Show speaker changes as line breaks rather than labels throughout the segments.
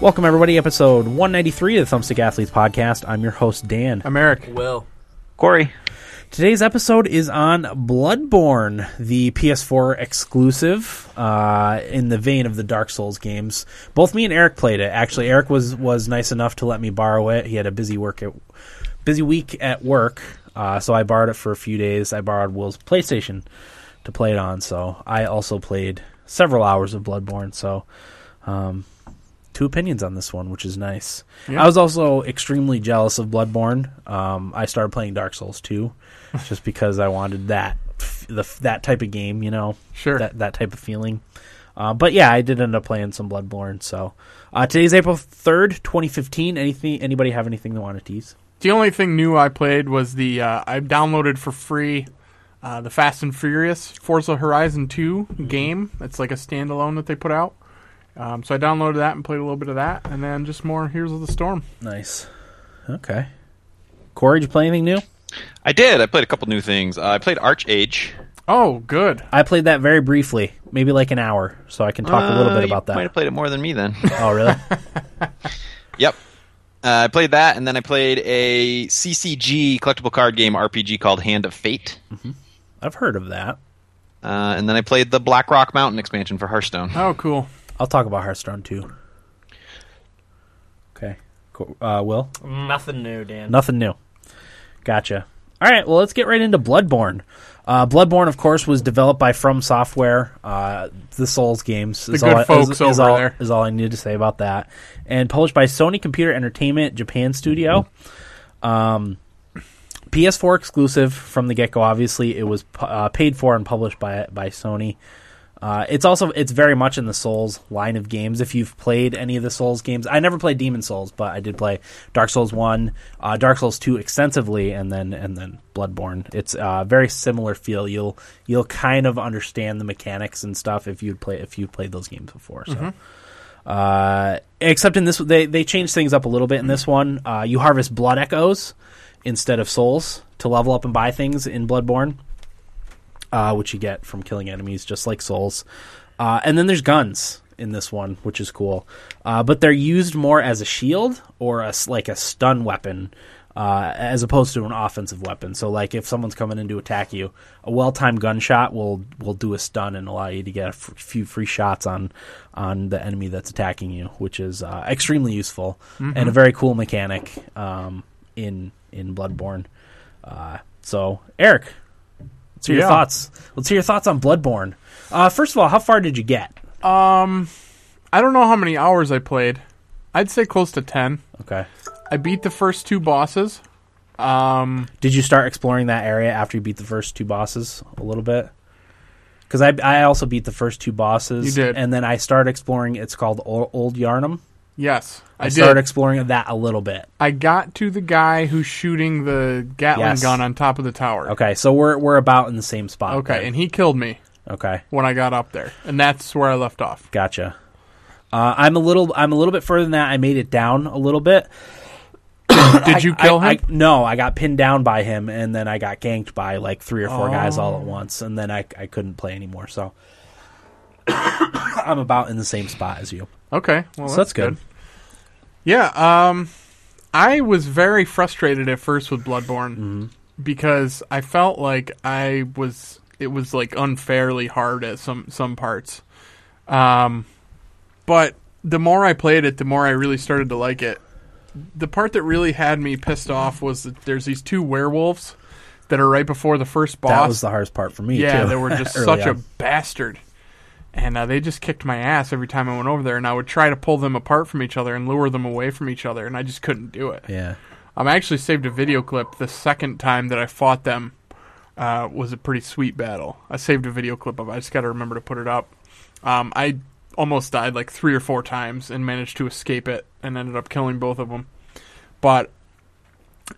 Welcome, everybody, episode 193 of the Thumbstick Athletes Podcast. I'm your host, Dan.
I'm Eric.
Will.
Corey.
Today's episode is on Bloodborne, the PS4 exclusive, uh, in the vein of the Dark Souls games. Both me and Eric played it. Actually, Eric was was nice enough to let me borrow it. He had a busy work at, busy week at work, uh, so I borrowed it for a few days. I borrowed Will's PlayStation to play it on, so I also played several hours of Bloodborne. So, um, two opinions on this one, which is nice. I was also extremely jealous of Bloodborne. Um, I started playing Dark Souls 2 just because I wanted that the that type of game, you know,
Sure.
that that type of feeling. Uh, but yeah, I did end up playing some Bloodborne. So uh, today's April third, twenty fifteen. Anything? Anybody have anything they want to tease?
The only thing new I played was the uh, I downloaded for free uh, the Fast and Furious Forza Horizon 2 game. It's like a standalone that they put out. Um, so I downloaded that and played a little bit of that, and then just more Heroes of the Storm.
Nice. Okay. Corey, did you play anything new?
I did. I played a couple new things. Uh, I played Archage.
Oh, good.
I played that very briefly, maybe like an hour, so I can talk a little
Uh,
bit
you
about
Might have
that.
played it more than me then.
Oh, really?
yep. Uh, I played that, and then I played a CCG collectible card game RPG called Hand of Fate.
I've heard of that.
Uh, and then I played the Black Rock Mountain expansion for Hearthstone.
Uh,
Oh, cool.
I'll talk about Hearthstone too. Okay. Cool. Uh, Will?
Nothing new, Dan.
Nothing new. Gotcha. All right, well, let's get right into Bloodborne. Uh, Bloodborne, of course, was developed by From Software, uh, the Souls games. is
good
all I- is-
folks
is
over
all-
there.
Is all I needed to say about that. And published by Sony Computer Entertainment Japan Studio.
Mm-hmm.
Um, PS4 exclusive from the get go. Obviously, it was pu- uh, paid for and published by by Sony. Uh, it's also it's very much in the Souls line of games. If you've played any of the Souls games, I never played Demon Souls, but I did play Dark Souls one, uh, Dark Souls two extensively, and then and then Bloodborne. It's a uh, very similar feel. You'll you'll kind of understand the mechanics and stuff if you play if you played those games before. So. Uh, except in this, they they changed things up a little bit in this one. Uh, you harvest blood echoes instead of souls to level up and buy things in Bloodborne, uh, which you get from killing enemies, just like souls. Uh, and then there's guns in this one, which is cool, uh, but they're used more as a shield or as like a stun weapon. Uh, as opposed to an offensive weapon, so like if someone's coming in to attack you, a well-timed gunshot will will do a stun and allow you to get a f- few free shots on on the enemy that's attacking you, which is uh, extremely useful and a very cool mechanic um, in in Bloodborne. Uh, so, Eric, let's hear your
Yeah.
thoughts. Let's hear your thoughts on Bloodborne. Uh, first of all, how far did you get?
I don't know how many hours I played. I'd say close to 10.
Okay.
I beat the first two bosses. Um,
Did you start exploring that area after you beat the first two bosses a little bit? Because I, I also beat the first two bosses.
You did.
And then I started exploring, it's called Old, Old Yarnum.
yes, I,
I,
did.
started exploring that a little bit.
I got to the guy who's shooting the Gatling
Yes.
gun on top of the tower.
Okay, so we're we're about in the same spot.
Okay,
then.
and he killed me
okay.
when I got up there, and that's where I left off.
Gotcha. Uh, I'm a little. I'm a little bit further than that. I made it down a little bit.
Did you kill
I,
him?
I- no, I got pinned down by him, and then I got ganked by like three or four guys all at
Oh.
once, and then I I couldn't play anymore. So I'm about in the same spot as you.
okay, well
so that's good.
Yeah, um, I was very frustrated at first with Bloodborne
Mm-hmm.
because I felt like I was it was like unfairly hard at some some parts. Um, but the more I played it, the more I really started to like it. The part that really had me pissed off was that there's these two werewolves that are right before the first boss.
That was the hardest part for me.
Yeah,
too,
they were just
early
such a
on.
bastard. And uh, they just kicked my ass every time I went over there, and I would try to pull them apart from each other and lure them away from each other, and I just couldn't do it.
yeah.
Um, I actually saved a video clip the second time that I fought them. Uh, was a pretty sweet battle. I saved a video clip of. it. I just got to remember to put it up. Um, I almost died like three or four times and managed to escape it and ended up killing both of them. But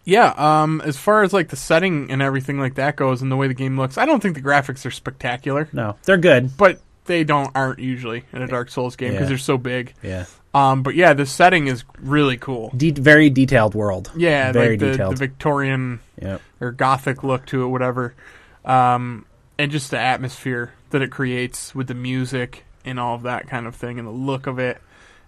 yeah, um, as far as like the setting and everything like that goes, and the way the game looks, I don't think the graphics are spectacular,
No, they're good.
but they don't aren't usually in a Dark Souls game because
Yeah.
they're so big.
Yeah.
Um, but yeah, the setting is really cool.
De- very detailed world.
Yeah,
Very
like the, the
detailed.
Victorian
Yep.
or gothic look to it, whatever. Um, and just the atmosphere that it creates with the music and all of that kind of thing and the look of it.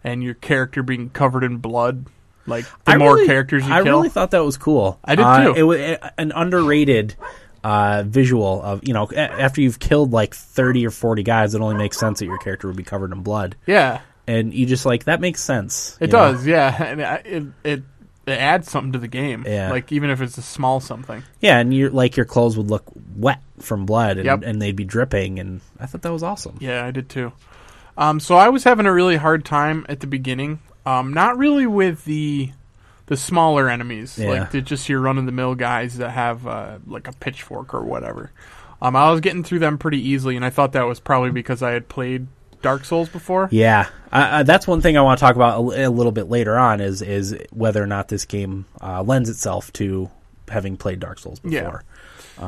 and your character being covered in blood. Like the
I
more
really-
characters you
I
kill,
really thought that was cool.
I did
Uh,
too.
It was an underrated uh, visual of you know a- after you've killed like thirty or forty guys, it only makes sense that your character would be covered in blood,
yeah,
and you just like that makes sense.
it
you know?
does. Yeah, and I- it, it it adds something to the game.
Yeah.
like even if it's a small something.
Yeah, and your like your clothes would look wet from blood, and,
Yep.
and they'd be dripping, and I thought that was awesome.
Yeah, I did too. Um, so I was having a really hard time at the beginning. Um, not really with the the smaller enemies,
Yeah.
like the, just your run of the mill guys that have uh, like a pitchfork or whatever. Um, I was getting through them pretty easily, and I thought that was probably because I had played Dark Souls before.
Yeah, I, I, that's one thing I want to talk about a, li- a little bit later on is is whether or not this game uh, lends itself to having played Dark Souls
Yeah.
before.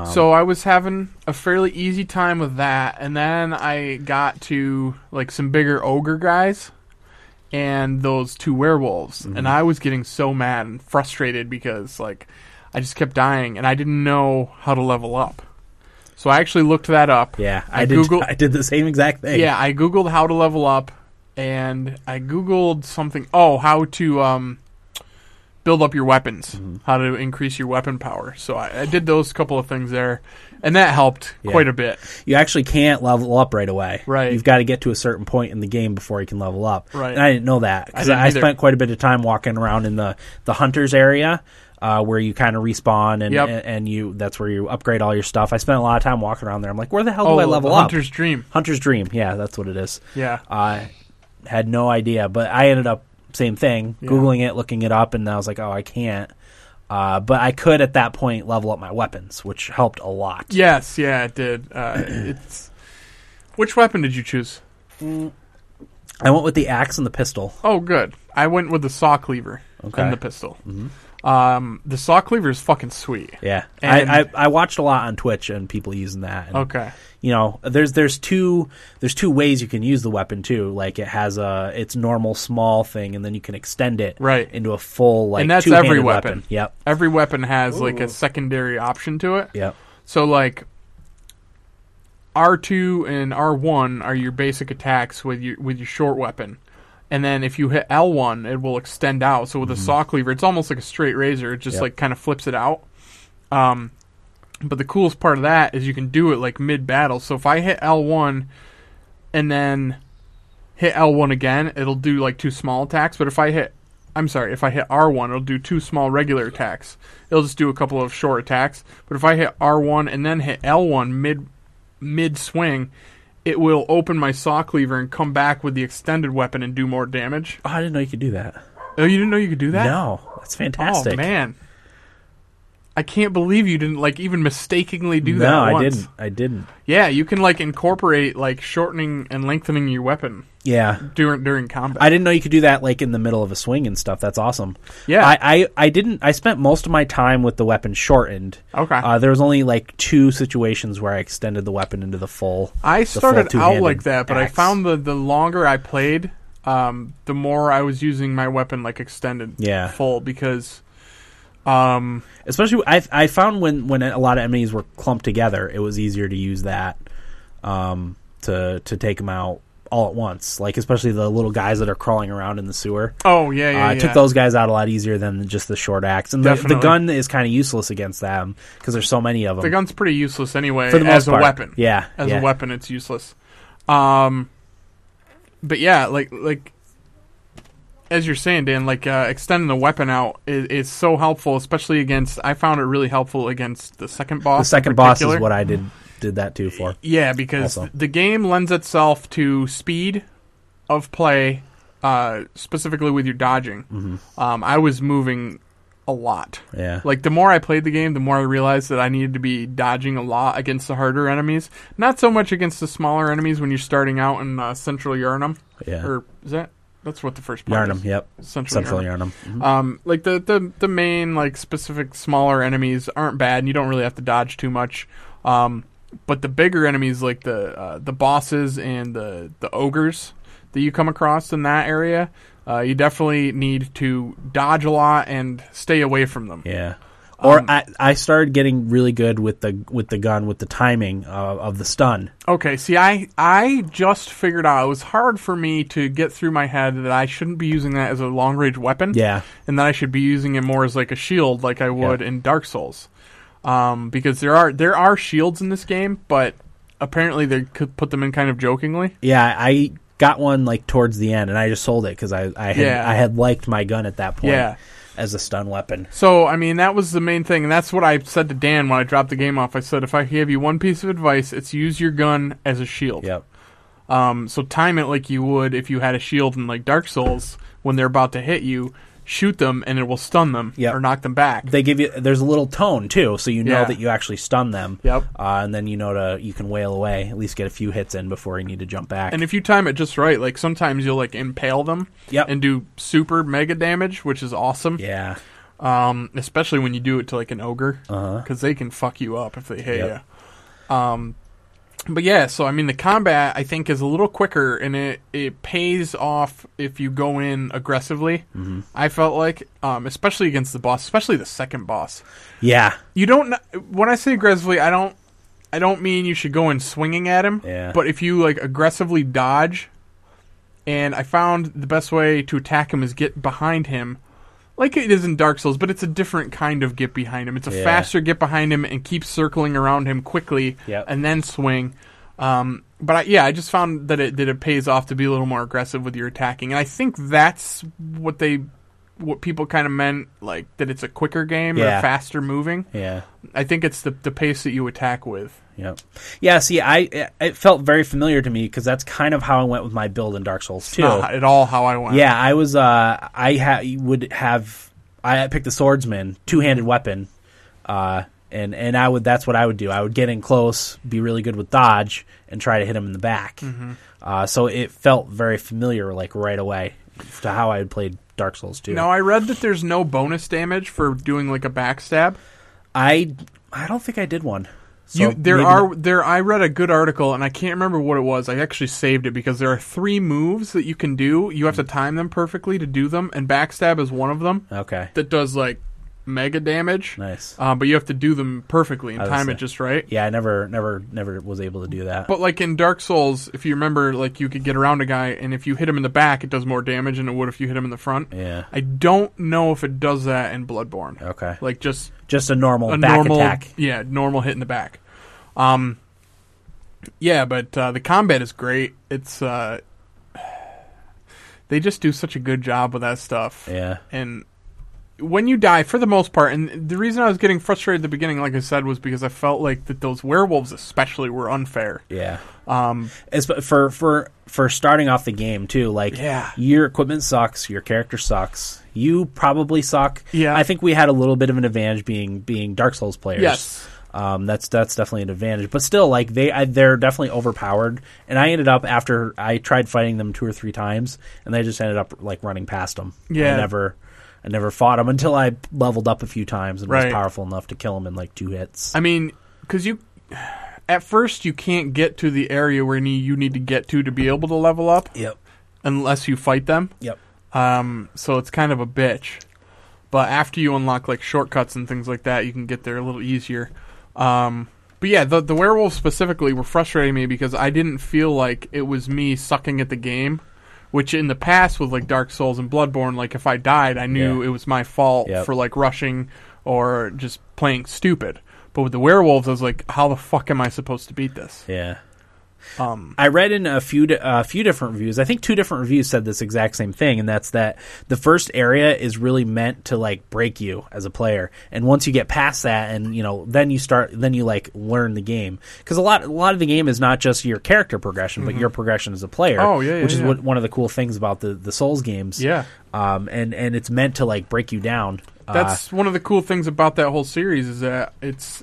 So I was having a fairly easy time with that, and then I got to like some bigger ogre guys and those two werewolves,
Mm-hmm.
and I was getting so mad and frustrated because like I just kept dying, and I didn't know how to level up. So I actually looked that up.
Yeah,
I,
I, did.
googled.
I did the same exact thing.
Yeah, I googled how to level up, and I googled something. Oh, how to um, build up your weapons,
Mm-hmm.
how to increase your weapon power. So I, I did those couple of things there, and that helped quite a bit.
you actually can't level up right away.
Right.
You've got to get to a certain point in the game before you can level up.
Right.
And I didn't know that because
didn't
I,
either.
spent quite a bit of time walking around in the the hunters area. Uh, where you kind of respawn and,
Yep.
and and you that's where you upgrade all your stuff. I spent a lot of time walking around there. I'm like, where the hell do
oh,
I level
the
up? Uh,
Hunter's Dream.
Hunter's Dream, yeah, that's what it is.
Yeah,
I had no idea, but I ended up same thing, googling it, looking it up, and I was like, oh, I can't. Uh, but I could at that point level up my weapons, which helped a lot.
yes, yeah, it did. Uh, it's which weapon did you choose?
I went with the axe and the pistol.
Oh, good. I went with the saw cleaver
Okay. Mm-hmm.
and the pistol. Um, the saw cleaver is fucking sweet.
Yeah,
And-
I, I I watched a lot on Twitch and people using that. And,
Okay.
you know, there's there's two there's two ways you can use the weapon too. Like it has a its normal small thing, and then you can extend it
Right.
into a full like
And that's
two-handed
every
weapon.
weapon.
Yep,
Every weapon has like a secondary option to it.
yep,
So like R2 and R1 are your basic attacks with your with your short weapon. And then if you hit L1, it will extend out. So with a saw cleaver, it's almost like a straight razor. It just
Yep.
like kind of flips it out. Um but the coolest part of that is you can do it like mid battle. So if I hit L1 and then hit L1 again, it'll do like two small attacks, but if I hit I'm sorry, if I hit R1, it'll do two small regular attacks. It'll just do a couple of short attacks. But if I hit R1 and then hit L1 mid mid swing, it will open my saw cleaver and come back with the extended weapon and do more damage.
Oh, I didn't know you could do that.
Oh, you didn't know you could do that?
No, that's fantastic.
Oh man. I can't believe you didn't like even mistakenly do that.
no, I
once.
didn't. I didn't.
Yeah, you can like incorporate like shortening and lengthening your weapon
Yeah.
during during combat.
I didn't know you could do that like in the middle of a swing and stuff. That's awesome.
Yeah.
I, I, I didn't I spent most of my time with the weapon shortened.
Okay.
Uh, there was only like two situations where I extended the weapon into the full
I
the full
started out
two-handed
like that, but I
axe.
found the the longer I played, um, the more I was using my weapon like extended,
Yeah.
full because, um,
especially I I found when when a lot of enemies were clumped together, it was easier to use that um to to take them out all at once. Like especially the little guys that are crawling around in the sewer.
oh yeah, yeah,
uh, I
yeah.
took those guys out a lot easier than just the short axe, and the, the
Definitely.
gun is kind of useless against them because there's so many of them.
The gun's pretty useless anyway
For the most
as
part.
a weapon.
Yeah,
as
yeah.
a weapon, it's useless. Um, but yeah, like like as you're saying, Dan, like uh, extending the weapon out is, is so helpful, especially against. I found it really helpful against the second boss.
The
in
second boss is
particular.
what I did did that too for.
Yeah, because
Also.
the game lends itself to speed of play, uh, specifically with your dodging.
Mm-hmm.
Um, I was moving a lot.
Yeah.
Like the more I played the game, the more I realized that I needed to be dodging a lot against the harder enemies. Not so much against the smaller enemies when you're starting out in uh, Central Yarnum.
Yeah.
Or is that? That's what the first part
Yarnum,
is.
yep.
Central,
Central
Yarnum.
Yarnum. Mhm.
Um, like the, the the main like specific smaller enemies aren't bad, and you don't really have to dodge too much. Um, but the bigger enemies, like the uh, the bosses and the the ogres that you come across in that area, uh, you definitely need to dodge a lot and stay away from them.
Mm-hmm. Yeah. Or I, I started getting really good with the with the gun with the timing uh, of the stun.
Okay, see, I I just figured out it was hard for me to get through my head that I shouldn't be using that as a long range weapon.
Yeah.
and that I should be using it more as like a shield, like I would
Yeah.
in Dark Souls, um, because there are there are shields in this game, but apparently they could put them in kind of jokingly.
Yeah, I got one like towards the end, and I just sold it because I I had,
Yeah.
I had liked my gun at that point
Yeah.
as a stun weapon.
So I mean that was the main thing, and that's what I said to Dan when I dropped the game off. I said if I could give you one piece of advice, it's use your gun as a shield.
Yep.
Um, so time it like you would if you had a shield in like Dark Souls when they're about to hit you. Shoot them and it will stun them
Yep.
or knock them back.
They give you there's a little tone too, so you know
Yeah.
that you actually stun them.
Yep.
Uh, and then you know to you can wail away, at least get a few hits in before you need to jump back.
And if you time it just right, like sometimes you'll like impale them
Yep.
and do super mega damage, which is awesome.
yeah.
Um, especially when you do it to like an ogre,
Uh-huh.
because they can fuck you up if they hit
Yep.
you. Um, but yeah, so I mean, the combat I think is a little quicker, and it it pays off if you go in aggressively.
Mm-hmm.
I felt like, um, especially against the boss, especially the second boss.
Yeah.
You don't. kn- When I say aggressively, I don't. I don't mean you should go in swinging at him.
Yeah.
But if you like aggressively dodge, and I found the best way to attack him is get behind him, like it is in Dark Souls, but it's a different kind of get behind him. It's a
Yeah.
faster get behind him and keep circling around him quickly,
Yep.
and then swing. Um, but I, yeah, I just found that it that it pays off to be a little more aggressive with your attacking, and I think that's what they what people kind of meant like that it's a quicker game
Yeah.
or faster moving.
Yeah.
I think it's the the pace that you attack with.
Yep. Yeah. See, I it felt very familiar to me because that's kind of how I went with my build in Dark Souls too.
Not at all how I went.
Yeah, I was. Uh, I ha- would have. I picked the swordsman, two handed weapon, uh, and and I would. That's what I would do. I would get in close, be really good with dodge, and try to hit him in the back.
Mm-hmm.
Uh, so it felt very familiar, like right away, to how I had played Dark Souls two.
Now I read that there's no bonus damage for doing like a backstab.
I I don't think I did one. So
you there
maybe-
are there I read a good article and I can't remember what it was. I actually saved it because there are three moves that you can do. You have to time them perfectly to do them, and backstab is one of them
okay.
that does like mega damage.
Oh. Nice.
Uh, but you have to do them perfectly and
was
time it
saying-
just right.
Yeah, I never, never, never was able to do that.
But like in Dark Souls, if you remember, like you could get around a guy, and if you hit him in the back, it does more damage than it would if you hit him in the front.
yeah.
I don't know if it does that in Bloodborne.
Okay.
Like just
Just a normal
a
back
normal,
attack.
yeah, normal hit in the back. Um, yeah, but uh, the combat is great. It's uh, they just do such a good job with that stuff.
Yeah.
And when you die, for the most part, and the reason I was getting frustrated at the beginning, like I said, was because I felt like that those werewolves especially were unfair.
Yeah.
Um,
As, for for for starting off the game too, like
Yeah.
your equipment sucks, your character sucks, you probably suck.
Yeah.
I think we had a little bit of an advantage being being Dark Souls players.
Yes.
um, that's that's definitely an advantage. But still, like they I, they're definitely overpowered. And I ended up after I tried fighting them two or three times, and I just ended up like running past them.
Yeah.
I never I never fought them until I leveled up a few times and
Right.
was powerful enough to kill them in like two hits.
I mean, because you, at first, you can't get to the area where ne- you need to get to to be able to level up
yep.
unless you fight them.
Yep.
Um, so it's kind of a bitch. But after you unlock like shortcuts and things like that, you can get there a little easier. Um, but yeah, the the werewolves specifically were frustrating me because I didn't feel like it was me sucking at the game. Which in the past with like Dark Souls and Bloodborne, like if I died, I knew
Yeah.
it was my fault
Yep.
for like rushing or just playing stupid. But with the werewolves, I was like, how the fuck am I supposed to beat this?
Yeah.
Um,
I read in a few di- a few different reviews. I think two different reviews said this exact same thing, and that's that the first area is really meant to like break you as a player, and once you get past that, and you know, then you start, then you like learn the game because a lot a lot of the game is not just your character progression, but your progression as a player.
Mm-hmm. Oh, yeah, yeah,
which is
yeah.
What, one of the cool things about the the Souls games.
Yeah.
um, and and it's meant to like break you down. Uh,
That's one of the cool things about that whole series is that it's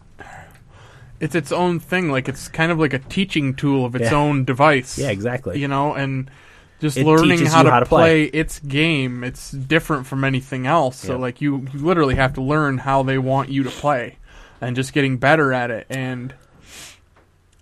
it's its own thing. Like it's kind of like a teaching tool of its
Yeah.
own device.
Yeah, exactly.
You know, and just
It
learning
teaches
how
you
to,
how to
play.
play.
its game. It's different from anything else. So
Yeah.
like you, you literally have to learn how they want you to play, and just getting better at it. And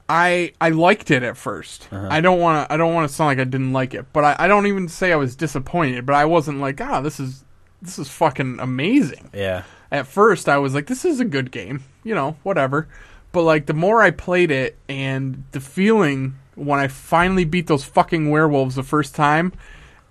I I liked it at 1st
Uh-huh.
I don't want to I don't want to sound like I didn't like it, but I, I don't even say I was disappointed. But I wasn't like ah this is this is fucking amazing
yeah,
at first I was like, this is a good game, you know, whatever. But like the more I played it and the feeling when I finally beat those fucking werewolves the first time,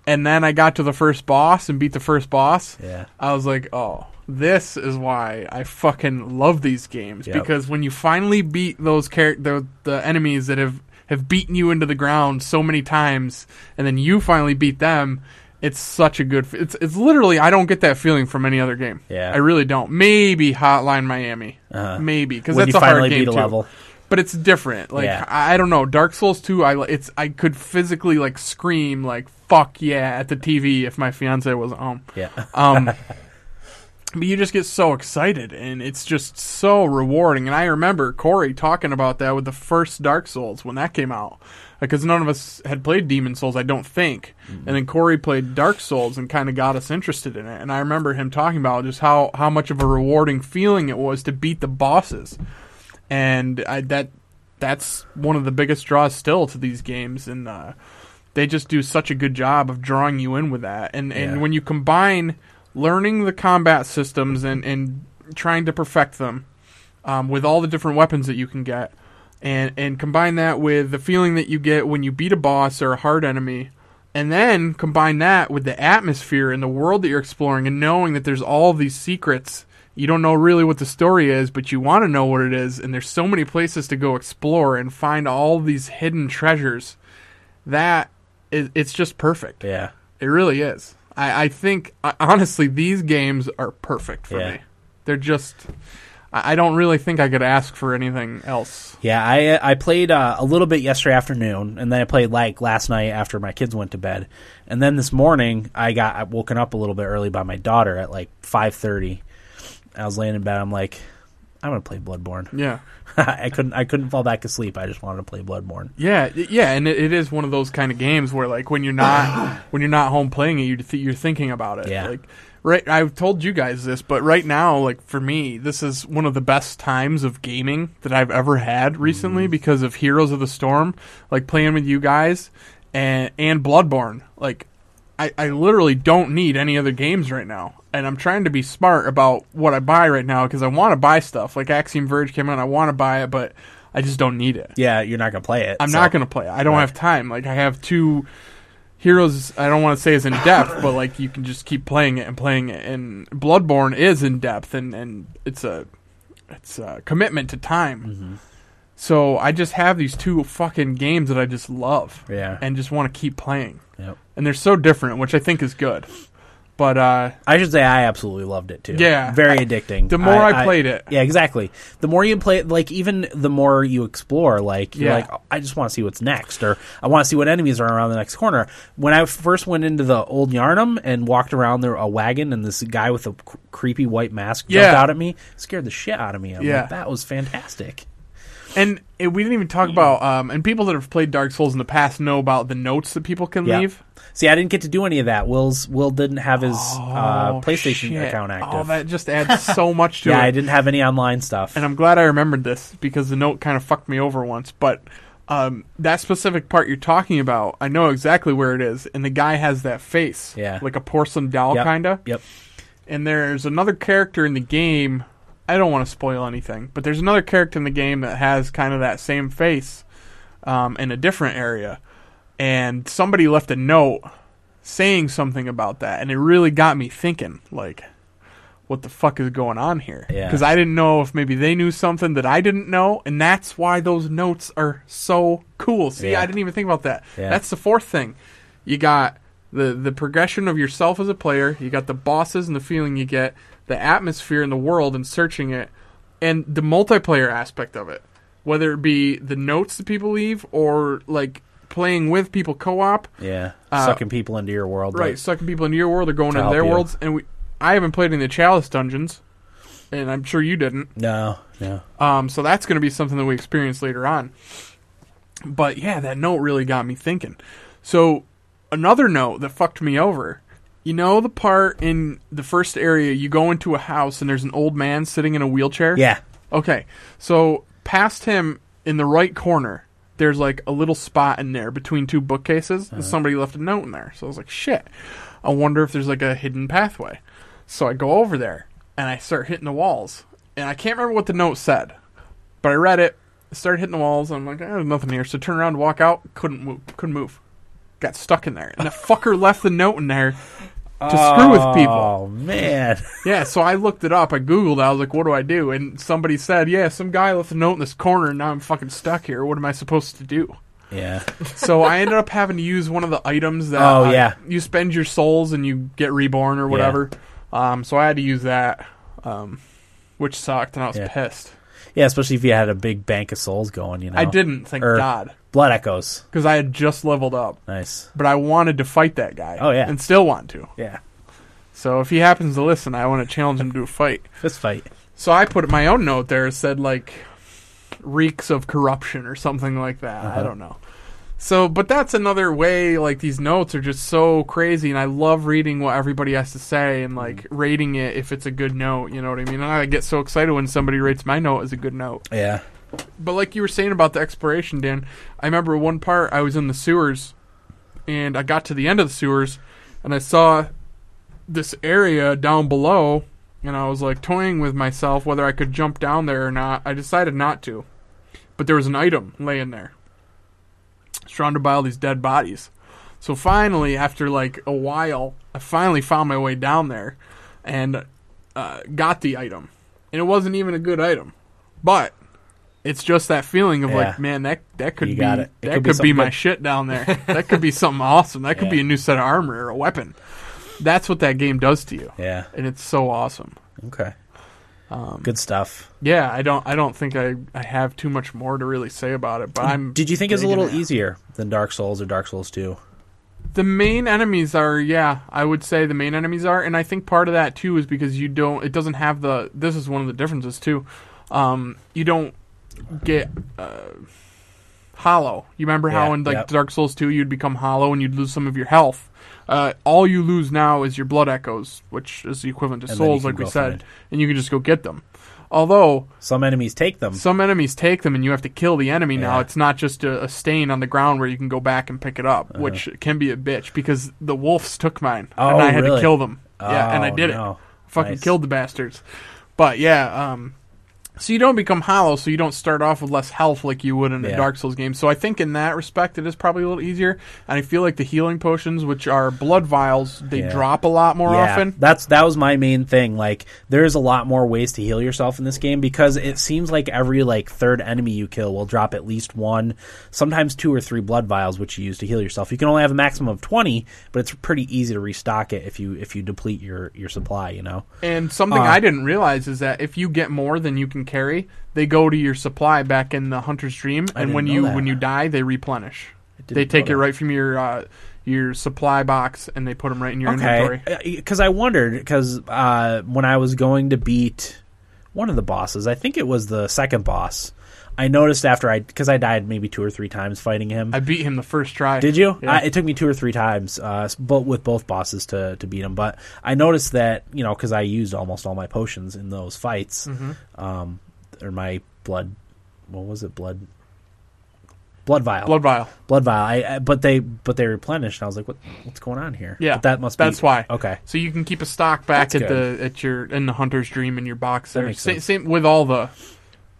and then I got to the first boss and beat the first boss,
Yeah.
I was like, oh, this is why I fucking love these games
Yep.
because when you finally beat those char- the, the enemies that have have beaten you into the ground so many times, and then you finally beat them. It's such a good. f- It's it's literally I don't get that feeling from any other game.
Yeah.
I really don't. Maybe Hotline Miami.
Uh-huh.
Maybe because
When
that's
you
a hard
finally
game
beat a
too.
level.
But it's different. Like
Yeah.
I, I don't know. Dark Souls two. I li- it's I could physically like scream like fuck yeah at the TV if my fiance wasn't home.
Yeah.
Um, but you just get so excited, and it's just so rewarding. And I remember Corey talking about that with the first Dark Souls when that came out, because none of us had played Demon Souls, I don't think. And then Corey played Dark Souls and kind of got us interested in it. And I remember him talking about just how how much of a rewarding feeling it was to beat the bosses, and I, that that's one of the biggest draws still to these games, and. Uh, they just do such a good job of drawing you in with that. And
Yeah.
and when you combine learning the combat systems and and trying to perfect them um, with all the different weapons that you can get, and and combine that with the feeling that you get when you beat a boss or a hard enemy. And then combine that with the atmosphere and the world that you're exploring, and knowing that there's all these secrets. You don't know really what the story is, but you want to know what it is, and there's so many places to go explore and find all these hidden treasures that is, it's just perfect.
Yeah.
It really is. I, I think I, honestly, these games are perfect for
Yeah.
me. They're just. I I don't really think I could ask for anything else.
Yeah, I I played uh, a little bit yesterday afternoon, and then I played like last night after my kids went to bed, and then this morning I got woken up a little bit early by my daughter at like five thirty. I was laying in bed. I'm like, I'm gonna play Bloodborne.
Yeah,
I couldn't I couldn't fall back asleep. I just wanted to play Bloodborne.
yeah, y- yeah. And it, it is one of those kind of games where, like, when you're not when you're not home playing it, you th- you're thinking about it.
Yeah.
Like, right. I've told you guys this, but right now, like for me, this is one of the best times of gaming that I've ever had recently because of Heroes of the Storm, like playing with you guys, and and Bloodborne, like. I, I literally don't need any other games right now. And I'm trying to be smart about what I buy right now because I want to buy stuff. Like Axiom Verge came out, I want to buy it, but I just don't need it.
Yeah, you're not gonna play it.
I'm
so-
not going to play it. I don't
Right.
have time. Like I have two heroes. I don't want to say is in depth, but like you can just keep playing it and playing it. And Bloodborne is in depth, and and it's a it's a commitment to time.
Mm-hmm.
So I just have these two fucking games that I just love
Yeah.
and just want to keep playing.
Yep.
And they're so different, which I think is good. But uh,
I should say I absolutely loved it too.
Yeah.
very
I-
addicting.
the more I played it-
yeah, exactly. The more you play, it, like even the more you explore, like you're
Yeah.
like, "Oh, I just want to see what's next, or I want to see what enemies are around the next corner. When I first went into the old Yarnum and walked around there a wagon, and this guy with a cr- creepy white mask jumped
Yeah.
out at me, scared the shit out of me. I'm
Yeah.
like, that was fantastic.
And it, we didn't even talk about, um, and people that have played Dark Souls in the past know about the notes that people can
Yeah.
leave.
See, I didn't get to do any of that. Will's Will didn't have his uh,
Oh,
PlayStation
shit.
account active.
Oh, that just adds so much to
yeah,
it.
I didn't have any online stuff.
and I'm glad I remembered this because the note kind of fucked me over once. But um, that specific part you're talking about, I know exactly where it is. And the guy has that face,
Yeah.
like a porcelain doll,
Yep.
kinda.
Yep.
And there's another character in the game. I don't want to spoil anything, but there's another character in the game that has kind of that same face um, in a different area. And somebody left a note saying something about that, and it really got me thinking, like, what the fuck is going on here?
Yeah.
Because I didn't know if maybe they knew something that I didn't know, and that's why those notes are so cool. See,
Yeah.
I didn't even think about that.
Yeah.
That's the fourth thing. You got the the progression of yourself as a player. You got the bosses and the feeling you get, the atmosphere in the world and searching it, and the multiplayer aspect of it. Whether it be the notes that people leave or like playing with people co-op,
Yeah,
Uh,
sucking people into your world.
right?
like-
Sucking people into your world or going
To
into
help
their
you.
worlds. And we, I haven't played in the Chalice dungeons, and I'm sure you didn't.
No, no.
Um, so that's going to be something that we experience later on. But yeah, that note really got me thinking. So another note that fucked me over. You know the part in the first area you go into a house and there's an old man sitting in a wheelchair?
Yeah.
Okay. So past him in the right corner, there's like a little spot in there between two bookcases, and somebody left a note in there. So I was like, shit. I wonder if there's like a hidden pathway. So I go over there, and I start hitting the walls. And I can't remember what the note said, but I read it. Started hitting the walls. And I'm like, eh, there's nothing here. So turn around, to walk out. Couldn't move. Couldn't move. Got stuck in there. And the fucker left the note in there to screw with people.
Oh man.
Yeah, so I looked it up. I Googled. it, I was like, what do I do? And somebody said, yeah, some guy left a note in this corner, and now I'm fucking stuck here. What am I supposed to do?
yeah.
so I ended up having to use one of the items that
Oh,
uh,
yeah.
you spend your souls and you get reborn or whatever. Um, so I had to use that, um, which sucked, and I was
Yeah.
pissed.
Yeah, especially if you had a big bank of souls going, you know.
I didn't, thank
Er.
God,
Blood echoes.
because I had just leveled up,
Nice.
but I wanted to fight that guy.
Oh, yeah.
and still want to.
Yeah.
So if he happens to listen, I want to challenge him to a fight.
Fist fight.
So I put my own note there. It said like reeks of corruption or something like that. I don't know. So, but that's another way. Like these notes are just so crazy, and I love reading what everybody has to say and like rating it if it's a good note. You know what I mean? And I get so excited when somebody rates my note as a good note.
Yeah.
But like you were saying about the exploration, Dan, I remember one part I was in the sewers and I got to the end of the sewers and I saw this area down below and I was like toying with myself whether I could jump down there or not. I decided not to. But there was an item laying there. Surrounded by all these dead bodies. So finally, after like a while, I finally found my way down there and uh, got the item. And it wasn't even a good item. But it's just that feeling of
Yeah.
like, man, that that could
You
be
got it.
that
It could
could,
be
be,
something
my
good.
shit down there. that could be something awesome. That could be
Yeah.
a new set of armor or a weapon. That's what that game does to you,
Yeah.
and it's so awesome.
Okay.
Um,
Good stuff.
Yeah, I don't I don't think I, I have too much more to really say about it, but I'm
Did you think it was a
digging
little
it.
easier than Dark Souls or Dark Souls 2?
The main enemies are yeah, I would say the main enemies are, and I think part of that too is because you don't. It doesn't have the. This is one of the differences too. Um, you don't get uh, hollow. You remember how
Yeah,
in like
yep.
Dark Souls two you'd become hollow and you'd lose some of your health. Uh, all you lose now is your blood echoes, which is the equivalent to
And then you
souls,
can
like we
go
said,
find.
and you can just go get them. Although
Some enemies take them.
some enemies take them and you have to kill the enemy now.
Yeah.
It's not just a, a stain on the ground where you can go back and pick it up, which can be a bitch because the wolves took mine
Uh-huh. Oh,
and I had
really?
to kill them. yeah, and I
Oh,
did
no.
it. Fucking
Nice.
killed the bastards. But yeah, um so you don't become hollow, so you don't start off with less health like you would in a
Yeah.
Dark Souls game. So I think in that respect, it is probably a little easier. And I feel like the healing potions, which are blood vials, they
Yeah.
drop a lot more often.
That's that was my main thing. Like there's a lot more ways to heal yourself in this game because it seems like every like third enemy you kill will drop at least one, sometimes two or three blood vials which you use to heal yourself. You can only have a maximum of 20, but it's pretty easy to restock it if you if you deplete your your supply, you know.
And
Uh,
something I didn't realize is that if you get more than you can carry, they go to your supply back in the hunter's dream, and
didn't
when
know
you
that.
when you die, they replenish.
didn't
They take
know
it
that.
right from your uh, your supply box and they put them right in your
Okay.
inventory.
Because I wondered, because uh, when I was going to beat one of the bosses, I think it was the second boss, I noticed after I, because I died maybe two or three times fighting him.
I beat him the first try.
Did you?
Yeah.
I, it took me two or three times, uh, s- but with both bosses to, to beat him. But I noticed that you know because I used almost all my potions in those fights,
Mm-hmm.
um, or my blood. What was it? Blood. Blood vial.
Blood vial.
Blood vial. I, I, but they but they replenished, and I was like, what what's going on here?
Yeah,
But that must.
that's
be,
why.
Okay.
So you can keep a stock back
That's
at
good.
the at your in the hunter's dream in your box. There.
makes
Sa-
sense.
Same with all the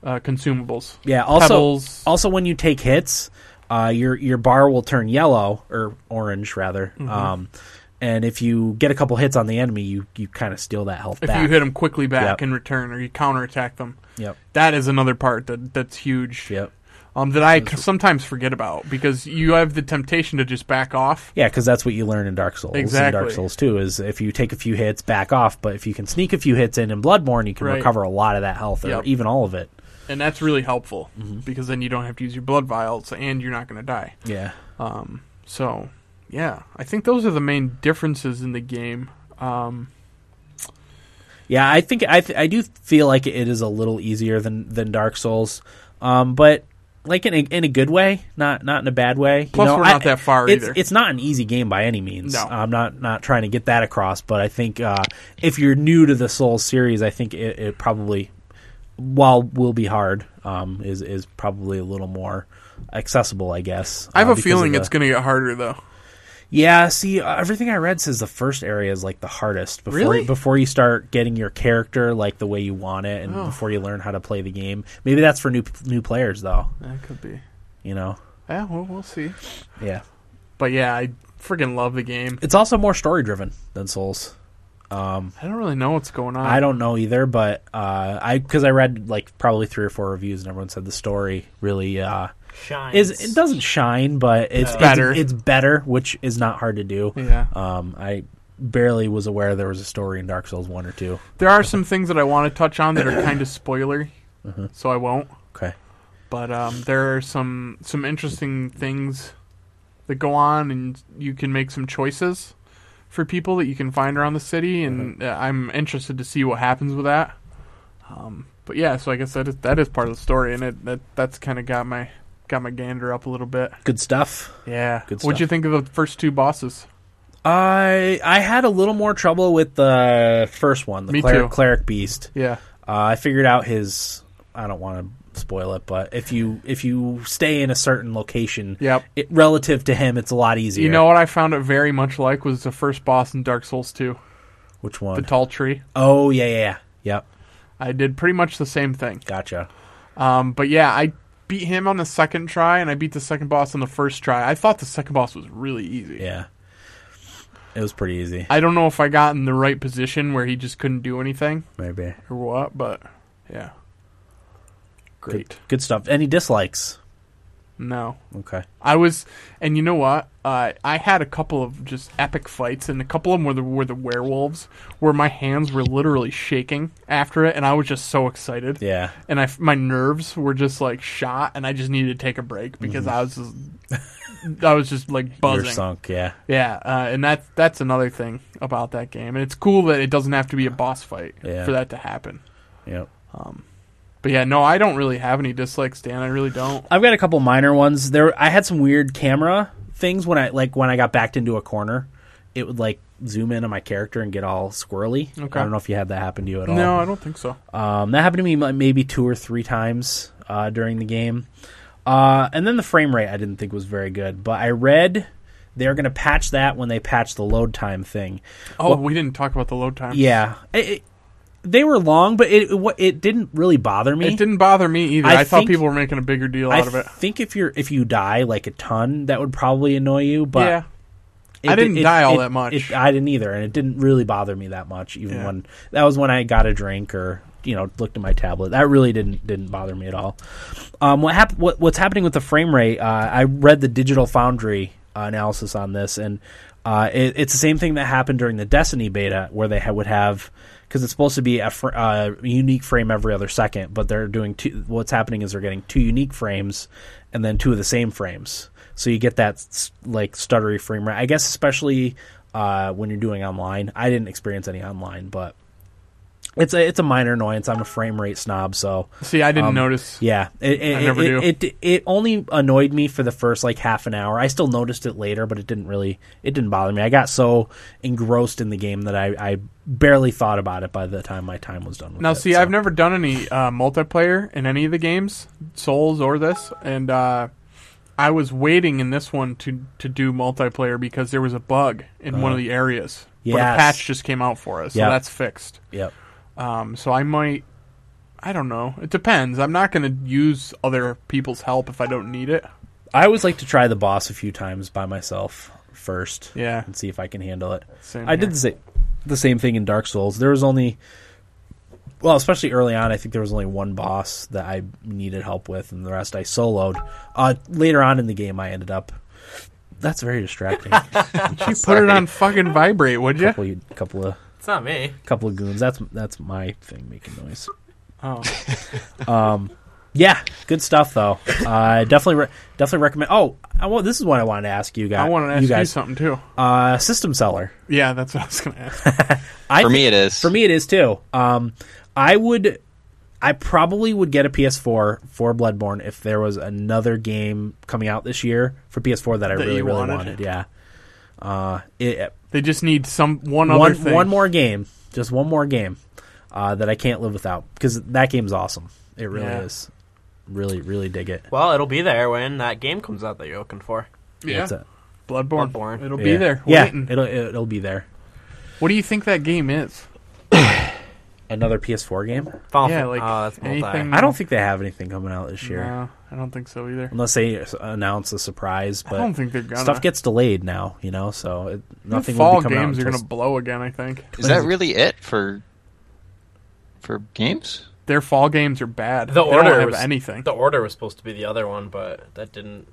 uh, consumables.
Yeah. Also,
Pebbles.
also when you take hits, uh, your your bar will turn yellow or orange rather.
Mm-hmm.
Um, and if you get a couple hits on the enemy, you, you kind of steal that health
if
back.
you hit them quickly back
Yep.
in return or you counterattack them.
Yep.
That is another part that that's huge.
Yep.
um, that I c- sometimes forget about because you have the temptation to just back off.
Yeah, because that's what you learn in Dark Souls. In Dark
Exactly.
Souls 2 is if you take a few hits, back off. But if you can sneak a few hits in in Bloodborne, you can
Right.
recover a lot of that health or
Yep.
even all of it.
And that's really helpful
Mm-hmm.
because then you don't have to use your blood vials and you're not going to die.
Yeah.
Um, so, yeah, I think those are the main differences in the game. Um,
Yeah, I think I th- I do feel like it is a little easier than than Dark Souls, um, but like in a, in a good way, not not in a bad way. You
Plus,
know,
we're
I-
not that far
it's,
either.
It's not an easy game by any means.
No.
I'm not not trying to get that across, but I think uh, if you're new to the Souls series, I think it, it probably while will be hard um, is is probably a little more accessible. I guess
I have
uh,
a
because of
feeling
the-
it's going to get harder, though.
Yeah, see, uh, everything I read says the first area is like the hardest before
Really?
before you start getting your character like the way you want it, and
Oh.
before you learn how to play the game. Maybe that's for new new players, though.
That could be.
You know,
Yeah, well, we'll see.
yeah.
But yeah, I freaking love the game.
It's also more story driven than Souls.
I don't really know what's going on.
I don't know either, but uh, I because I read like probably three or four reviews, and everyone said the story really uh,
Shines.
is it doesn't shine, but it's, it's
better.
It's, better, which is not hard to do.
Yeah.
Um, I barely was aware there was a story in Dark Souls one or two.
There are some things that I want to touch on that are kind of spoilery,
Uh-huh.
so I won't.
Okay.
But um, there are some some interesting things that go on, and you can make some choices for people that you can find around the city, and uh, I'm interested to see what happens with that. Um, but yeah, so like I said, it, that is part of the story, and it, that that's kind of got my got my gander up a little bit.
Good stuff.
Yeah.
Good
What'd you think of the first two bosses?
I I had a little more trouble with the first one, the
Me
cleric,
too.
cleric beast.
Yeah.
Uh, I figured out his. I don't want to spoil it, but if you if you stay in a certain location,
Yep.
it, relative to him, it's a lot easier.
You know what I found it very much like was the first boss in Dark Souls 2,
which
the
one?
tall tree.
oh yeah, yeah, yeah, yep,
I did pretty much the same thing.
gotcha.
Um, but yeah, I beat him on the second try, and I beat the second boss on the first try. I thought the second boss was really easy.
Yeah, it was pretty easy.
I don't know if I got in the right position where he just couldn't do anything
Maybe
or what, but yeah. Great.
good, good stuff. Any dislikes?
No.
Okay,
I was, and you know what? Uh, I had a couple of just epic fights, and a couple of them were the, were the werewolves, where my hands were literally shaking after it, and I was just so excited.
yeah,
and I f- my nerves were just like shot, and I just needed to take a break because I was just, I was just like
Mm-hmm. you're
buzzing.
sunk. Yeah,
Yeah, uh, and that's that's another thing about that game, and it's cool that it doesn't have to be a boss fight
Yeah.
for that to happen.
yep.
But yeah, no, I don't really have any dislikes, Dan. I really don't.
I've got a couple minor ones. There, I had some weird camera things when I like when I got backed into a corner. It would like zoom in on my character and get all squirrely.
Okay.
I don't know if you had that happen to you at all.
No, I don't think so.
Um, that happened to me like, maybe two or three times uh, during the game. Uh, and then the frame rate I didn't think was very good, but I read they're going to patch that when they patch the load time thing.
Oh, we didn't talk about the load time.
Yeah, It- it- they were long, but it, it wa- it didn't really bother me.
It didn't bother me either. I,
I
thought
think-
people were making a bigger deal
I
out of it.
think if you're if you die like a ton, that would probably annoy you. But
yeah,
it
I
di-
didn't die all that much.
it- I didn't either, and it didn't really bother me that much. Even
Yeah.
when that was when I got a drink or you know looked at my tablet, that really didn't didn't bother me at all. Um, what hap- what, What's happening with the frame rate? Uh, I read the Digital Foundry uh, analysis on this, and uh, it, it's the same thing that happened during the Destiny beta, where they ha- would have because it's supposed to be a fr- uh, unique frame every other second, but they're doing two. What's happening is they're getting two unique frames and then two of the same frames, so you get that s- like stuttery frame rate. I guess especially uh, when you're doing online. I didn't experience any online, but it's a it's a minor annoyance. I'm a frame rate snob, so
see, I
um,
didn't notice.
yeah, it it,
I never
it,
do.
it it it only annoyed me for the first like half an hour. I still noticed it later, but it didn't really it didn't bother me. I got so engrossed in the game that I, I barely thought about it by the time my time was done. With
Now,
it,
see,
so.
I've never done any uh, multiplayer in any of the games, Souls or this, and uh, I was waiting in this one to to do multiplayer because there was a bug in one of the areas. But a
Uh, Yes.
patch just came out for us, so
Yep.
that's fixed.
yep.
Um, so I might, I don't know. It depends. I'm not going to use other people's help if I don't need it.
I always like to try the boss a few times by myself first.
Yeah.
And see if I can handle it.
Same
I
here.
did the same, the same thing in Dark Souls. There was only, well, especially early on, I think there was only one boss that I needed help with, and the rest I soloed. Uh, later on in the game, I ended up. That's very distracting. A
You put it on fucking vibrate, would you?
couple, of- couple of
It's not me.
couple of goons. That's that's my thing making noise.
Oh,
Yeah, good stuff though. Uh, definitely, re- definitely recommend. Oh, I want this is what I wanted to ask you guys.
I want to ask
you
you,
guys.
something too.
uh, system seller.
Yeah, that's what I was going to ask.
I
For
thi-
me, it is.
For me, it is too. Um, I would, I probably would get a PS4 for Bloodborne if there was another game coming out this year for PS4 that I
That
really,
you
really
wanted.
wanted. Yeah. Uh, it,
They just need some one other
one,
thing.
one more game, just one more game uh, that I can't live without because that game's awesome. It really
Yeah.
is. Really, really dig it.
Well, it'll be there when that game comes out that you're looking for.
Yeah.
That's it.
Bloodborne.
Bloodborne.
It'll
Yeah.
be there.
Yeah,
Waiting.
it'll it'll be there.
What do you think that game is?
Another PS4 game.
Final
Yeah,
Fa-
like,
oh, that's multi.
anything-
I don't think they have anything coming out this year,
No, I don't think so either.
unless they s- announce a surprise.
I don't
But
think they're gonna.
stuff gets delayed now, you know, so it,
The
nothing will
fall
be coming
games
out.
are
until
gonna blow again. I think
Is that really it for for games?
their fall games are bad.
The
they
order
don't have
was-
anything.
The order was supposed to be the other one, but that didn't.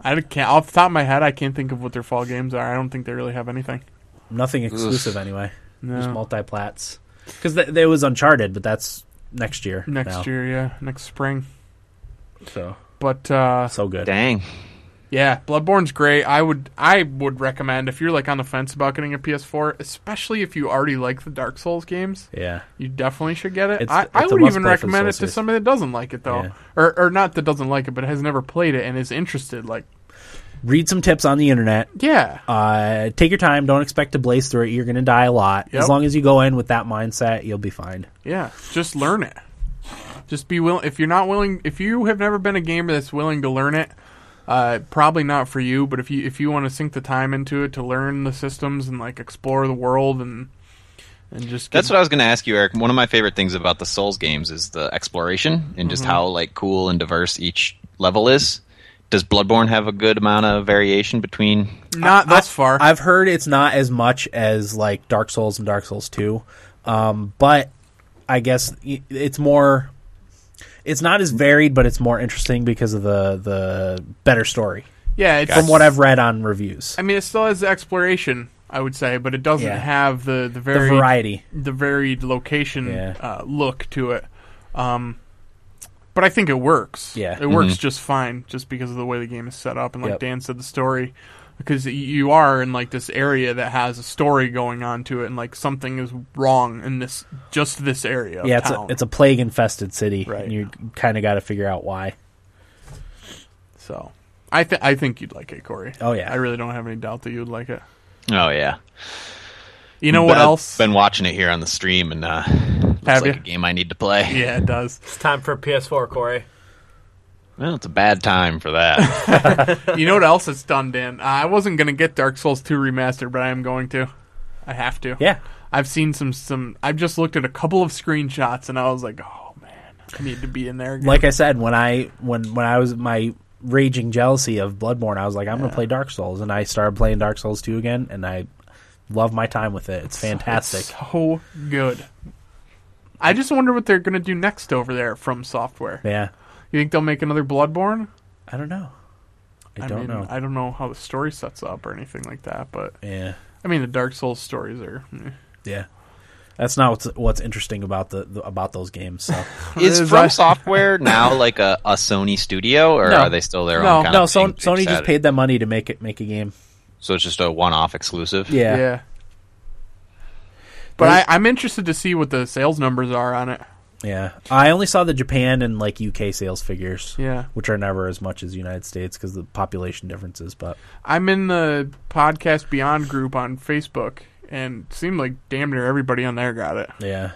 I can't off the top of my head. I can't think of what their fall games are. I don't think they really have anything.
nothing exclusive anyway. Just
No.
multi-plats because th- there was Uncharted, but that's next year.
Next
now,
year, yeah, next spring.
so
But uh,
so good.
Dang.
yeah, Bloodborne's great. I would I would recommend if you're like on the fence about getting a PS4, especially if you already like the Dark Souls games,
Yeah,
you definitely should get it.
It's-
I, I
it's a
would
must
even
play for the
recommend
Soul
it to
series.
somebody that doesn't like it though,
Yeah.
or or not that doesn't like it, but has never played it and is interested. Like,
read some tips on the internet.
yeah,
Uh, take your time. Don't expect to blaze through it. You're gonna die a lot.
Yep.
As long as you go in with that mindset, you'll be fine.
Yeah, just learn it. Just be willing. If you're not willing, if you have never been a gamer that's willing to learn it, uh, probably not for you. But if you if you want to sink the time into it to learn the systems and like explore the world and and just get,
That's what I was going to ask you, Eric. One of my favorite things about the Souls games is the exploration and
Mm-hmm.
just how like cool and diverse each level is. Does Bloodborne have a good amount of variation between?
not thus far.
I've heard it's not as much as like Dark Souls and Dark Souls Two, um, but I guess y- it's more. It's not as varied, but it's more interesting because of the the better story.
yeah, it's,
From what I've read on reviews,
I mean, it still has the exploration, I would say, but it doesn't
Yeah.
have the the
the
very
variety.
the varied location
Yeah.
uh, look to it. Um, but I think it works.
Yeah.
it works just fine, just because of the way the game is set up, and like
Yep.
Dan said, the story. Because y- you are in like this area that has a story going on to it, and like something is wrong in this just this area. of
Yeah, it's a,
town.
it's a plague infested city,
Right.
and you kind of got to figure out why.
so. I think I think you'd like it, Corey.
Oh, yeah.
I really don't have any doubt that you'd like it.
Oh yeah.
You know what
I've
else?
Been watching it here on the stream, and uh, looks
Have
like
ya?
a game I need to play.
yeah, it does.
It's time for PS4, Corey.
Well, it's a bad time for that.
you know what else it's done, Dan? Uh, I wasn't gonna get Dark Souls 2 remastered, but I am going to. I have to.
Yeah,
I've seen some some. I've just looked at a couple of screenshots, and I was like, oh man, I need to be in there. Again.
like I said, when I when when I was my raging jealousy of Bloodborne, I was like, I'm gonna play Dark Souls, and I started playing Dark Souls two again, and I love my time with it. It's fantastic.
so good. I just wonder what they're gonna do next over there from software.
yeah,
You think they'll make another Bloodborne?
I don't know. I, don't
mean,
know.
I don't know how the story sets up or anything like that, but
yeah,
I mean, the Dark Souls stories are. eh.
yeah. That's not what's what's interesting about the, the about those games. So
is
Is
From
that-
Software now like a, a Sony studio, or
No.
are they still their
No.
own? Kind
no,
of
Son-
thing?
Sony
Sad.
just paid them money to make it make a game.
So it's just a one-off exclusive.
Yeah, yeah.
But
They-
I, I'm interested to see what the sales numbers are on it.
I only saw the Japan and like UK sales figures.
Yeah.
which are never as much as the United States because the population differences. But
I'm in the podcast Beyond group on Facebook, and it seemed like damn near everybody on there got it.
yeah,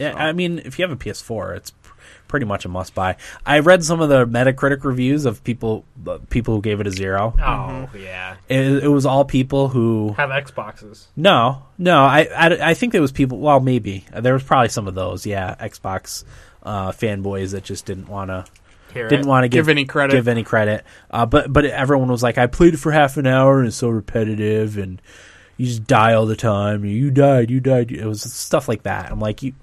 yeah. I mean, if you have a PS4, it's pr- pretty much a must buy. I read some of the Metacritic reviews of people uh, people who gave it a zero.
Oh
Mm-hmm.
yeah,
It, it was all people who
have Xboxes.
no, no. I, I I think there was people. Well, maybe there was probably some of those. Yeah, Xbox uh, fanboys that just didn't want to
Here
didn't want to give,
Give any credit.
Give any credit. Uh, but but everyone was like, I played it for half an hour and it's so repetitive and you just die all the time. You died, you died. It was stuff like that. I'm like, you,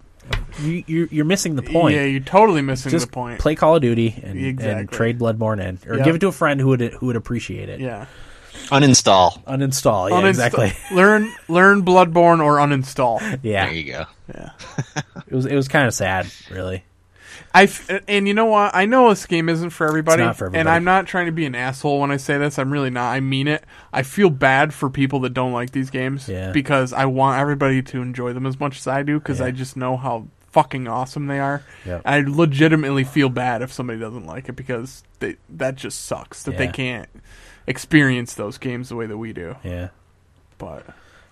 you you're, you're missing the point.
Yeah, you're totally missing
just
the point.
play Call of Duty and,
Exactly.
and trade Bloodborne in, or
Yeah.
give it to a friend who would who would appreciate it.
yeah,
Uninstall.
Uninstall. Yeah,
Uninsta-
exactly.
learn learn Bloodborne or uninstall.
There
Yeah,
you go.
Yeah,
it was it was kind of sad, really.
I f- and you know what? I know this game isn't for everybody,
It's not for
and
everybody.
I'm not trying to be an asshole when I say this. I'm really not. I mean it. I feel bad for people that don't like these games
Yeah.
because I want everybody to enjoy them as much as I do because
Yeah.
I just know how fucking awesome they are.
Yeah.
I legitimately feel bad if somebody doesn't like it because they, that just sucks that they
Yeah.
can't experience those games the way that we do.
Yeah,
But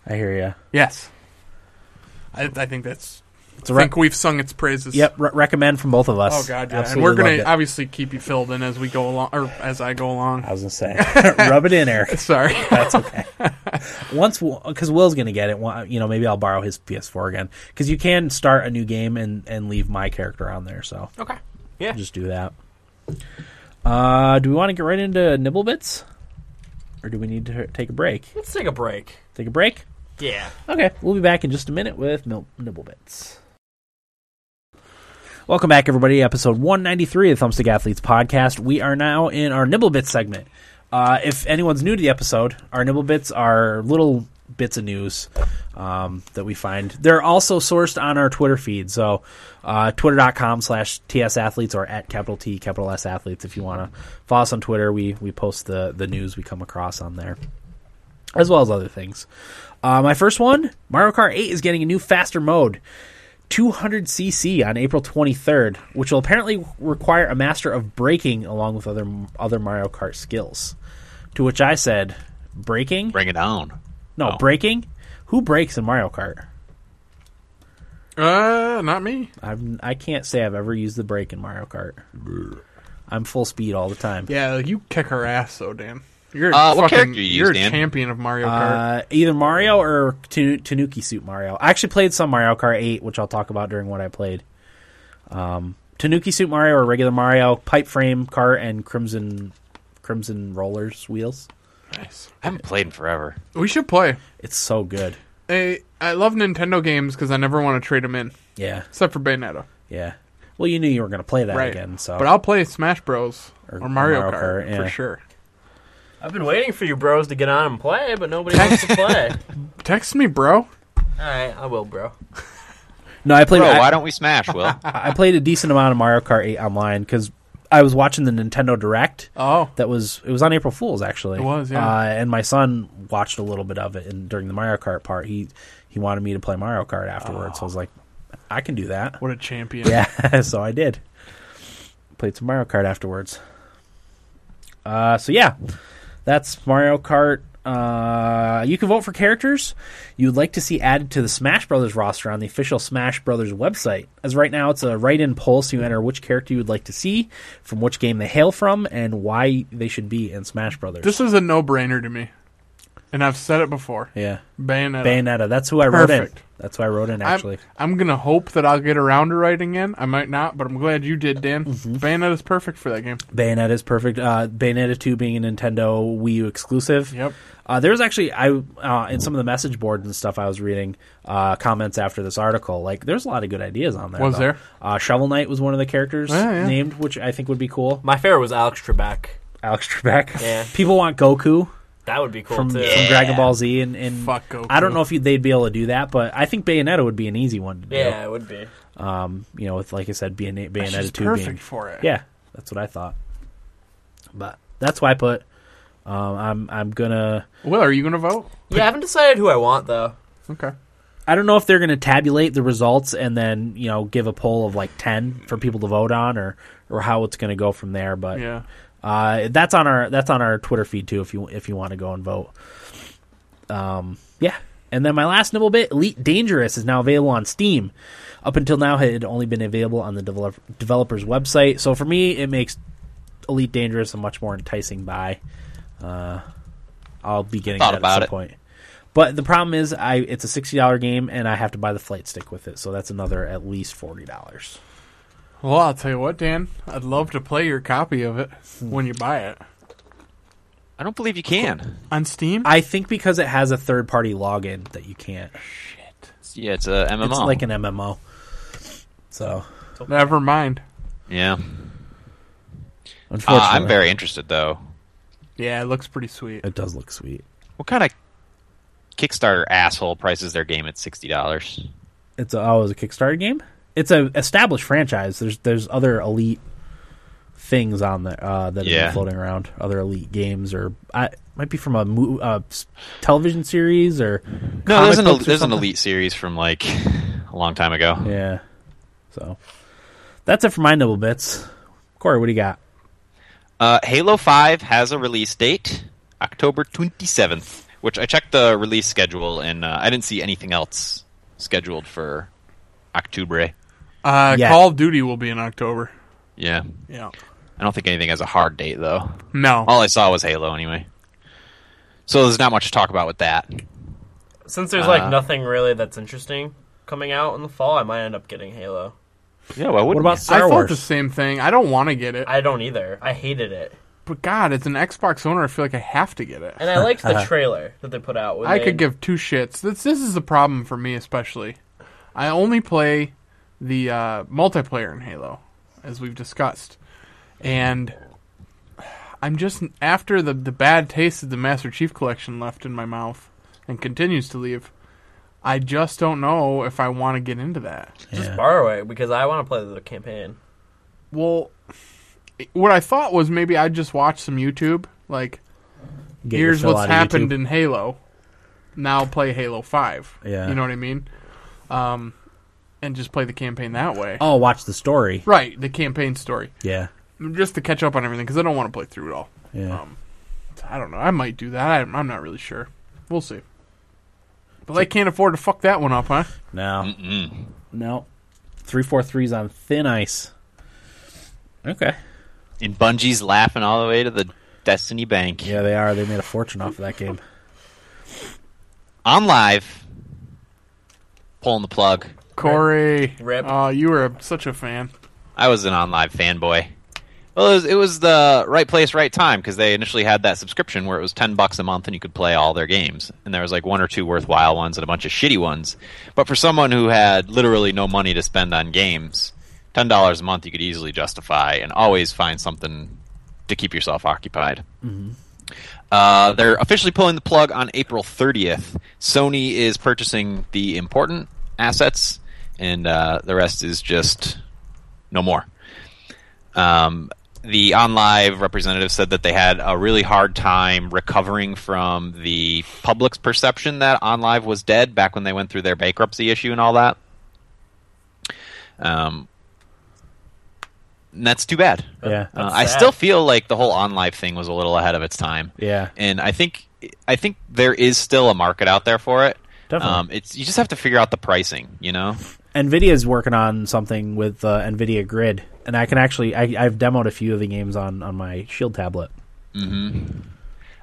I hear you.
yes, I, I think that's
It's a
I think
rec-
we've sung its praises.
yep, re- recommend from both of us.
Oh god, yeah.
Absolutely
and we're gonna
loved it.
obviously keep you filled in as we go along, or as I go along.
I was gonna say, rub it in, Eric.
Sorry.
That's okay. Once, because Will's gonna get it. one- You know, maybe I'll borrow his PS4 again because you can start a new game and and leave my character on there. So
Okay. Yeah.
just do that. Uh, do we want to get right into nibble bits, or do we need to take a break?
Let's take a break.
Take a break.
Yeah.
Okay, we'll be back in just a minute with Mil- Nibble Bits. Welcome back, everybody. Episode 193 of the Thumbstick Athletes podcast. We are now in our Nibble Bits segment. Uh, if anyone's new to the episode, our Nibble Bits are little bits of news um, that we find. They're also sourced on our Twitter feed, so uh, twitter.com slash tsathletes or at capital T, capital S athletes if you want to follow us on Twitter. We, we post the, the news we come across on there, as well as other things. Uh, my first one, Mario Kart 8 is getting a new faster mode, 200cc on April 23rd, which will apparently require a master of braking along with other other Mario Kart skills. To which I said, braking?
Bring it down.
No,
Oh.
braking? Who breaks in Mario Kart?
Uh, not me.
I've, I can't say I've ever used the brake in Mario Kart. I'm full speed all the time.
Yeah, you kick our ass though, Dan. You're a
Uh, what
fucking-
character you use,
You're a
Dan?
champion of Mario Kart.
Uh, either Mario or Tanu- Tanuki Suit Mario. I actually played some Mario Kart 8, which I'll talk about during what I played. Um, Tanuki Suit Mario or regular Mario, pipe frame cart, and crimson crimson rollers wheels.
nice.
I haven't played in forever.
We should play.
It's so good.
I, I love Nintendo games because I never want to trade them in,
Yeah,
except for Bayonetta.
yeah. Well, you knew you were going to play that
right.
again, so
But I'll play Smash Bros.
Or
or, Mario,
Mario
Kart,
Kart, yeah.
for sure.
I've been waiting for you bros to get on and play, but nobody wants to play.
Text me, bro.
All right, I will, bro.
no, I played.
Bro,
I-
why don't we smash, Will?
I played a decent amount of Mario Kart 8 online because I was watching the Nintendo Direct.
Oh,
that was it was on April Fools actually.
It was, yeah.
Uh, and my son watched a little bit of it, and during the Mario Kart part, he he wanted me to play Mario Kart afterwards.
Oh.
So I was like, I can do that.
what a champion.
Yeah, so I did. Played some Mario Kart afterwards. Uh, so yeah, that's Mario Kart. Uh, you can vote for characters you would like to see added to the Smash Brothers roster on the official Smash Brothers website. As right now, it's a write-in poll, so you enter which character you would like to see, from which game they hail from, and why they should be in Smash Brothers.
This is a no-brainer to me, and I've said it before.
yeah,
Bayonetta.
Bayonetta. That's who I wrote in.
Perfect.
That's who I wrote in.
I'm-
Actually,
I'm, gonna hope that I'll get around to writing in. I might not, but I'm glad you did, Dan.
Mm-hmm.
Bayonetta's perfect for that game.
Bayonetta is perfect. Uh, Bayonetta two being a Nintendo Wii U exclusive.
Yep.
Uh, there was actually I uh, in some of the message boards and stuff I was reading uh, comments after this article. Like, there's a lot of good ideas on there.
Was
though.
there?
Uh, Shovel Knight was one of the characters
Yeah, yeah.
named, which I think would be cool.
My favorite was Alex Trebek.
Alex Trebek.
Yeah.
People want Goku
That would be cool
from,
too.
from Dragon Ball Z, and, and
Fuck Goku.
I don't know if you, they'd be able to do that, but I think Bayonetta would be an easy one to do.
Yeah, it would be.
Um, you know, with like I said, being Bayonetta
She's
two
perfect
being
for it.
yeah, that's what I thought. But that's why I put. Um, I'm I'm gonna.
Will, are you gonna vote?
Yeah, I haven't decided who I want though.
Okay.
I don't know if they're going to tabulate the results and then you know give a poll of like ten for people to vote on or or how it's going to go from there. But
Yeah.
uh, that's on our that's on our Twitter feed too if you if you want to go and vote. Um, yeah. And then my last nibble bit, Elite Dangerous, is now available on Steam. Up until now, it had only been available on the develop- developer's website. So for me, it makes Elite Dangerous a much more enticing buy. Uh, I'll be getting
Thought
that at
about
some
it.
point. But the problem is, I it's a sixty dollar game, and I have to buy the flight stick with it, so that's another at least forty dollars.
Well, I'll tell you what, Dan. I'd love to play your copy of it
Hmm.
when you buy it
I don't believe you can.
on Steam.
I think because it has a third party login that you can't.
Yeah, it's uh, a MMO.
It's like an MMO.
Uh,
So
Never mind.
yeah,
unfortunately,
uh, I'm very interested though.
Yeah, it looks pretty sweet.
It does look sweet.
What kind of Kickstarter asshole prices their game at sixty dollars?
It's a, oh, it's a Kickstarter game. It's a established franchise. There's there's other elite things on there uh, that have
Yeah.
been floating around. Other elite games, or I might be from a mo- uh, s- television series, or
No, there's
comic
an
books or
there's an
something?
elite series from like a long time ago.
Yeah. So that's it for my nibble bits. Corey, what do you got?
Uh, Halo Five has a release date, October twenty seventh. Which I checked the release schedule and uh, I didn't see anything else scheduled for October.
Uh,
Yeah.
Call of Duty will be in October.
Yeah.
Yeah.
I don't think anything has a hard date though.
No.
Oh,
All I saw was Halo anyway. So there's not much to talk about with that.
Since there's like
Uh,
nothing really that's interesting coming out in the fall, I might end up getting Halo.
Yeah, well,
What about
I
Star
thought
Wars?
the same thing. I don't want to get it,
I don't either. I hated it,
but God, it's an Xbox owner. I feel like I have to get it.
and I liked the trailer that they put out. when
I
they-
could give two shits. This this is the problem for me, especially. I only play the uh, multiplayer in Halo, as we've discussed, and I'm just after the the bad taste of the Master Chief Collection left in my mouth and continues to leave. I just don't know if I want to get into that.
just
Yeah.
borrow it because I want to play the campaign.
Well, what I thought was maybe I'd just watch some YouTube, like
Get your
here's
fill out
what's
of
happened
YouTube.
in Halo. Now play Halo Five.
Yeah.
you know what I mean. Um, and just play the campaign that way.
oh, watch the story.
Right, the campaign story,
Yeah,
just to catch up on everything because I don't want to play through it all.
yeah.
Um, I don't know. I might do that. I'm, I'm not really sure. We'll see. But they can't afford to fuck that one up, huh?
no, no. Three four three's on thin ice. Okay.
And Bungie's laughing all the way to the Destiny Bank.
Yeah, they are. They made a fortune off of that game.
I'm live. Pulling the plug.
Corey,
Rip.
Oh, you were such a fan.
I was an on live fanboy. Well, it was, it was the right place, right time because they initially had that subscription where it was ten bucks a month and you could play all their games, and there was like one or two worthwhile ones and a bunch of shitty ones. But for someone who had literally no money to spend on games, ten dollars a month you could easily justify and always find something to keep yourself occupied. Uh, they're officially pulling the plug on April 30th. Sony is purchasing the important assets, and uh, the rest is just no more. Um, the OnLive representative said that they had a really hard time recovering from the public's perception that OnLive was dead back when they went through their bankruptcy issue and all that. Um, and that's too bad.
Yeah,
Uh,
That's
I
sad.
still feel like the whole OnLive thing was a little ahead of its time
yeah.
and I think I think there is still a market out there for it.
Definitely.
Um, it's you just have to figure out the pricing, you know.
Nvidia's working on something with uh, Nvidia Grid, and I can actually I, I've demoed a few of the games on on my Shield tablet.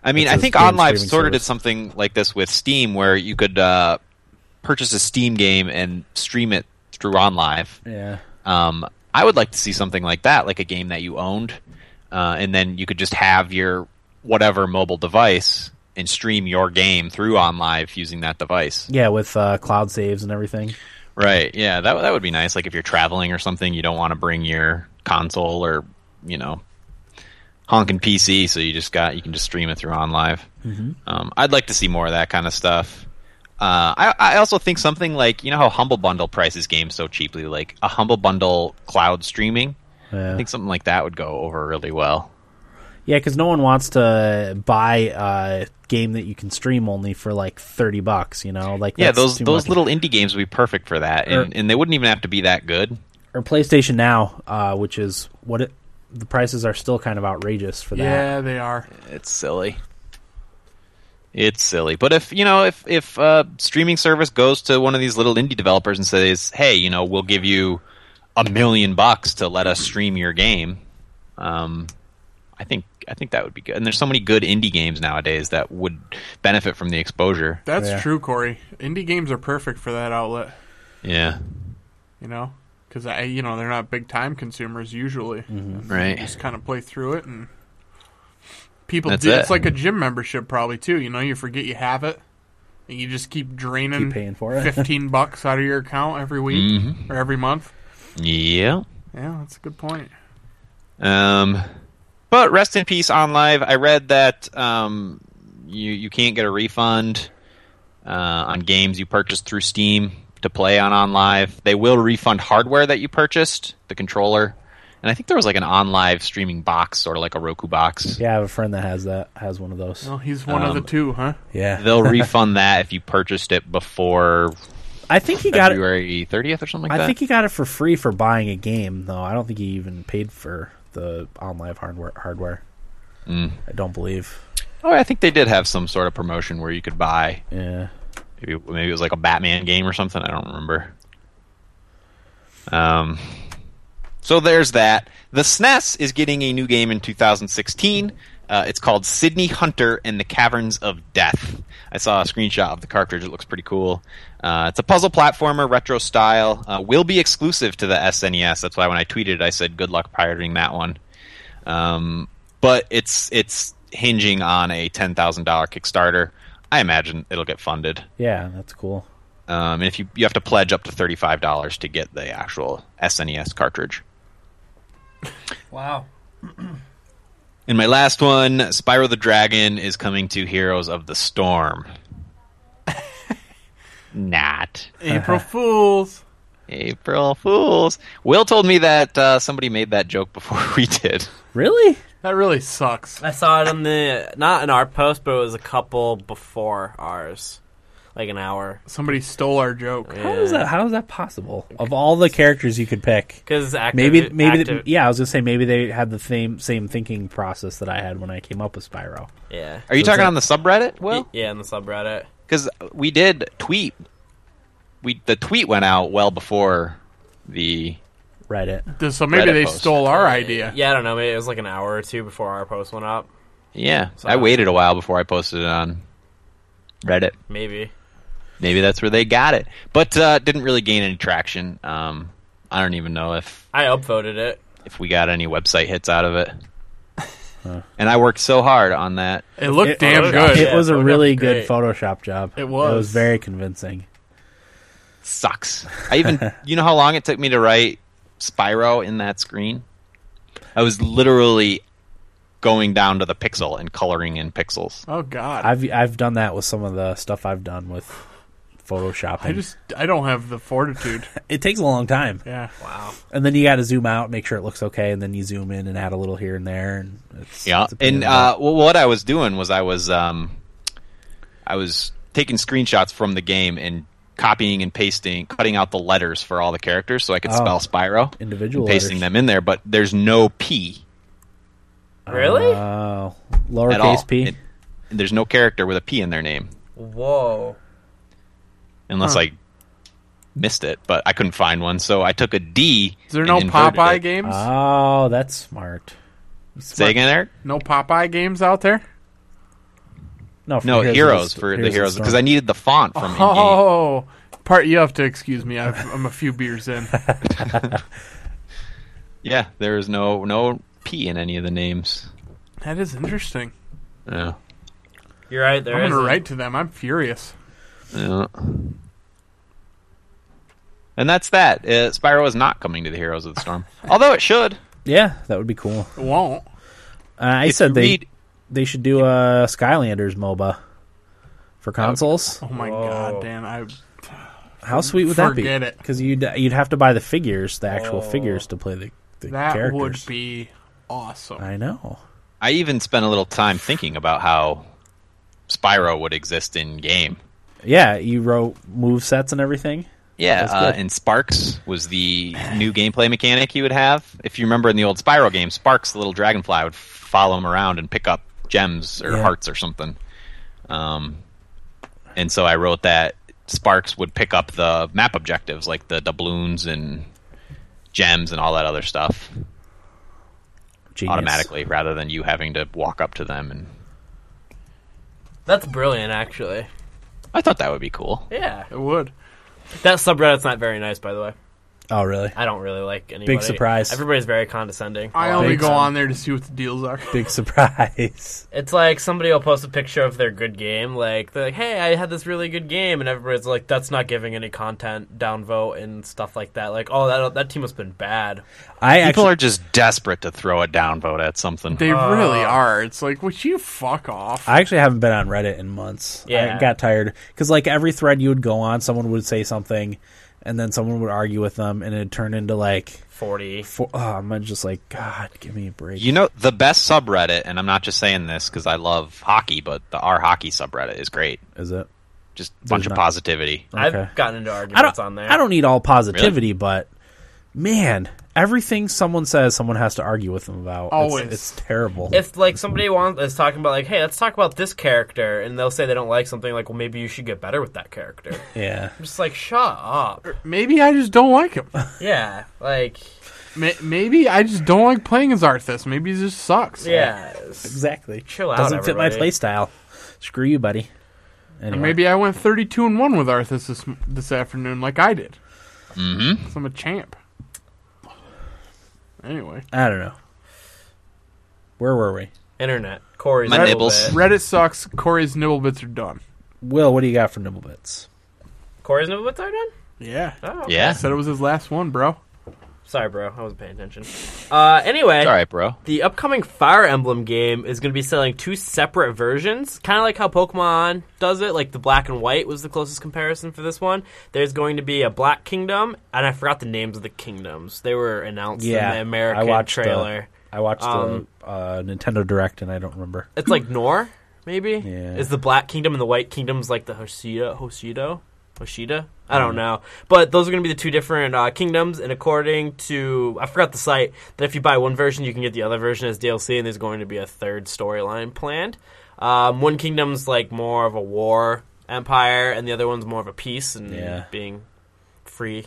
I mean,
It's
I
a
think
game
OnLive
streaming
sort of did
service.
something like this with Steam, where you could uh, purchase a Steam game and stream it through OnLive.
Yeah,
Um, I would like to see something like that, like a game that you owned, uh, and then you could just have your whatever mobile device and stream your game through OnLive using that device.
yeah, with uh, cloud saves and everything.
Right. Yeah. That that would be nice. Like if you're traveling or something, you don't want to bring your console or you know honking PC, so you just got you can just stream it through on live.
Mm-hmm.
Um, I'd like to see more of that kind of stuff. Uh, I, I also think something like you know how Humble Bundle prices games so cheaply, like a Humble Bundle cloud streaming.
Yeah.
I think something like that would go over really well.
Yeah, because no one wants to buy a game that you can stream only for like thirty bucks. You know, like
Yeah,
that's
those
too
those
much. Er
little indie games would be perfect for that, and,
Or-
and they wouldn't even have to be that good.
or PlayStation Now, uh, which is what it, the prices are still kind of outrageous for that.
Yeah, they are.
It's silly. It's silly. But if you know, if if uh, streaming service goes to one of these little indie developers and says, "Hey, you know, we'll give you a million bucks to let us stream your game," um, I think I think that would be good. And there's so many good indie games nowadays that would benefit from the exposure.
That's
Yeah.
true, Corey. Indie games are perfect for that outlet.
Yeah.
you know because i you know they're not big time consumers usually
Mm-hmm.
And you
Right.
just kind of play through it and people
That's
do
it.
it's like a gym membership probably too you know you forget you have it and you just keep draining
Keep paying for it.
15 bucks out of your account every week
Mhm.
or every month
Yeah.
yeah that's a good point
Um, but rest in peace on live. I read that um, you you can't get a refund uh, on games you purchased through Steam to play on on live. They will refund hardware that you purchased, the controller, and I think there was like an on live streaming box, sort of like a Roku box.
yeah, I have a friend that has that has one of those.
well he's one of the
Um,
two huh
Yeah,
They'll refund that if you purchased it before
I think he got it.
February 30th or something like
I
that.
think he got it for free for buying a game, though. I don't think he even paid for the on live hardware. Hardware. I don't believe.
oh, I think they did have some sort of promotion where you could buy
Yeah.
maybe maybe it was like a Batman game or something. I don't remember. Um, so there's that. The SNES is getting a new game in 2016. Uh, it's called Sydney Hunter and the Caverns of Death. I saw a screenshot of the cartridge. It looks pretty cool. Uh, it's a puzzle platformer, retro style. Uh, will be exclusive to the SNES. That's why when I tweeted, I said good luck pirating that one. Um, but it's it's hinging on a ten thousand dollar Kickstarter. I imagine it'll get funded.
Yeah, that's cool.
Um, and if you you have to pledge up to thirty five dollars to get the actual SNES cartridge.
Wow.
And my last one, Spyro the Dragon is coming to Heroes of the Storm. Not
April Fools.
April Fools. Will told me that uh, somebody made that joke before we did.
Really?
That really sucks.
I saw it on the not in our post, but it was a couple before ours, like an hour.
Somebody stole our joke.
How is that? How is that possible? Of all the characters you could pick,
Because active,
maybe maybe
active-
yeah. I was gonna say maybe they had the same same thinking process that I had when I came up with Spyro.
yeah,
Are you talking on the subreddit, Will?
yeah, in the subreddit.
Because we did tweet. We the tweet went out well before the
Reddit.
So maybe
Reddit
they
post.
stole our idea.
Yeah, I don't know. Maybe it was like an hour or two before our post went up.
yeah. I waited a while before I posted it on Reddit.
Maybe.
Maybe that's where they got it, but uh, didn't really gain any traction. Um, I don't even know if
I upvoted it.
if we got any website hits out of it. And I worked so hard on that.
It looked
It-
damn
oh,
good.
It
Yeah,
was a
Photoshop's
really good
great.
Photoshop job.
It was.
It was very convincing.
Sucks. I even you know how long it took me to write Spyro in that screen? I was literally going down to the pixel and coloring in pixels.
Oh god.
I've I've done that with some of the stuff I've done with Photoshop.
I just I don't have the fortitude.
it takes a long time,
Yeah.
Wow.
and then you got to zoom out, make sure it looks okay, and then you zoom in and add a little here and there. And it's,
Yeah,
it's a pain in
and
the butt.
uh, well, what I was doing was I was um, I was taking screenshots from the game and copying and pasting, cutting out the letters for all the characters so I could
Oh.
spell Spyro,
individual
pasting
letters.
them in there. But there's no P
Really?
Oh,
at all.
lowercase p.
It- there's no character with a P in their name
Whoa.
unless
Huh.
I missed it, but I couldn't find one. So I took a D.
Is there
and
no
inverted
Popeye
it.
games?
oh, that's smart.
Say again, Eric.
no Popeye games out there?
No, for
No
Heroes of
heroes,
the Sto-
for the
of
heroes
Storm.
because I needed the font from in-game.
Oh, part you have to excuse me. I've, I'm a few beers in.
Yeah, there is no no P in any of the names.
That is interesting.
Yeah.
You're right. There
I'm
is
gonna
a-
write to them. I'm furious.
Yeah. And that's that. Uh, Spyro is not coming to the Heroes of the Storm, although it should.
yeah, that would be cool.
It won't.
Uh, I
If
said
you
they
read-
they should do a Skylanders MOBA for consoles.
Oh my
Whoa.
god, Dan! I
How sweet would that be?
Forget it.
Because you'd you'd have to buy the figures, the actual
Oh.
figures to play the, the
that
characters.
would be awesome.
I know.
I even spent a little time thinking about how Spyro would exist in game.
Yeah, you wrote move sets and everything.
Yeah,
Oh, That's
uh,
good.
and Sparks was the new gameplay mechanic you would have. If you remember in the old Spyro game, Sparks, the little dragonfly, would follow him around and pick up gems or
Yeah.
hearts or something. Um, and so I wrote that Sparks would pick up the map objectives, like the doubloons and gems and all that other stuff,
Genius.
automatically, rather than you having to walk up to them. And
That's brilliant, actually.
I thought that would be cool.
Yeah.
It would.
That subreddit's not very nice, by the way.
Oh, really?
I don't really like anybody.
surprise.
Everybody's very condescending.
I only
Big
go
time.
on there to see what the deals are.
Big surprise.
It's like somebody will post a picture of their good game, like they're like, "Hey, I had this really good game," and everybody's like, "That's not giving any content downvote and stuff like that." Like, "Oh, that that team has been bad."
I
People
actually,
are just desperate to throw a downvote at something.
They really are. It's like, would you fuck off?
I actually haven't been on Reddit in months. I
Yeah.
got tired because like every thread you would go on, someone would say something, and then someone would argue with them, and it'd turn into like,
Forty.
fo oh, I'm just like, God, give me a break.
You know the best subreddit, and I'm not just saying this because I love hockey, but the R hockey subreddit is great.
Is it?
Just a bunch
There's
of
not-
positivity.
Okay.
I've gotten into
I
arguments
don't. e-
on there.
I don't need all positivity, but man, everything someone says, someone has to argue with them about. It's-
Always.
it's, terrible.
If like somebody wants is talking about like, hey, let's talk about this character, and they'll say they don't like something, like, well, maybe you should get better with that character. I'm
yeah,
just like, shut up.
Maybe I just don't like him.
Yeah, like,
May- Maybe I just don't like playing as Arthas. Maybe he just sucks.
yeah,
exactly.
Chill out,
Doesn't fit my
everybody.
playstyle. Screw you, buddy. Anyway.
And maybe I went 32 and 1 with Arthas this, this afternoon, like I did. Mm-hmm. I'm a champ. Anyway,
I don't know. Where were we?
internet. Corey's
My
a little
nibbles.
bit-
Reddit sucks. Corey's nibble bits are done.
Will, what do you got for Nibblebits?
Corey's nibble bits are done.
Yeah.
Oh, okay.
Yeah.
Said it was his last one, bro.
Sorry, bro. I wasn't paying attention. Uh, anyway,
It's all right, bro.
the upcoming Fire Emblem game is going to be selling two separate versions, kind of like how Pokemon does it. Like the black and white was the closest comparison for this one. There's going to be a Black Kingdom, and I forgot the names of the kingdoms. They were announced in the American
I watched the-
trailer.
I watched
Um,
the uh, Nintendo Direct and I don't remember.
It's like Nor, maybe.
Yeah.
Is the Black Kingdom and the White Kingdom's like the Hoshida, Hoshido, Hoshida? I
Mm.
don't know. But those are going to be the two different uh, kingdoms, and according to I forgot the site that if you buy one version, you can get the other version as DLC, and there's going to be a third storyline planned. Um, one kingdom's like more of a war empire, and the other one's more of a peace and
Yeah.
being free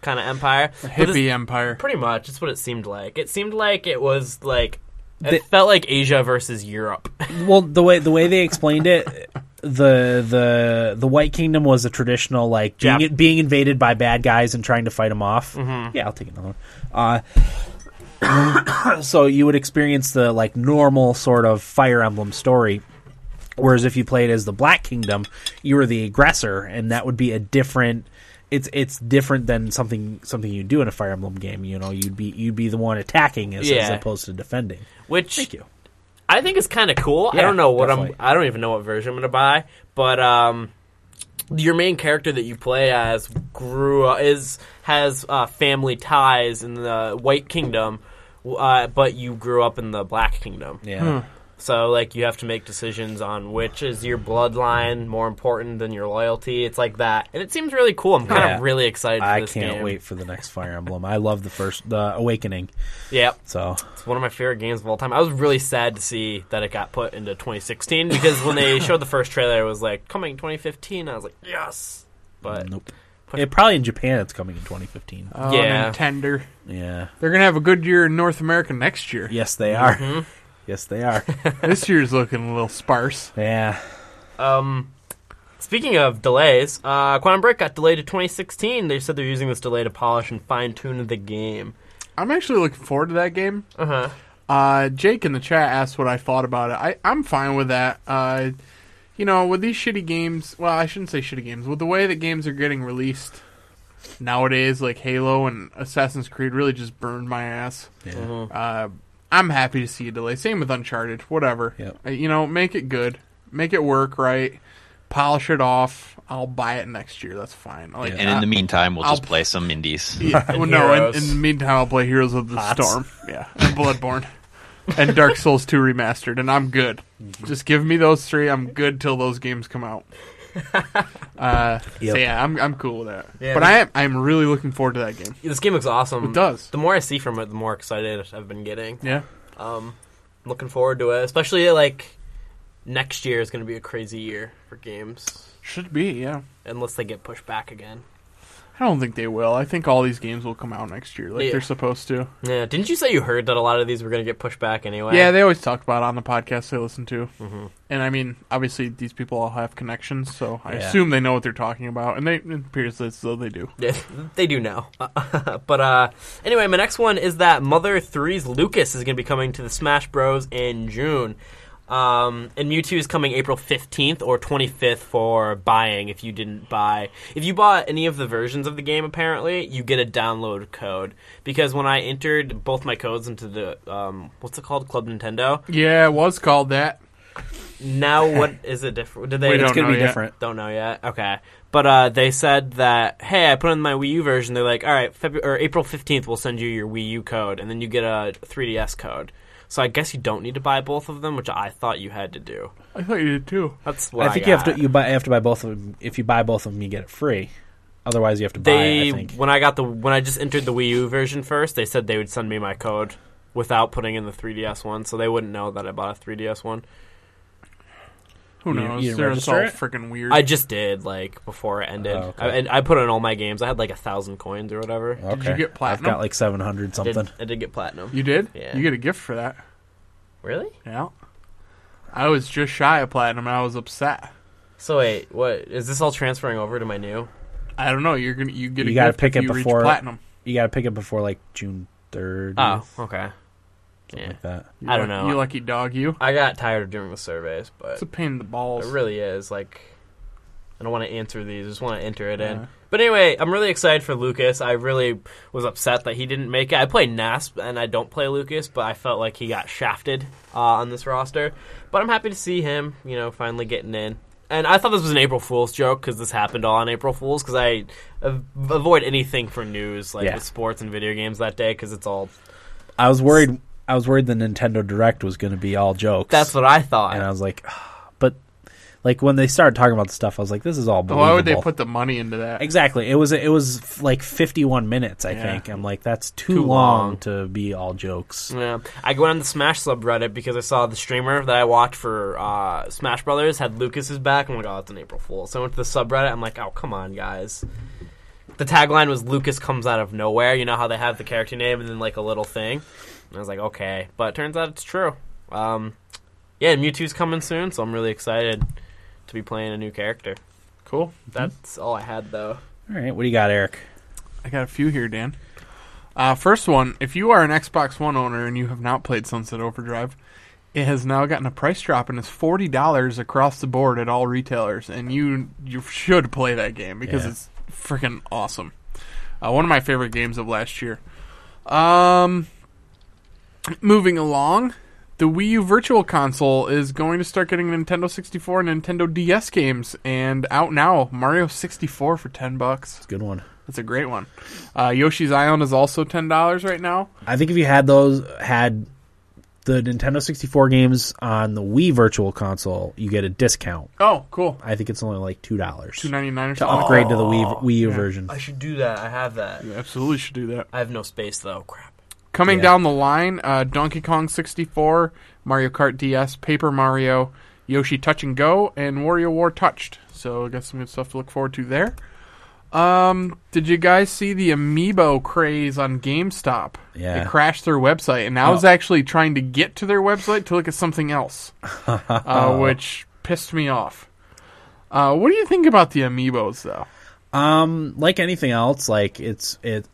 kind of empire. But
Hippie
this-
empire.
Pretty much, it's what it seemed like. It seemed like it was like it
They-
felt like Asia versus Europe.
Well, the way the way they explained it, the the the White Kingdom was a traditional like being,
Yeah. Mm-hmm.
being invaded by bad guys and trying to fight them off. Yeah, I'll take another one. Uh, so you would experience the like normal sort of Fire Emblem story. Whereas if you played as the Black Kingdom, you were the aggressor, and that would be a different. It's it's different than something something you do in a Fire Emblem game. You know, you'd be you'd be the one attacking as, as
Yeah.
opposed to defending.
Which
Thank you.
I think it's kind of cool.
Yeah,
I don't know what
definitely.
I'm. I don't even know what version I'm gonna buy. But um, your main character that you play as grew is has uh, family ties in the White Kingdom, uh, but you grew up in the Black Kingdom.
Yeah.
So like you have to make decisions on which is your bloodline more important than your loyalty. It's like that, and it seems really cool. I'm kind of
Yeah.
really excited. for
I
this
can't
game.
wait for the next Fire Emblem. I love the first the Awakening.
Yeah,
So
It's one of my favorite games of all time. I was really sad to see that it got put into 2016 because when they showed the first trailer, it was like coming 2015. I was like, yes, but
nope. It probably in Japan it's coming in 2015.
Oh,
Yeah.
Nintendo.
yeah.
They're going to have a good year in North America next year.
Yes, they are.
Mm-hmm.
Yes, they are.
this year's looking a little sparse.
yeah.
um, speaking of delays, uh, Quantum Break got delayed to 2016. They said they're using this delay to polish and fine tune the game.
I'm actually looking forward to that game.
Uh huh.
Uh, Jake in the chat asked what I thought about it. I, I'm fine with that. Uh, you know, with these shitty games, well, I shouldn't say shitty games. With the way that games are getting released nowadays, like Halo and Assassin's Creed really just burned my ass.
Yeah.
Uh, I'm happy to see a delay. Same with Uncharted, whatever.
Yep.
Uh, you know, make it good, make it work right, polish it off. I'll buy it next year. That's fine. Like,
And in the meantime, we'll
I'll-
just play some indies. Uh,
yeah, well, no, in, in
Heroes.
the meantime, I'll play Heroes of the
Hots.
Storm. Yeah, and Bloodborne. and Dark Souls 2 Remastered, and I'm good. Just give me those three. I'm good till those games come out. Uh,
Yep.
So yeah, I'm I'm cool with that.
Yeah,
but
that's-
I am I'm really looking forward to that game.
This game looks awesome.
It does.
The more I see from it, the more excited I've been getting.
Yeah,
Um, looking forward to it, especially like next year is going to be a crazy year for games
should be. Yeah,
unless they get pushed back again.
I don't think they will. I think all these games will come out next year, like
Yeah.
they're supposed to.
Yeah, didn't you say you heard that a lot of these were going to get pushed back anyway?
Yeah, they always talk about it on the podcast they listen to.
Mm-hmm.
And I mean, obviously, these people all have connections, so I
Yeah.
assume they know what they're talking about, and they it appears as though they do.
Yeah, they do now. but uh, anyway, my next one is that Mother 3's Lucas is going to be coming to the Smash Bros. in June. Um, and Mewtwo is coming April 15th or 25th for buying if you didn't buy. If you bought any of the versions of the game, apparently, you get a download code. Because when I entered both my codes into the, um, what's it called? Club Nintendo.
Yeah, it was called that.
Now, what is it different? Did they,
We
It's
don't
going
know
to be
yet.
different.
Don't know yet. Okay. But uh, they said that hey, I put in my Wii U version. They're like, all right, February or April fifteenth, we'll send you your Wii U code, and then you get a 3DS code. So I guess you don't need to buy both of them, which I thought you had to do.
I thought you did too.
That's what
I
I
think you have
got.
to you buy you have to buy both of them. If you buy both of them, you get it free. Otherwise, you have to buy
They
it. I think.
when I got the when I just entered the Wii U version first, they said they would send me my code without putting in the 3DS one, so they wouldn't know that I bought a 3DS one.
Who
You- you
knows?
didn't
They're just
register
all
it?
freaking weird.
I just did like before it ended,
Oh, okay.
I, and I put in all my games. I had like a thousand coins or whatever.
okay.
Did you get platinum?
I've got like seven hundred
I did,
something.
I did get platinum.
you did?
Yeah.
You get a gift for that.
Really?
Yeah. I was just shy of platinum. and I was upset.
So wait, what is this all transferring over to my new?
I don't know. You're gonna you get
You
a
gotta
gift
pick
if
it
you
before-
reach platinum.
You got to pick it before like June third.
Oh, okay.
something
Yeah.
like that.
You
I don't
luck-
know.
You lucky dog. You.
I got tired of doing the surveys, but
It's a pain in the balls.
It really is. Like, I don't want to answer these. I just want to enter it
Yeah.
in. But anyway, I'm really excited for Lucas. I really was upset that he didn't make it. I play Nasp, and I don't play Lucas, but I felt like he got shafted uh, on this roster. But I'm happy to see him, you know, finally getting in. And I thought this was an April Fool's joke because this happened all on April Fool's because I av- avoid anything for news like
Yeah.
with sports and video games that day because it's all.
I was worried. I was worried the Nintendo Direct was going to be all jokes.
That's what I thought.
and I was like, "Ah," but like when they started talking about the stuff, I was like, this is all. Believable.
Why would they put the money into that?
Exactly. It was it was f- like 51 minutes, I
Yeah.
think. I'm like that's too,
Too
long.
long.
to be all jokes.
Yeah, I went on the Smash subreddit because I saw the streamer that I watched for uh, Smash Brothers had Lucas's back. I'm like, oh, it's an April Fool. So I went to the subreddit. I'm like, oh, come on, guys. The tagline was Lucas comes out of nowhere. You know how they have the character name and then like a little thing. And I was like, okay, but it turns out it's true. Um, yeah, Mewtwo's coming soon, so I'm really excited to be playing a new character.
Cool.
That's all I had though.
All right, what do you got, Eric?
I got a few here, Dan. Uh, first one, if you are an Xbox One owner and you have not played Sunset Overdrive, it has now gotten a price drop and is forty dollars across the board at all retailers, and you you should play that game because
Yeah.
it's freaking awesome. Uh, one of my favorite games of last year. Um, moving along, the Wii U Virtual Console is going to start getting Nintendo 64 and Nintendo DS games, and out now Mario 64 for ten bucks.
It's a good one.
That's a great one. Uh, Yoshi's Island is also ten dollars right now.
I think if you had those had the Nintendo 64 games on the Wii Virtual Console, you get a discount.
Oh, cool.
I think it's only like two dollars
Two ninety nine or
to
something.
upgrade to the Wii Wii U
yeah.
version.
should do that. I have that.
You absolutely should do that.
I have no space though. Crap.
Coming
Yeah.
down the line, uh, Donkey Kong sixty four, Mario Kart DS, Paper Mario, Yoshi Touch and Go, and Wario War Touched. So I got some good stuff to look forward to there. Um, did you guys see the amiibo craze on GameStop?
Yeah.
It crashed their website, and I was
Oh.
actually trying to get to their website to look at something else, uh, which pissed me off. Uh, what do you think about the amiibos, though?
Um, like anything else, like it's it.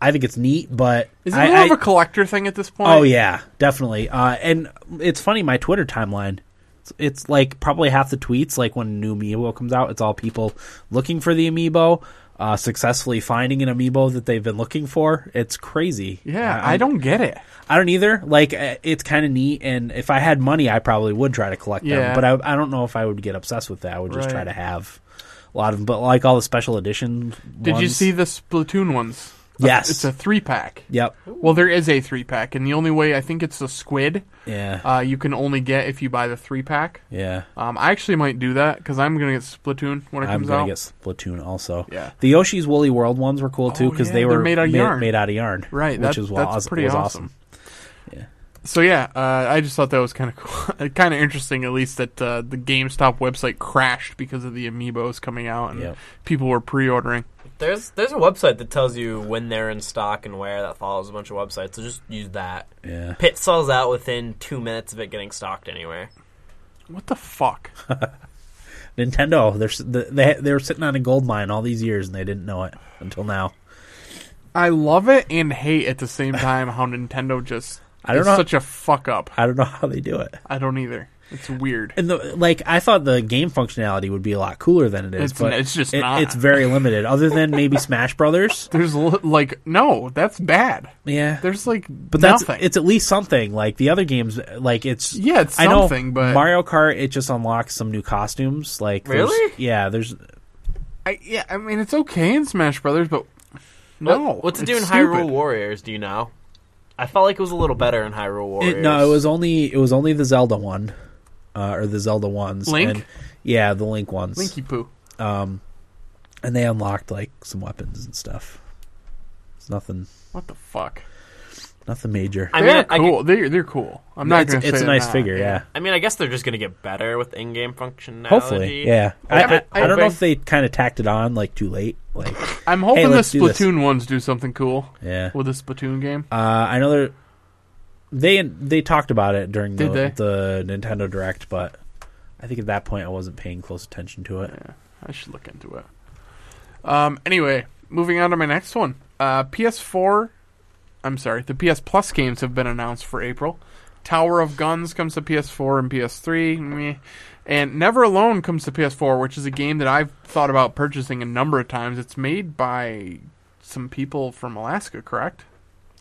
I think it's neat, but
Is it
I,
more of
I-
a collector thing at this point?
Oh yeah, definitely. Uh, and it's funny, my Twitter timeline. It's, it's like probably half the tweets. Like when a new amiibo comes out, it's all people looking for the amiibo, uh, successfully finding an amiibo that they've been looking for. It's crazy.
Yeah,
Uh,
I don't get it.
I don't either. Like uh, it's kind of neat, and if I had money, I probably would try to collect
Yeah.
them. But I, I don't know if I would get obsessed with that. I would just try
Right.
to have a lot of them. But like all the special edition.
Did you
ones-
see the Splatoon ones?
Yes.
It's a three pack.
Yep.
Well, there is a three pack, and the only way I think it's the squid
Yeah.
uh, you can only get if you buy the three pack.
yeah.
Um, I actually might do that because I'm gonna get Splatoon when it
I'm
comes
gonna
out.
get Splatoon also.
Yeah.
The Yoshi's Woolly World ones were cool too
Oh,
because
yeah,
they
they're
were
made out of
ma-
yarn.
made out of yarn.
Right,
Which
that-
is wa-
that's
was,
pretty
was
awesome.
awesome.
So yeah, uh, I just thought that was kind of cool, kind of interesting, at least that uh, the GameStop website crashed because of the amiibos coming out and
Yep.
people were pre-ordering.
There's there's a website that tells you when they're in stock and where. That follows a bunch of websites, so just use that.
Yeah.
Pit sells out within two minutes of it getting stocked anywhere.
What the fuck?
Nintendo, they're s- the- they they were sitting on a gold mine all these years and they didn't know it until now.
I love it and hate at the same time how Nintendo just
I don't
is
know-
such a fuck up.
I don't know how they do it.
I don't either. It's weird.
And the like, I thought the game functionality would be a lot cooler than it is,
It's
but
n- it's just
it-
not.
it's very limited. Other than maybe Smash Brothers,
There's li- like no, that's bad.
yeah.
There's like
but that's
nothing.
it's at least something. Like the other games, like it's
yeah, it's
I know
something, but
Mario Kart it just unlocks some new costumes. Like there's-
Really?
Yeah, there's
I, yeah, I mean it's okay in Smash Brothers, but no,
What- what's it
Oh, it's
do in
stupid.
Hyrule Warriors? Do you know? I felt like it was a little better in Hyrule Warriors.
It, no, it was only it was only the Zelda one, uh, or the Zelda ones.
Link?
and- yeah, the Link ones.
Linky poo.
Um, and they unlocked like some weapons and stuff. It's nothing,
What the fuck?
nothing major.
I mean,
they're
I could-
cool. They're, they're cool. I'm not
it's
gonna
it's
say
a nice
not.
figure, yeah.
I mean, I guess they're just going to get better with in-game functionality.
Hopefully, yeah. I, I,
but
I don't
I
know if they kind of tacked it on like too late. Like,
I'm hoping the
let's do this.
Splatoon ones do something cool
yeah.
with the Splatoon game.
Uh, I know they're they they talked about it during the,
Did they?
the Nintendo Direct, but I think at that point I wasn't paying close attention to it.
I should look into it. Um, anyway, moving on to my next one. Uh, PS4, I'm sorry, the PS Plus games have been announced for April. Tower of Guns comes to PS4 and PS3, meh. and Never Alone comes to PS4, which is a game that I've thought about purchasing a number of times. It's made by some people from Alaska, correct?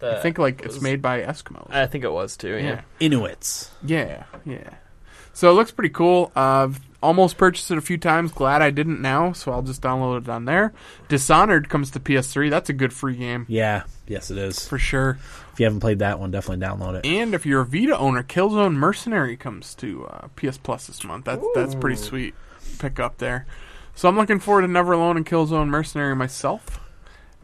Uh,
I think like it's made by Eskimos.
I think it was too. Yeah.
yeah.
Inuits.
Yeah, yeah. So it looks pretty cool. Uh, I've almost purchased it a few times. Glad I didn't now, so I'll just download it on there. Dishonored comes to PS3. That's a good free game
Yeah, yes it is.
for sure.
If you haven't played that one, definitely download it.
And if you're a Vita owner, Killzone Mercenary comes to uh, PS Plus this month. That's that's pretty sweet pick up there. So I'm looking forward to Never Alone and Killzone Mercenary myself.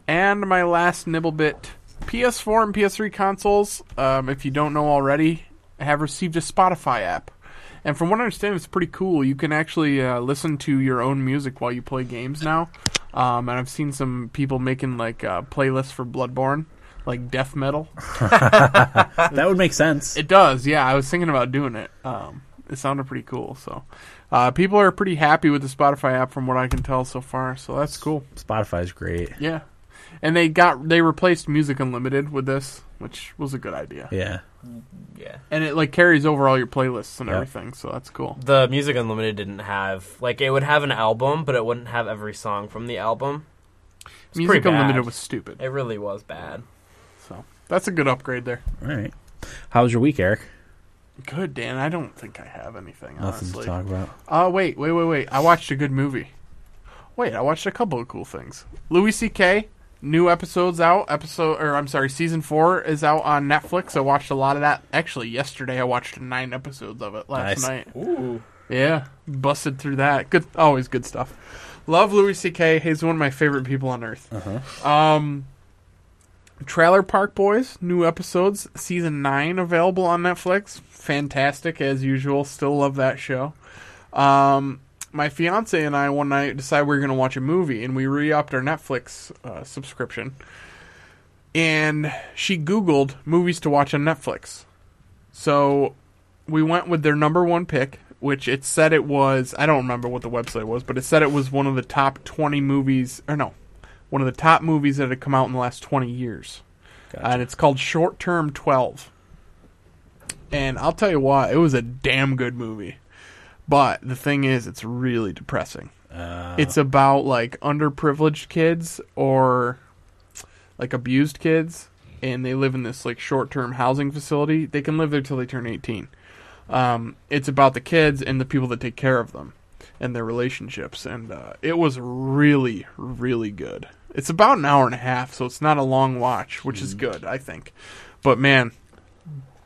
And my last nibble bit: PS4 and PS3 consoles. Um, if you don't know already, have received a Spotify app. And from what I understand, it's pretty cool. You can actually uh, listen to your own music while you play games now. Um, and I've seen some people making like uh, playlists for Bloodborne, like death metal.
That would make sense.
It does, yeah. I was thinking about doing it. Um, it sounded pretty cool. So, uh, people are pretty happy with the Spotify app from what I can tell so far. So that's cool.
Spotify's great.
Yeah, and they got they replaced Music Unlimited with this, which was a good idea.
Yeah.
yeah.
And it like carries over all your playlists and
Yeah.
everything. So that's cool.
The Music Unlimited didn't have like it would have an album, but it wouldn't have every song from the album. It's
Music
pretty bad.
Unlimited was stupid.
It really was bad.
So that's a good upgrade there.
All right. How was your week, Eric?
Good, Dan. I don't think I have anything.
Nothing
honestly.
to talk about.
Oh, wait, wait, wait, wait. I watched a good movie. Wait, I watched a couple of cool things. Louis C.K. New episodes out. Episode, or I'm sorry, season four is out on Netflix. I watched a lot of that. Actually, yesterday I watched nine episodes of it last
Nice.
night.
Ooh.
Yeah, busted through that. Good, always good stuff. Love Louis C.K. He's one of my favorite people on earth. Um, Trailer Park Boys, new episodes, season nine available on Netflix. Fantastic as usual. Still love that show. Um, my fiance and I one night decided we were going to watch a movie, and we re-upped our Netflix uh, subscription. And she Googled movies to watch on Netflix. So we went with their number one pick, which it said it was. I don't remember what the website was, but it said it was one of the top 20 movies, or no, one of the top movies that had come out in the last 20 years. And it's called Short Term 12. And I'll tell you what, it was a damn good movie. But the thing is, it's really depressing. it's about like underprivileged kids or like abused kids, and they live in this like short-term housing facility. They can live there till they turn 18. Um, it's about the kids and the people that take care of them and their relationships, and uh, it was really, really good. It's about an hour and a half, so it's not a long watch, which is good, I think. But man,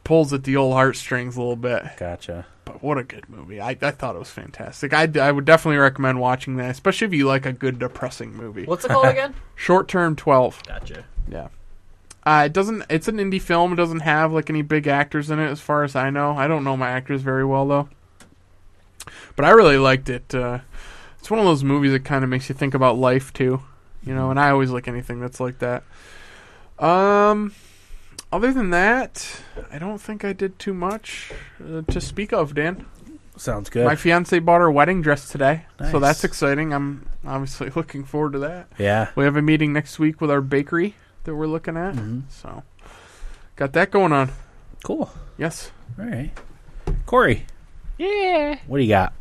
pulls at the old heartstrings a little bit
Gotcha.
but what a good movie. I, I thought it was fantastic. I, I would definitely recommend watching that, especially if you like a good depressing movie.
What's it called again?
Short Term 12.
Gotcha.
Yeah. Uh, it doesn't it's an indie film. It doesn't have like any big actors in it as far as I know. I don't know my actors very well though. But I really liked it. Uh, it's one of those movies that kind of makes you think about life too, you know, and I always like anything that's like that. Um other than that, I don't think I did too much uh, to speak of, Dan.
Sounds good.
My fiance bought her wedding dress today, so
Nice.
that's exciting. I'm obviously looking forward to that.
yeah.
We have a meeting next week with our bakery that we're looking at,
Mm-hmm.
so got that going on.
Cool.
Yes,
All right. Corey,
Yeah.
what do you got?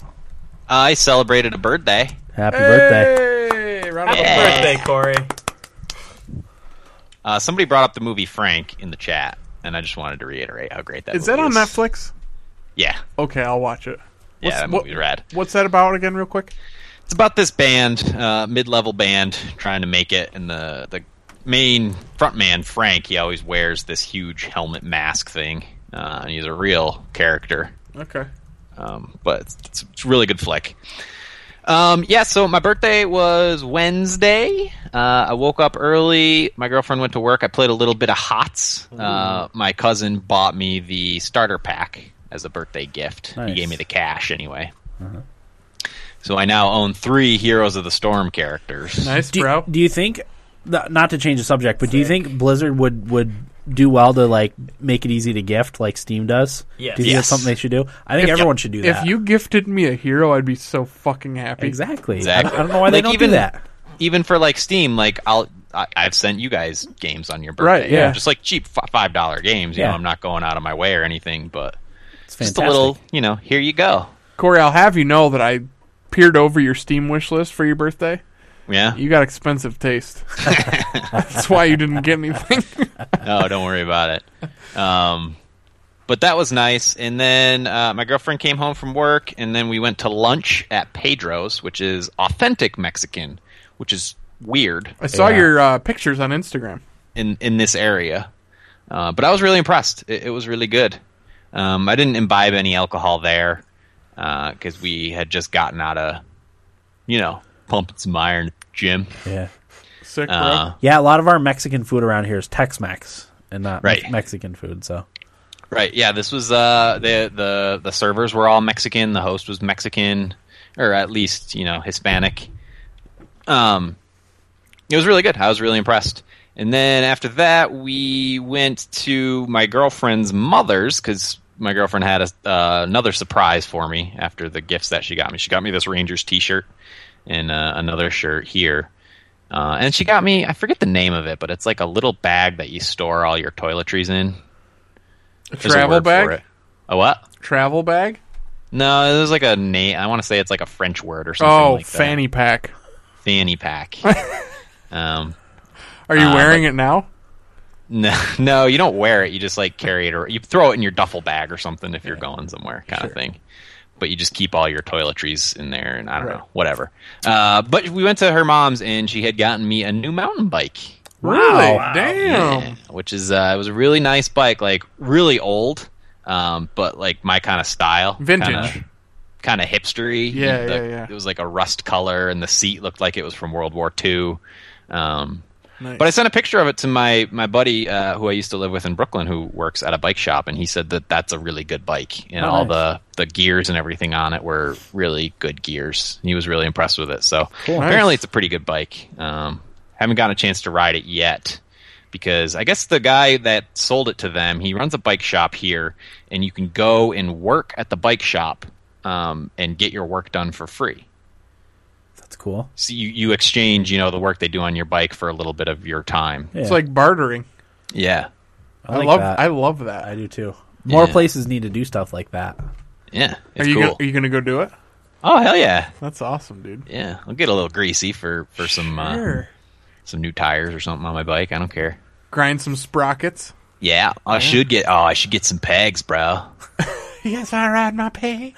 I celebrated a birthday.
Happy birthday.
Hey, round of applause.
Happy
Yeah.
birthday, Corey.
Uh, somebody brought up the movie Frank in the chat, and I just wanted to reiterate how great that
Is that
movie
on Netflix?
Yeah.
Okay, I'll watch it.
Yeah,
What's-
that
what-
movie's rad.
What's that about again, real quick?
It's about this band, uh, mid-level band, trying to make it, and the the main frontman Frank. He always wears this huge helmet mask thing, uh, and he's a real character.
Okay,
um, but it's, it's a really good flick. Um, yeah, so my birthday was Wednesday. Uh, I woke up early. My girlfriend went to work. I played a little bit of HOTS. Uh, my cousin bought me the starter pack as a birthday gift.
Nice.
He gave me the cash anyway.
Uh-huh.
So I now own three Heroes of the Storm characters.
Nice,
Do,
bro.
do you think, th- not to change the subject, but do you think Blizzard would would do well to like make it easy to gift like Steam does?
Yes.
Do you think that's
Yes.
something they should do? I think
If-
everyone should do that.
If you gifted me a hero, I'd be so fucking happy.
exactly.
Exactly.
I, I don't know why they
Like,
don't
even-
do that.
Even for like Steam, like I'll. I- I've sent you guys games on your birthday,
Right, yeah.
just like cheap f- five dollar games. You
Yeah.
know, I'm not going out of my way or anything, but
It's
just
fantastic.
a little, you know, here you go.
Corey, I'll have you know that I peered over your Steam wish list for your birthday.
Yeah,
You got expensive taste. That's why you didn't get anything.
no, don't worry about it. Um, but that was nice. And then uh, my girlfriend came home from work, and then we went to lunch at Pedro's, which is authentic Mexican, which is weird
I saw
Yeah.
your uh, pictures on Instagram.
in in this area. Uh, but I was really impressed. It, it was really good. Um, I didn't imbibe any alcohol there because we had just gotten out of, you know, pumping some iron at the gym.
Yeah.
Sick, bro.
Uh,
Yeah, a lot of our Mexican food around here is Tex-Mex and not Me-
Right.
Mexican food. So
Right. Yeah. This was uh, the the the servers were all Mexican. The host was Mexican, or at least you know Hispanic. Um, it was really good. I was really impressed. And then after that, we went to my girlfriend's mother's because my girlfriend had a, uh, another surprise for me after the gifts that she got me. She got me this Rangers T-shirt and uh, another shirt here. Uh, and she got me, I forget the name of it, but it's like a little bag that you store all your toiletries in. There's a
travel
word for
bag?
it. A what?
Travel bag?
No, there's like a name. I want to say it's like a French word or something.
Oh,
like that.
fanny pack.
fanny pack. um,
Are you
Uh,
wearing it now?
no, no, you don't wear it. You just like carry it or you throw it in your duffel bag or something if you're going somewhere, kind of thing. But you just keep all your toiletries in there, and I don't know, whatever. Uh, but we went to her mom's, and she had gotten me a new mountain bike.
really?
Wow.
Damn.
Yeah, which is uh, it was a really nice bike, like really old, um, but like my kind of style,
Vintage.
kind of hipstery.
Yeah,
The-
yeah, yeah.
It was like a rust color, and the seat looked like it was from World War II. Um,
Nice.
But I sent a picture of it to my my buddy uh, who I used to live with in Brooklyn, who works at a bike shop, and he said that that's a really good bike, and
Oh,
all
nice.
the the gears and everything on it were really good gears. He was really impressed with it. So
Cool.
apparently,
Nice.
it's a pretty good bike. Um, haven't gotten a chance to ride it yet because I guess the guy that sold it to them, he runs a bike shop here, and you can go and work at the bike shop um, and get your work done for free
that's cool.
so you, you exchange you know the work they do on your bike for a little bit of your time
Yeah.
It's like bartering.
yeah
I,
I
like
love
that.
I love that.
I do too. More
Yeah.
places need to do stuff like that.
yeah
are
it's
you
cool
gonna, are you going to go do it?
oh hell yeah
That's awesome, dude.
yeah i'll get a little greasy for for some uh, some new tires or something on my bike i don't care
Grind some sprockets.
yeah i should get oh i should get some pegs bro
Yes, I ride my pig.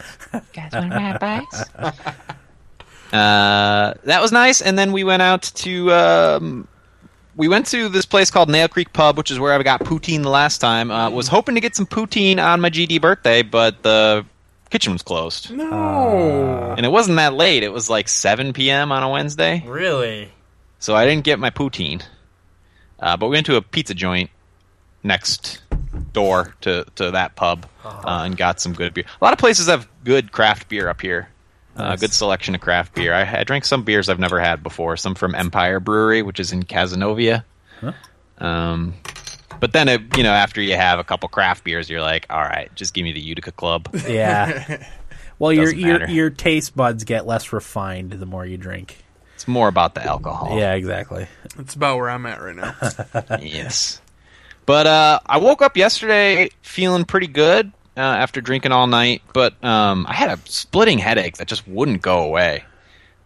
guys want to ride bikes?
uh that was nice and then we went out to um we went to this place called Nail Creek Pub, which is where I got poutine the last time. Uh,
Mm.
was hoping to get some poutine on my GD birthday, but the kitchen was closed.
No.
And it wasn't that late. It was like 7 p.m. on a Wednesday.
Really?
So I didn't get my poutine. Uh, but we went to a pizza joint next door to, to that pub uh, and got some good beer. A lot of places have good craft beer up here. Uh,
Nice.
good selection of craft beer. I, I drank some beers I've never had before. Some from Empire Brewery, which is in Casanova. Um, but then, it, you know, after you have a couple craft beers, you're like, all right, just give me the Utica Club.
Yeah. Well, your,
Doesn't
your
matter.
your taste buds get less refined the more you drink. Oh.
It's more about the alcohol.
Yeah, exactly.
That's about where I'm at right now.
yes. But uh, I woke up yesterday feeling pretty good uh, after drinking all night, but um, I had a splitting headache that just wouldn't go away.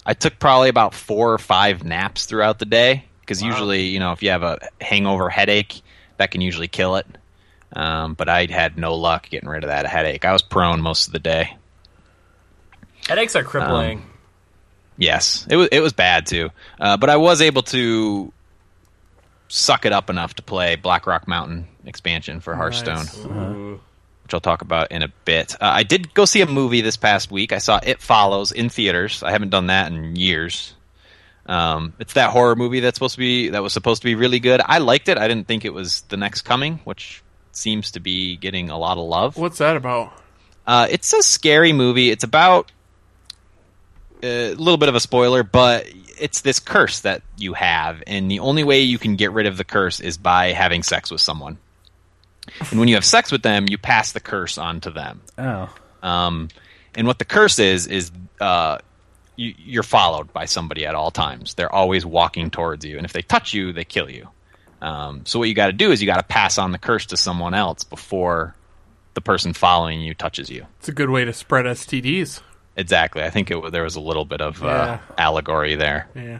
I took probably about four or five naps throughout the day because usually, you know, if you have a hangover headache, that can usually kill it. Um, but I had no luck getting rid of that headache. I was prone most of the day.
Headaches are crippling.
Yes, it was it was bad too, uh, but I was able to suck it up enough to play Black Rock Mountain expansion for Hearthstone.
Ooh.
which I'll talk about in a bit. Uh, I did go see a movie this past week. I saw It Follows in theaters. I haven't done that in years. Um, it's that horror movie that's supposed to be that was supposed to be really good. I liked it. I didn't think it was the next coming, which seems to be getting a lot of love.
What's that about?
Uh, it's a scary movie. It's about uh, a little bit of a spoiler, but it's this curse that you have, and the only way you can get rid of the curse is by having sex with someone. And when you have sex with them, you pass the curse on to them.
Oh,
Um, and what the curse is is uh, you, you're followed by somebody at all times. They're always walking towards you, and if they touch you, they kill you. Um, so what you got to do is you got to pass on the curse to someone else before the person following you touches you.
It's a good way to spread STDs.
Exactly. I think it, wa- there was a little bit of
Yeah.
uh, allegory there.
Yeah.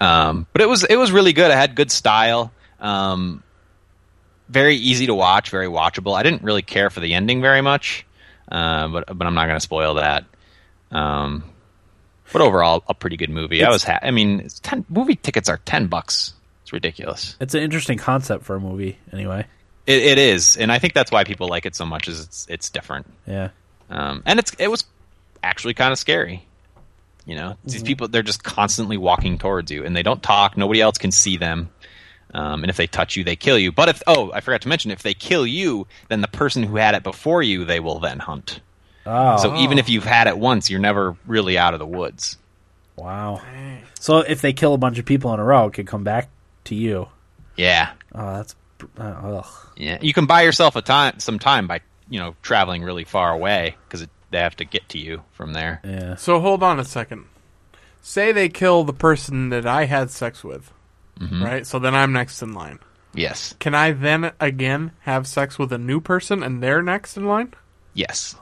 Um, but it was it was really good. I had good style. Um, very easy to watch, very watchable. I didn't really care for the ending very much, uh, but but I'm not going to spoil that. Um, but overall, a pretty good movie. I was. Ha- I mean, it's ten, movie tickets are ten bucks. It's ridiculous.
it's an interesting concept for a movie. Anyway,
It, it is, and I think that's why people like it so much. Is it's it's different,
yeah.
um, and it's it was actually kind of scary. You know, these
Mm-hmm.
people they're just constantly walking towards you, and they don't talk. Nobody else can see them. Um, and if they touch you, they kill you. But if oh, I forgot to mention, if they kill you, then the person who had it before you, they will then hunt.
Oh,
So even if you've had it once, you're never really out of the woods.
wow. So if they kill a bunch of people in a row, it could come back to you.
Yeah,
Oh, that's uh, ugh.
yeah. You can buy yourself a time, some time by you know traveling really far away because they have to get to you from there.
Yeah.
So hold on a second. Say they kill the person that I had sex with,
Mm-hmm.
right? So then I'm next in line.
Yes,
Can I then again have sex with a new person and they're next in line?
yes.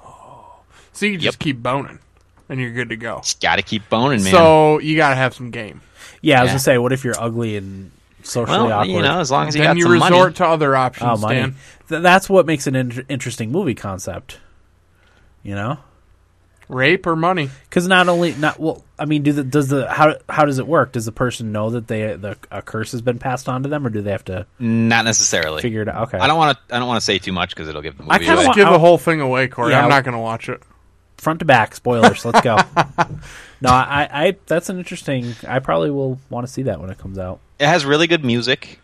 So you can just
Yep.
keep boning, and you're good to go.
Got to keep boning, man.
So you gotta have some game.
Yeah, I was
Yeah.
gonna say, what if you're ugly and socially
well,
awkward?
you know, as long as you
then
got
you
some
resort
money.
to other options,
oh, money.
Dan.
Th- that's what makes an in- interesting movie concept. You know,
Rape or money?
because not only not well, I mean, do the does the how how does it work? Does the person know that they the a curse has been passed on to them, or do they have to
Not necessarily.
figure it out? Okay,
Mm. I don't want to. I don't want to say too much because it'll give the movie
I kinda
away.
wa-
Just give
I-
the whole thing away, Corey.
Yeah,
I'm
I-
not gonna watch it.
front to back spoilers. Let's go. No, I, I that's an interesting. I probably will want to see that when it comes out.
it has really good music.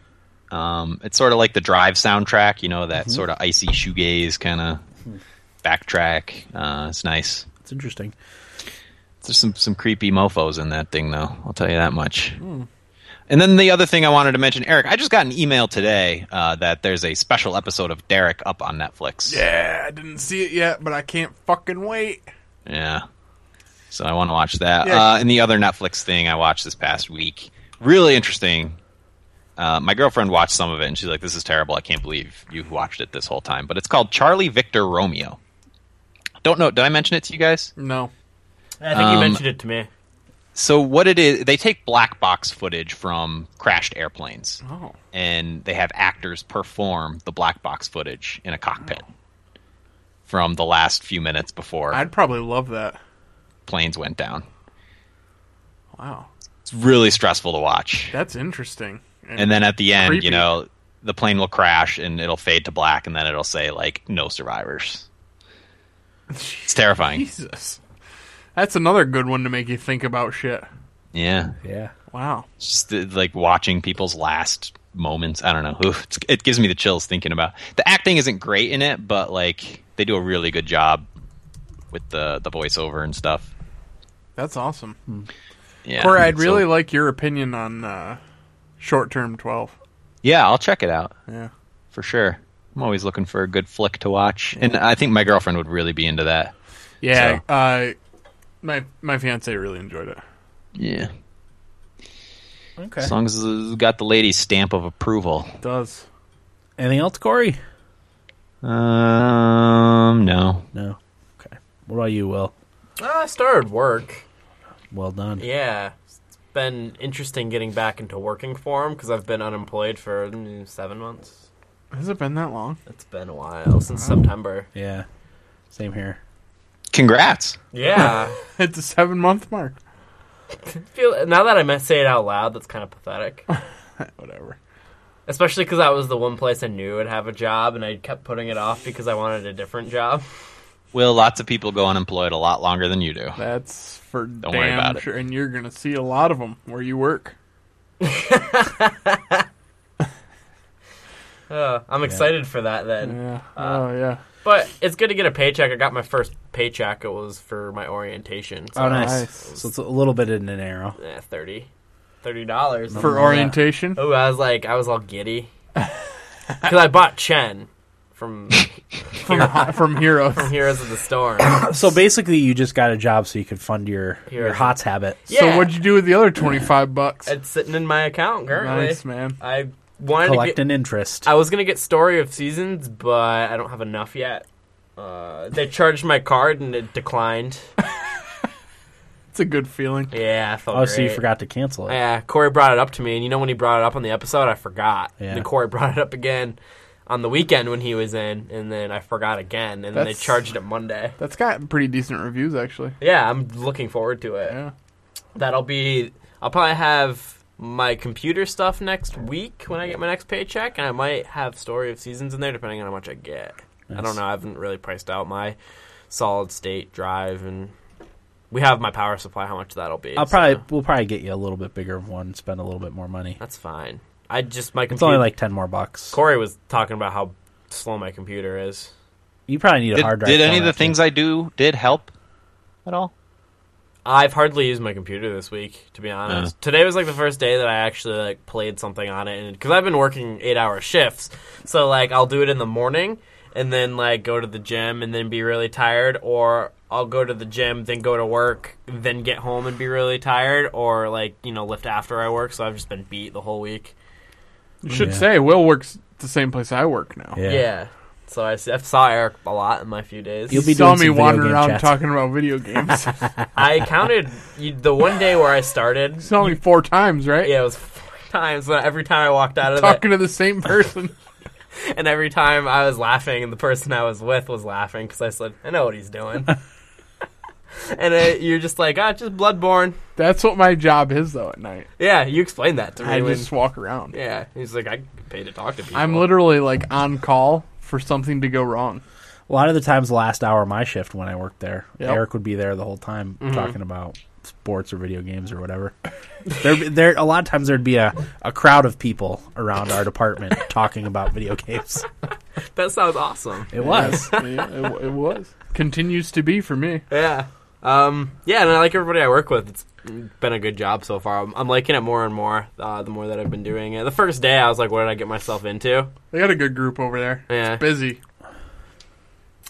Um, it's sort of like the Drive soundtrack, you know, that
Mm-hmm.
sort of icy shoegaze kind of backtrack. Uh, it's nice.
It's interesting.
There's some some creepy mofo's in that thing, though. I'll tell you that much.
Hmm.
And then the other thing I wanted to mention, Eric, I just got an email today uh, that there's a special episode of Derek up on Netflix.
Yeah, I didn't see it yet, but I can't fucking wait.
Yeah. So I want to watch that.
Yeah.
Uh, and the other Netflix thing I watched this past week, really interesting. Uh, my girlfriend watched some of it, and she's like, "This is terrible. I can't believe you've watched it this whole time." But it's called Charlie Victor Romeo. Don't know. Did I mention it to you guys?
No.
I think
Um,
you mentioned it to me.
So what it is, they take black box footage from crashed airplanes,
Oh.
and they have actors perform the black box footage in a cockpit from the last few minutes before
I'd probably love that.
planes went down.
Wow.
It's really stressful to watch.
That's interesting.
and then at the end,
Creepy.
you know, the plane will crash and it'll fade to black, and then it'll say like no survivors. It's terrifying.
Jesus. That's another good one to make you think about shit.
Yeah,
Yeah.
Wow.
it's just uh, like watching people's last moments. I don't know. Oof, it's, it gives me the chills thinking about. The acting isn't great in it, but like they do a really good job with the the voiceover and stuff.
That's awesome.
Yeah,
Corey, I'd
so-
really like your opinion on uh, short term 12.
yeah, I'll check it out
Yeah.
for sure. I'm always looking for a good flick to watch, and I think my girlfriend would really be into that.
Yeah. Uh, my my fiance really enjoyed it.
Yeah.
Okay.
As long as it's got the lady's stamp of approval.
Does.
Anything else, Corey?
Um, no.
No. Okay. What about you, Will?
Ah, I started work.
Well done.
Yeah. It's been interesting getting back into working form because I've been unemployed for mm, seven months.
Has it been that long?
It's been a while since September.
Yeah. Same here.
Congrats.
Yeah.
It's a seven month mark.
feel now that I meant say it out loud, that's kind of pathetic.
Whatever.
Especially because that was the one place I knew would have a job, and I kept putting it off because I wanted a different job.
Will, lots of people go unemployed a lot longer than you do.
That's for
Don't worry
damn
about it.
sure. And you're going to see a lot of them where you work.
Uh, I'm excited for that then.
Yeah. oh, yeah.
But it's good to get a paycheck. I got my first paycheck. It was for my orientation. So
Oh, nice.
nice.
So it's a little bit in an arrow.
eh, 30 dollars
For orientation.
Oh, I was like, I was all giddy because I bought Chen from
From, from Heroes.
from Heroes of the Storm.
So basically, you just got a job so you could fund your your
Here.
hots habit.
Yeah,
So what'd you do with the other 25 bucks?
it's sitting in my account currently.
Nice, man.
I wanted
Collect
to get.
an interest.
I was gonna get Story of Seasons, but I don't have enough yet. Uh, they charged my card and it declined.
It's a good feeling.
Yeah, I felt
Oh, so you
great.
forgot to cancel it.
Yeah, Corey brought it up to me, and you know when he brought it up on the episode, I forgot.
Yeah.
And then Corey brought it up again on the weekend when he was in, and then I forgot again, and then they
That's-
charged it Monday.
That's got pretty decent reviews, actually.
Yeah, I'm looking forward to it.
Yeah.
That'll be. I'll probably have my computer stuff next week when I get my next paycheck, and I might have Story of Seasons in there depending on how much I get. I don't know. I haven't really priced out my solid state drive, and we have my power supply. How much that'll be?
I'll
so
probably we'll probably get you a little bit bigger of one, spend a little bit more money.
that's fine. I just my
It's
computer.
only like ten more bucks.
Corey was talking about how slow my computer is.
You probably need a
Did,
hard drive.
did
for
any of the
that, too.
things I do did help at all?
I've hardly used my computer this week, to be honest. Today was like the first day that I actually like played something on it, and because I've been working eight-hour shifts, so like I'll do it in the morning and then like go to the gym and then be really tired, or I'll go to the gym, then go to work, then get home and be really tired, or like you know lift after I work. So I've just been beat the whole week.
You should
Yeah.
say, Will works the same place I work now.
Yeah.
So I, s- I saw Eric a lot in my few days.
You'll
You
be
saw
doing
me
some video
wandering
game
around
chats.
talking about video games. you
I counted you, the one day where I started.
saw me four times, right?
Yeah, it was four times. But every time I walked out of it,
Talking to the same person.
and every time I was laughing, and the person I was with was laughing because I said, "I know what he's doing." and uh you're just like, "Ah, it's just Bloodborne."
That's what my job is, though, at night.
Yeah, you explained that to me.
I
when-
just walk around.
yeah, he's like, "I get paid to talk to people."
I'm literally like on call for something to go wrong.
A lot of the times, the last hour of my shift when I worked there,
Yep.
Eric would be there the whole time
Mm-hmm.
talking about sports or video games or whatever. there, there. A lot of times there'd be a, a crowd of people around our department talking about video games.
that sounds awesome.
It was.
Yeah, it, it was. Continues to be for me.
Yeah. Um, yeah, and I like everybody I work with. It's been a good job so far. I'm, I'm liking it more and more uh, the more that I've been doing it. The first day, I was like, "What did I get myself into?"
They got a good group over there.
Yeah.
It's busy.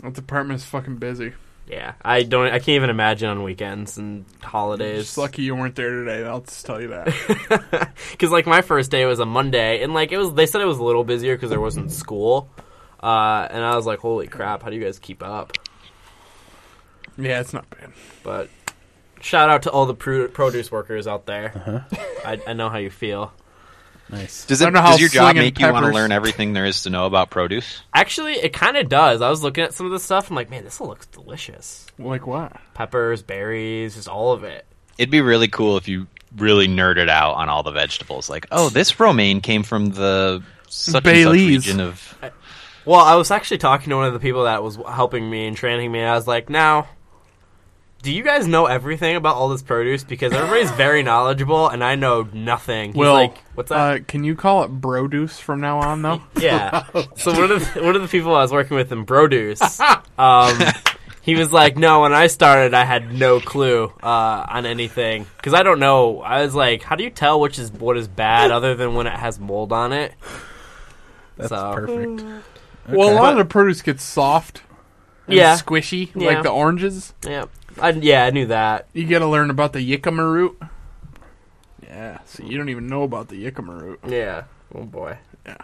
That department is fucking busy.
Yeah, I don't. I can't even imagine on weekends and holidays.
Just lucky you weren't there today. I'll just tell you that.
because like my first day was a Monday, and like it was, they said it was a little busier because there wasn't school, uh, and I was like, "Holy crap! How do you guys keep up?"
yeah, it's not bad.
But shout out to all the pru- produce workers out there. I, I know how you feel.
nice.
Does,
I
it,
don't know how
does your job
slinging
make you want to
peppers-
learn everything there is to know about produce?
Actually, it kind of does. I was looking at some of this stuff. I'm like, man, this looks delicious.
Like what?
Peppers, berries, just all of it.
It'd be really cool if you really nerded out on all the vegetables. Like, oh, this romaine came from the such and such
Baileys.
region of.
Well, I was actually talking to one of the people that was helping me and training me, and I was like, now, do you guys know everything about all this produce? Because everybody's very knowledgeable, and I know nothing. He's
Will,
like, what's that?
Uh, can you call it Broduce from now on, though?
yeah. So one of the, one of the people I was working with in produce, um, he was like, no, when I started, I had no clue uh, on anything because I don't know. I was like, how do you tell which is what is bad other than when it has mold on it?
That's
So-
perfect.
Well, a lot of the produce gets soft. and
Yeah.
Squishy,
Yeah.
like the oranges.
Yeah. I, yeah, I knew that.
You got to learn about the jicama root. Yeah, so you don't even know about the jicama root.
Yeah. Oh boy.
Yeah.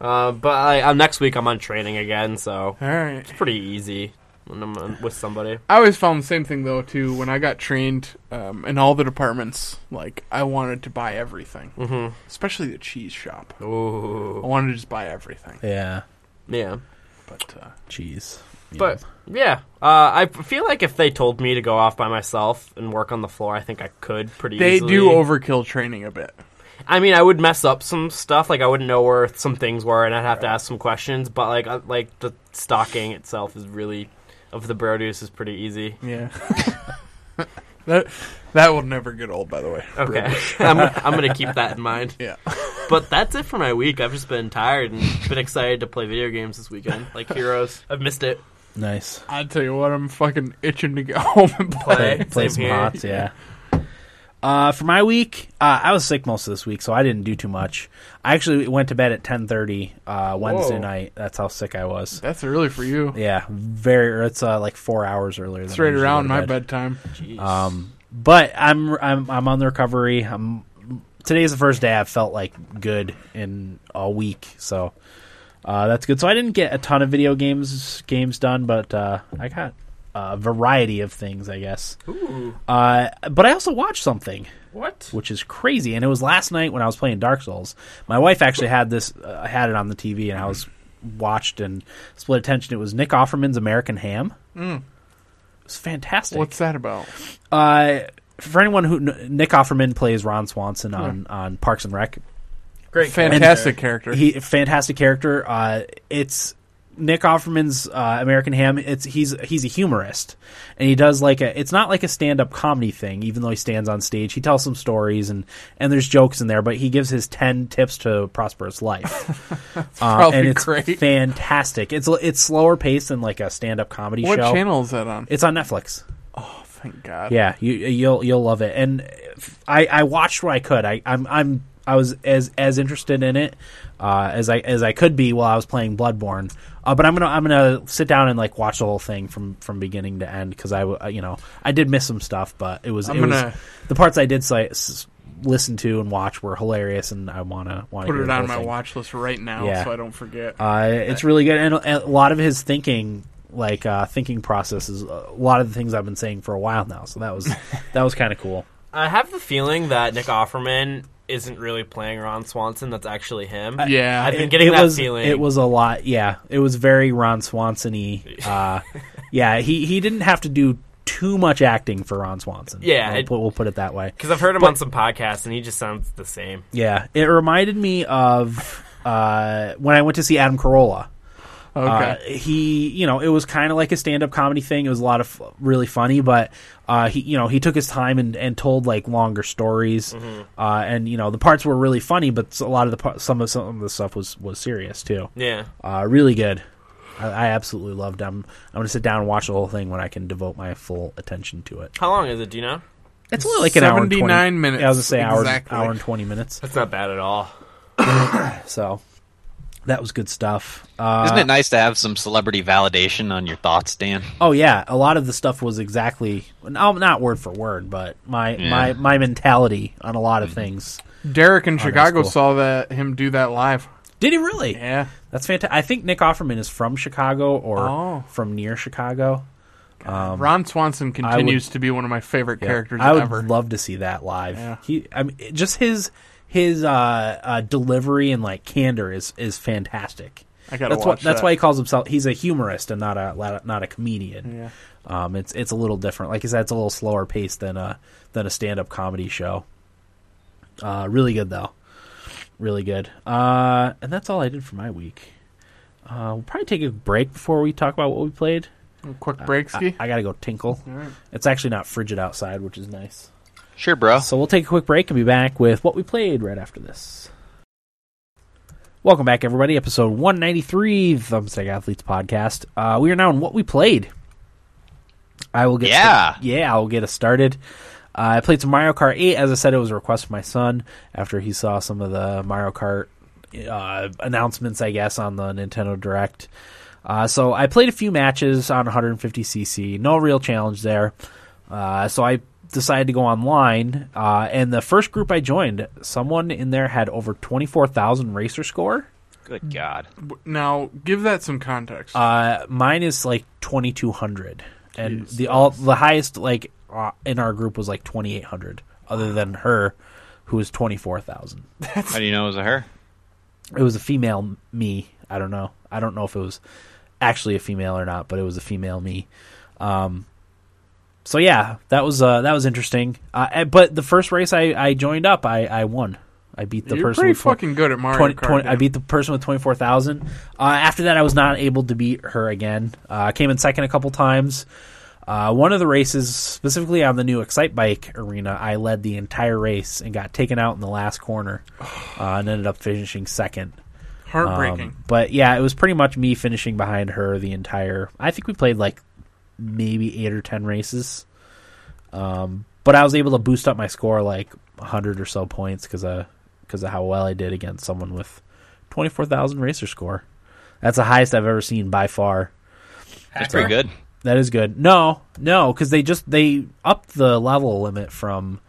Uh, but I, uh, next week I'm on training again, so
All right.
pretty easy when I'm uh, with somebody.
I always found the same thing though too. When I got trained um, in all the departments, like I wanted to buy everything,
Mhm.
especially the cheese shop. I
Ooh.
wanted to just buy everything,
Yeah.
Yeah.
but uh,
Jeez.
But yeah, uh, I p- feel like if they told me to go off by myself and work on the floor, I think I could pretty
they
easily.
do overkill training a bit.
I mean, I would mess up some stuff. Like I wouldn't know where some things were, and I'd have to ask some questions. But like, uh, like the stocking itself is really of the produce is pretty easy.
Yeah. that that will never get old, by the way.
Okay, I'm, I'm gonna keep that in mind.
Yeah.
But that's it for my week. I've just been tired and been excited to play video games this weekend, like Heroes. I've missed it.
Nice.
I tell you what, I'm fucking itching to go home and play.
Play,
play
same
some
here.
hots, yeah. Uh, for my week, uh, I was sick most of this week, so I didn't do too much. I actually went to bed at ten thirty uh, Wednesday
Whoa.
night. That's how sick I was.
That's early for you.
Yeah, very. It's uh, like four hours earlier. Than I
Straight
usually
around
go to
my bedtime.
Jeez.
Um, but I'm I'm I'm on the recovery. I'm today's the first day I've felt like good in a week, so uh, that's good. So I didn't get a ton of video games games done, but uh, I got a variety of things, I guess.
Ooh,
Uh, but I also watched something
what?
which is crazy. And it was last night when I was playing Dark Souls. My wife actually had this, uh, had it on the TV, and I was watched and split attention. It was Nick Offerman's American Ham. Mm. It was fantastic.
What's that about?
uh, for anyone who kn- Nick Offerman plays Ron Swanson on on Parks and Rec.
Great.
Fantastic character.
He fantastic character. Uh, it's Nick Offerman's uh, American Ham. It's he's he's a humorist, and he does like a. It's not like a stand up comedy thing, even though he stands on stage. He tells some stories and and there's jokes in there, but he gives his ten tips to a prosperous life. uh,
probably
and it's
great.
fantastic. It's it's slower paced than like a stand up comedy
what
show.
channel is that on?
It's on Netflix.
Oh, thank God.
Yeah, you you'll you'll love it. And f- I I watched what I could. I I'm I'm I was as as interested in it uh, as I as I could be while I was playing Bloodborne. Uh, but I'm gonna I'm gonna sit down and like watch the whole thing from from beginning to end because I w- uh, you know I did miss some stuff, but it was
I'm
it was-
gonna-
the parts I did si- s- listen to and watch were hilarious, and I wanna want
Put it on my watch list right now
Yeah.
so I don't forget.
uh, it's really good, and a a lot of his thinking, like uh, thinking process, is a lot of the things I've been saying for a while now. So that was that was kind of cool.
I have the feeling that Nick Offerman isn't really playing Ron Swanson. That's actually him.
yeah.
I've been getting
it
that
was,
feeling.
It was a lot. Yeah, it was very Ron Swanson-y. Uh, yeah, he he didn't have to do too much acting for Ron Swanson.
Yeah,
we'll,
it-
put, we'll put it that way.
because I've heard him on some podcasts, and he just sounds the same.
Yeah, it reminded me of uh, when I went to see Adam Carolla. Uh,
okay.
he, you know, it was kind of like a stand-up comedy thing. It was a lot of f- really funny, but uh, he, you know, he took his time and, and told like longer stories,
Mm-hmm.
uh, and you know, the parts were really funny, but s- a lot of the par- some of some of the stuff was was serious too.
Yeah.
Uh, really good. I, I absolutely loved them. I'm going to sit down and watch the whole thing when I can devote my full attention to it.
How long is it? Do you know?
It's only like an hour and 20,
79 minutes,
Yeah, I was going to say hour,
exactly.
hour and 20 minutes.
That's not bad at all.
So that was good stuff. Uh,
Isn't it nice to have some celebrity validation on your thoughts, Dan?
Oh yeah, a lot of the stuff was exactly no, not word for word, but my my my mentality on a lot of things.
Derek in Chicago
uh, oh, cool.
saw that him do that live.
Did he really?
Yeah.
That's fantastic. I think Nick Offerman is from Chicago or
Oh.
from near Chicago.
Ron Swanson
Um, would-
continues to be one of my favorite characters
I would
ever.
love to see that live.
Yeah.
He, I mean, it- just his his uh, uh, delivery and like candor is is fantastic.
I gotta
that's
watch
why, That's
that.
why he calls himself. He's a humorist and not a not a comedian.
Yeah.
Um, it's it's a little different. Like I said, it's a little slower paced than a than a stand up comedy show. Uh, really good though, really good. Uh, and that's all I did for my week. Uh, we'll probably take a break before we talk about what we played.
Quick break ski.
I, I gotta go tinkle. It's actually not frigid outside, which is nice.
Sure, bro.
So we'll take a quick break and be back with what we played right after this. Welcome back, everybody. Episode 193 of Thumbstick Athletes Podcast. Uh, we are now in what we played. I will get
Yeah.
sta- yeah, I will get us started. Uh, I played some Mario Kart 8. As I said, it was a request from my son after he saw some of the Mario Kart uh, announcements, I guess, on the Nintendo Direct. Uh, so I played a few matches on 150cc. No real challenge there. Uh, so I decided to go online, uh, and the first group I joined, someone in there had over 24,000 racer score.
Good God.
W- Now give that some context.
Uh, mine is like 2,200, and the all the highest like uh, in our group was like 2,800. Other than her, who was 24,000.
How do you know it was a her?
It was a female me. I don't know. I don't know if it was actually a female or not, but it was a female me. Um, so yeah, that was uh, that was interesting. Uh, eh, but the first race I, I joined up, I, I won. I I beat the
You're
person
pretty
with twen-
fucking good at Mario
20,
Kart.
20 I
dude.
beat the person with 24,000. Uh, after that, I was not able to beat her again. Uh, I came in second a couple times. Uh, one of the races, specifically on the new Excite Bike arena, I led the entire race and got taken out in the last corner uh, and ended up finishing second. Um,
Heartbreaking.
but yeah, it was pretty much me finishing behind her the entire. I think we played like maybe eight or ten races. Um, but I was able to boost up my score like hundred or so points because of because of how well I did against someone with twenty four thousand racer score. That's the highest I've ever seen by far.
That's pretty good.
That is good. No, no, because they just they upped the level limit from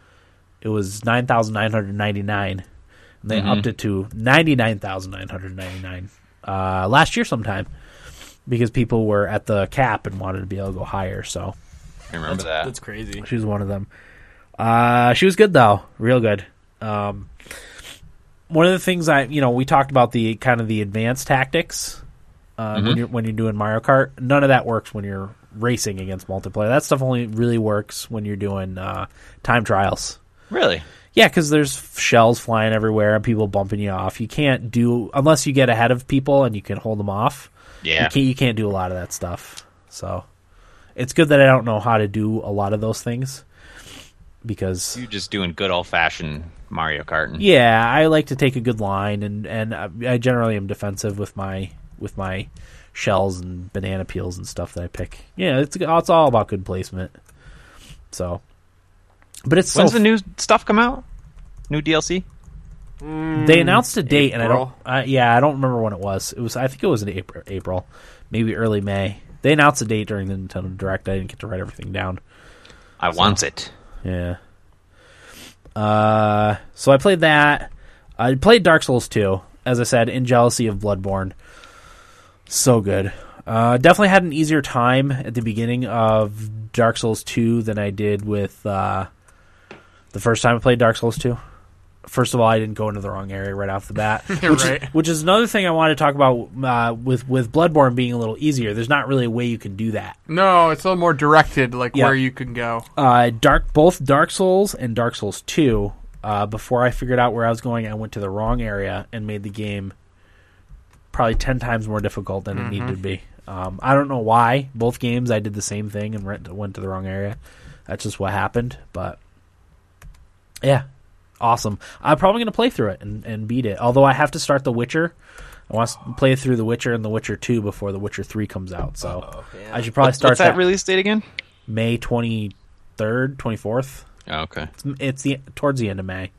it was nine thousand nine hundred ninety nine, and they upped it to ninety nine thousand nine hundred ninety nine uh, last year sometime because people were at the cap and wanted to be able to go higher. So
I remember that.
That's crazy.
she was one of them. Uh, she was good though, real good. Um, one of the things I, you know, we talked about the kind of the advanced tactics uh, when you're when you're doing Mario Kart. None of that works when you're racing against multiplayer. That stuff only really works when you're doing uh, time trials.
really?
Yeah, because there's f- shells flying everywhere and people bumping you off. You can't do unless you get ahead of people and you can hold them off.
Yeah.
You can't, you can't do a lot of that stuff. So it's good that I don't know how to do a lot of those things because
You're just doing good old fashioned Mario Kart.
yeah, I like to take a good line and and I I generally am defensive with my with my shells and banana peels and stuff that I pick. Yeah, it's it's all about good placement. So, but it's so
When's the new stuff come out? New DLC?
They announced a date, and I don't.
April.
I yeah, I don't remember when it was. It was. I think it was in April, April, maybe early May. They announced a date during the Nintendo Direct. I didn't get to write everything down.
I wants it.
Yeah. Uh, so I played that. I played Dark Souls 2, as I said, in jealousy of Bloodborne. So good. Uh, definitely had an easier time at the beginning of Dark Souls 2 than I did with uh, the first time I played Dark Souls 2. First of all, I didn't go into the wrong area right off the bat, which,
right.
is, which is another thing I wanted to talk about uh, with with Bloodborne being a little easier. There's not really a way you can do that.
No, it's a little more directed, like
Yeah.
where you can go.
uh, dark both Dark Souls and Dark Souls Two. Uh, before I figured out where I was going, I went to the wrong area and made the game probably ten times more difficult than it needed
Mm-hmm.
to be. Um, I don't know why. Both games, I did the same thing and went to, went to the wrong area. That's just what happened. But yeah, awesome. I'm probably going to play through it and, and beat it. Although I have to start The Witcher. I want to play through The Witcher and The Witcher Two before The Witcher Three comes out. So I should probably
What's,
start
what's that, release date again?
May twenty third, twenty fourth.
Oh, okay.
It's the towards the end of May,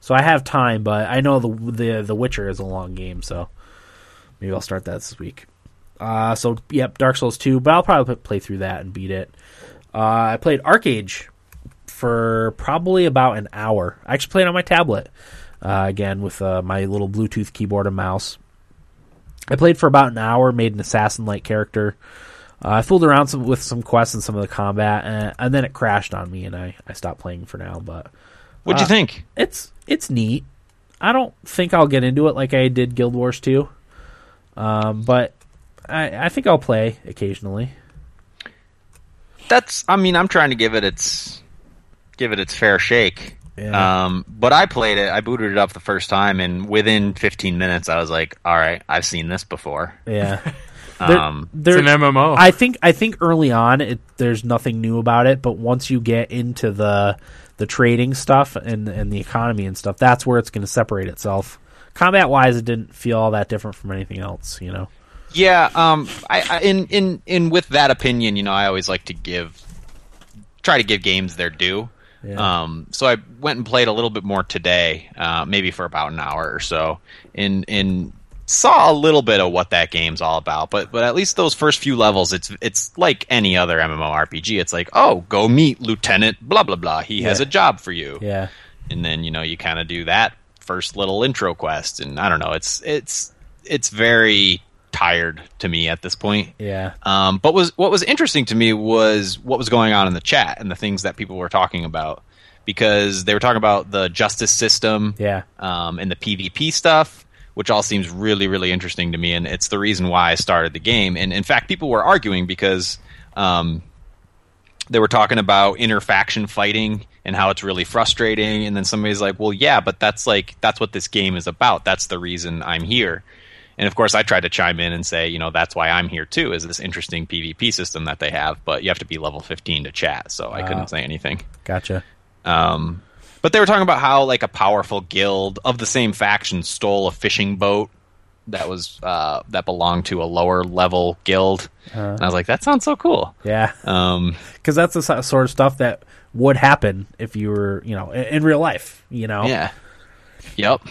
so I have time. But I know the the The Witcher is a long game, so maybe I'll start that this week. Uh, so yep, Dark Souls two, but I'll probably p- play through that and beat it. Uh, I played Arcage for probably about an hour. I actually played on my tablet uh, again with uh, my little Bluetooth keyboard and mouse. I played for about an hour, made an assassin like character. Uh, I fooled around some, with some quests and some of the combat, and, and then it crashed on me, and I, I stopped playing for now. But
What'd you think?
it's it's neat. I don't think I'll get into it like I did Guild Wars 2, um, but I, I think I'll play occasionally.
That's. I mean, I'm trying to give it its give it its fair shake.
Yeah.
Um, but I played it. I booted it up the first time, and within 15 minutes, I was like, "All right, I've seen this before."
Yeah, There-
Um,
there-
it's an MMO.
I think I think early on it, there's nothing new about it, but once you get into the the trading stuff and and the economy and stuff, that's where it's going to separate itself. Combat wise, it didn't feel all that different from anything else, you know.
Yeah, um, I, I in in in with that opinion, you know, I always like to give try to give games their due.
Yeah.
Um, so I went and played a little bit more today, uh, maybe for about an hour or so, and and saw a little bit of what that game's all about. But but at least those first few levels, it's it's like any other MMORPG. It's like, oh, go meet Lieutenant blah blah blah. He has
Yeah.
a job for you
Yeah,
and then you know you kind of do that first little intro quest and i don't know it's it's it's very tired to me at this point
yeah,
um, but was what was interesting to me was what was going on in the chat and the things that people were talking about because they were talking about the justice system
Yeah.
um, and the pvp stuff which all seems really really interesting to me and it's the reason why i started the game and in fact people were arguing because um, they were talking about interfaction fighting and how it's really frustrating and then somebody's like well yeah but that's like that's what this game is about that's the reason i'm here and of course i tried to chime in and say you know that's why i'm here too is this interesting pvp system that they have but you have to be level 15 to chat so i couldn't say anything
Gotcha.
um, but they were talking about how like a powerful guild of the same faction stole a fishing boat that was uh, that belonged to a lower level guild. and I was like, that sounds so cool.
Yeah.
Um,
because that's the so- sort of stuff that would happen if you were, you know, in, in real life. You know,
Yeah. Yep.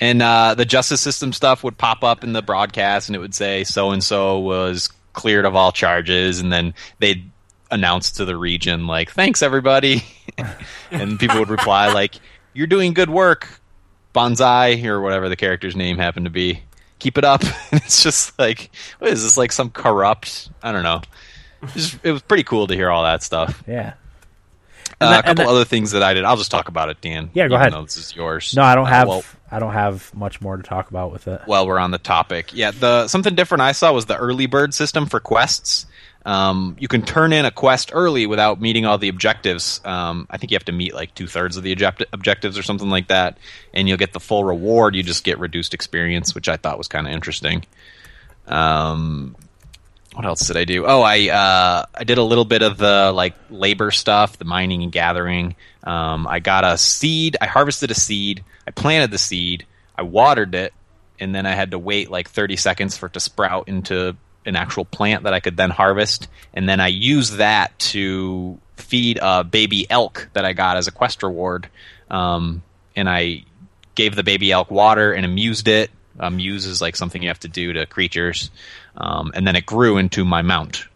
And uh, the justice system stuff would pop up in the broadcast, and it would say so and so was cleared of all charges, and then they'd announce to the region like, "Thanks, everybody," and people would reply like, "You're doing good work, Bonsai," or whatever the character's name happened to be. Keep it up. it's just like, what is this? Like some corrupt? I don't know. Just, it was pretty cool to hear all that stuff.
yeah.
Uh,
that-
a couple
and that-
other things that I did. I'll just talk about it, Dan.
Yeah, go
even
ahead.
though This is yours.
No, I don't
Uh,
have.
well,
I don't have much more to talk about with it.
while we're on the topic, yeah, the something different I saw was the early bird system for quests. Um, you can turn in a quest early without meeting all the objectives. Um, I think you have to meet like two thirds of the object- objectives or something like that, and you'll get the full reward. You just get reduced experience, which I thought was kind of interesting. Um, what else did I do? Oh, I uh, I did a little bit of the like labor stuff, the mining and gathering. Um, I got a seed. I harvested a seed. I planted the seed. I watered it, and then I had to wait like 30 seconds for it to sprout into an actual plant that I could then harvest. And then I used that to feed a baby elk that I got as a quest reward. Um, and I gave the baby elk water and amused it. Amuse is like something you have to do to creatures. Um, and then it grew into my mount,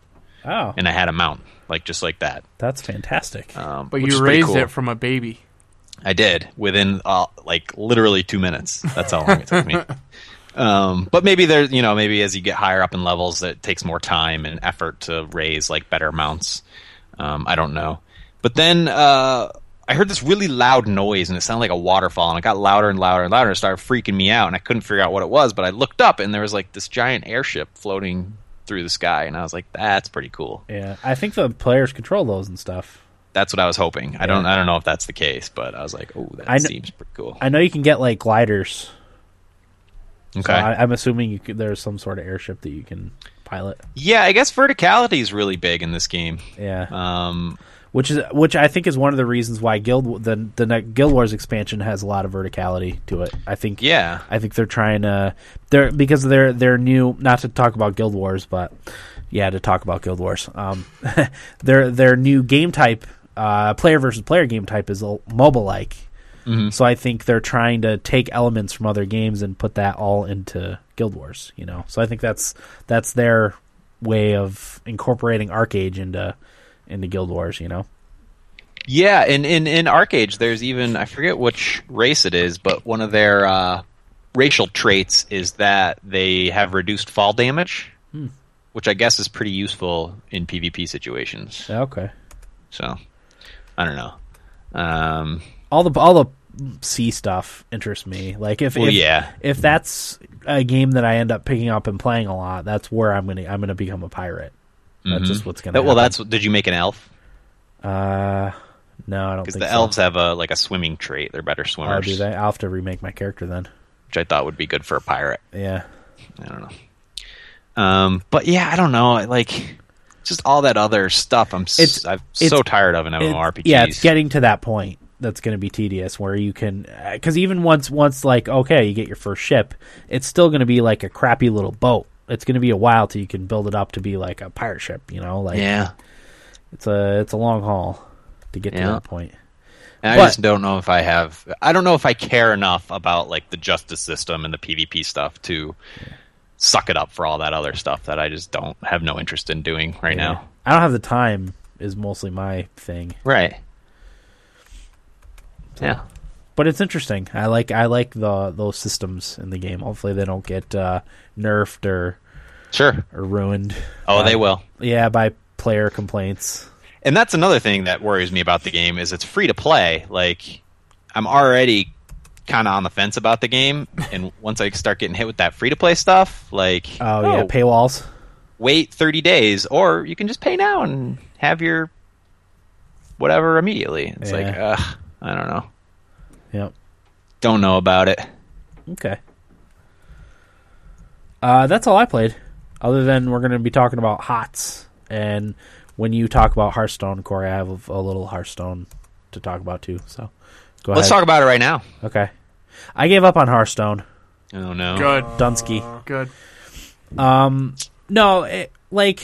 Oh,
and I had a mount, like just like that.
that's fantastic.
Um,
But
which is
you
pretty
raised
cool.
it from a baby.
I did within uh, like literally two minutes. That's how long it took me. Um, but maybe there, you know, maybe as you get higher up in levels, it takes more time and effort to raise like better amounts. Um, I don't know. But then uh, I heard this really loud noise, and it sounded like a waterfall, and it got louder and louder and louder, and it started freaking me out, and I couldn't figure out what it was. But I looked up, and there was like this giant airship floating through the sky, and I was like, "That's pretty cool."
yeah, I think the players control those and stuff.
That's what I was hoping. I don't, I don't know if that's the case, but I was like, "Oh, that
I kn-
seems pretty cool."
I know you can get like gliders.
okay,
So I, I'm assuming you could, there's some sort of airship that you can pilot.
Yeah, I guess verticality is really big in this game.
Yeah,
Um,
which is which I think is one of the reasons why Guild the the ne- Guild Wars expansion has a lot of verticality to it. I think
yeah,
I think they're trying to they're because they're they're new not to talk about Guild Wars, but yeah, to talk about Guild Wars. Um their their new game type, uh player versus player game type is mobile like.
Mm-hmm.
So I think they're trying to take elements from other games and put that all into Guild Wars, you know. So I think that's that's their way of incorporating Arcage into into Guild Wars, you know.
yeah. In in in Arcage, there's even I forget which race it is, but one of their uh, racial traits is that they have reduced fall damage,
Hmm.
which I guess is pretty useful in PvP situations.
Okay.
So I don't know. Um,
all the all the C stuff interests me. Like if
Well,
if,
yeah.
if that's a game that I end up picking up and playing a lot, that's where I'm gonna I'm gonna become a pirate. That's just what's gonna.
Mm-hmm. that, well,
happen.
that's did you make an elf?
uh no, I don't
Because
think
the
so.
elves have a like a swimming trait; they're better
I'll
swimmers,
do that. I'll have to remake my character then.
which I thought would be good for a pirate.
Yeah,
I don't know. Um, but yeah, I don't know. I, Like, just all that other stuff. I'm s
It's-
I'm
it's-
so tired of in
It-
MMORPGs.
yeah, it's getting to that point that's going to be tedious where you can because even once once like okay, you get your first ship, it's still going to be like a crappy little boat. It's going to be a while till you can build it up to be like a pirate ship. You know, like
yeah.
it's a it's a long haul to get to
Yeah.
that point.
And
But-
I just don't know if I have. I don't know if I care enough about like the justice system and the PvP stuff to suck it up for all that other stuff that I just don't have no interest in doing right now.
I don't have the time is mostly my thing,
Right. Yeah.
but it's interesting. I like I like the those systems in the game. Hopefully they don't get uh, nerfed or,
Sure.
or ruined.
Oh,
by-
they will.
Yeah, by player complaints.
and that's another thing that worries me about the game is it's free to play like i'm already kind of on the fence about the game and once i start getting hit with that free to play stuff like oh,
Oh, yeah, paywalls.
wait 30 days or you can just pay now and have your whatever immediately. It's
Yeah.
like, ugh, I don't know.
Yep.
Don't know about it.
Okay. Uh, that's all I played. Other than we're going to be talking about HOTS, and when you talk about Hearthstone, Corey, I have a little Hearthstone to talk about too. So go
Let's
ahead.
talk about it right now.
Okay. I gave up on Hearthstone.
Oh no,
Good.
Dunsky.
Good.
Um, no, it, like,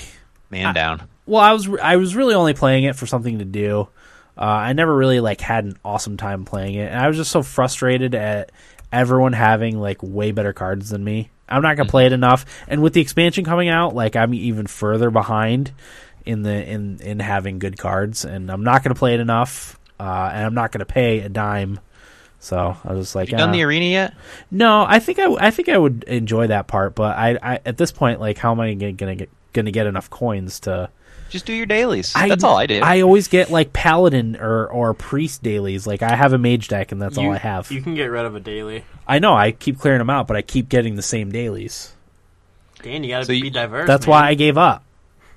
man down.
well, I was I was really only playing it for something to do. Uh, I never really like had an awesome time playing it, and I was just so frustrated at everyone having like way better cards than me. I'm not
Mm-hmm.
gonna play it enough, and with the expansion coming out, like I'm even further behind in the in in having good cards, and I'm not gonna play it enough, uh, and I'm not gonna pay a dime. So I was just like,
You done
"Ah."
the arena yet?
No, I think I, w- I think I would enjoy that part, but I, I at this point, like, how am I gonna, gonna get gonna get enough coins to?
Just do your dailies. That's all I did.
I always get like paladin or or priest dailies. Like I have a mage deck, and that's all I have.
You can get rid of a daily.
I know I keep clearing them out, but I keep getting the same dailies.
Dan, you gotta
So
be
you-
diverse.
That's
man.
why I gave up.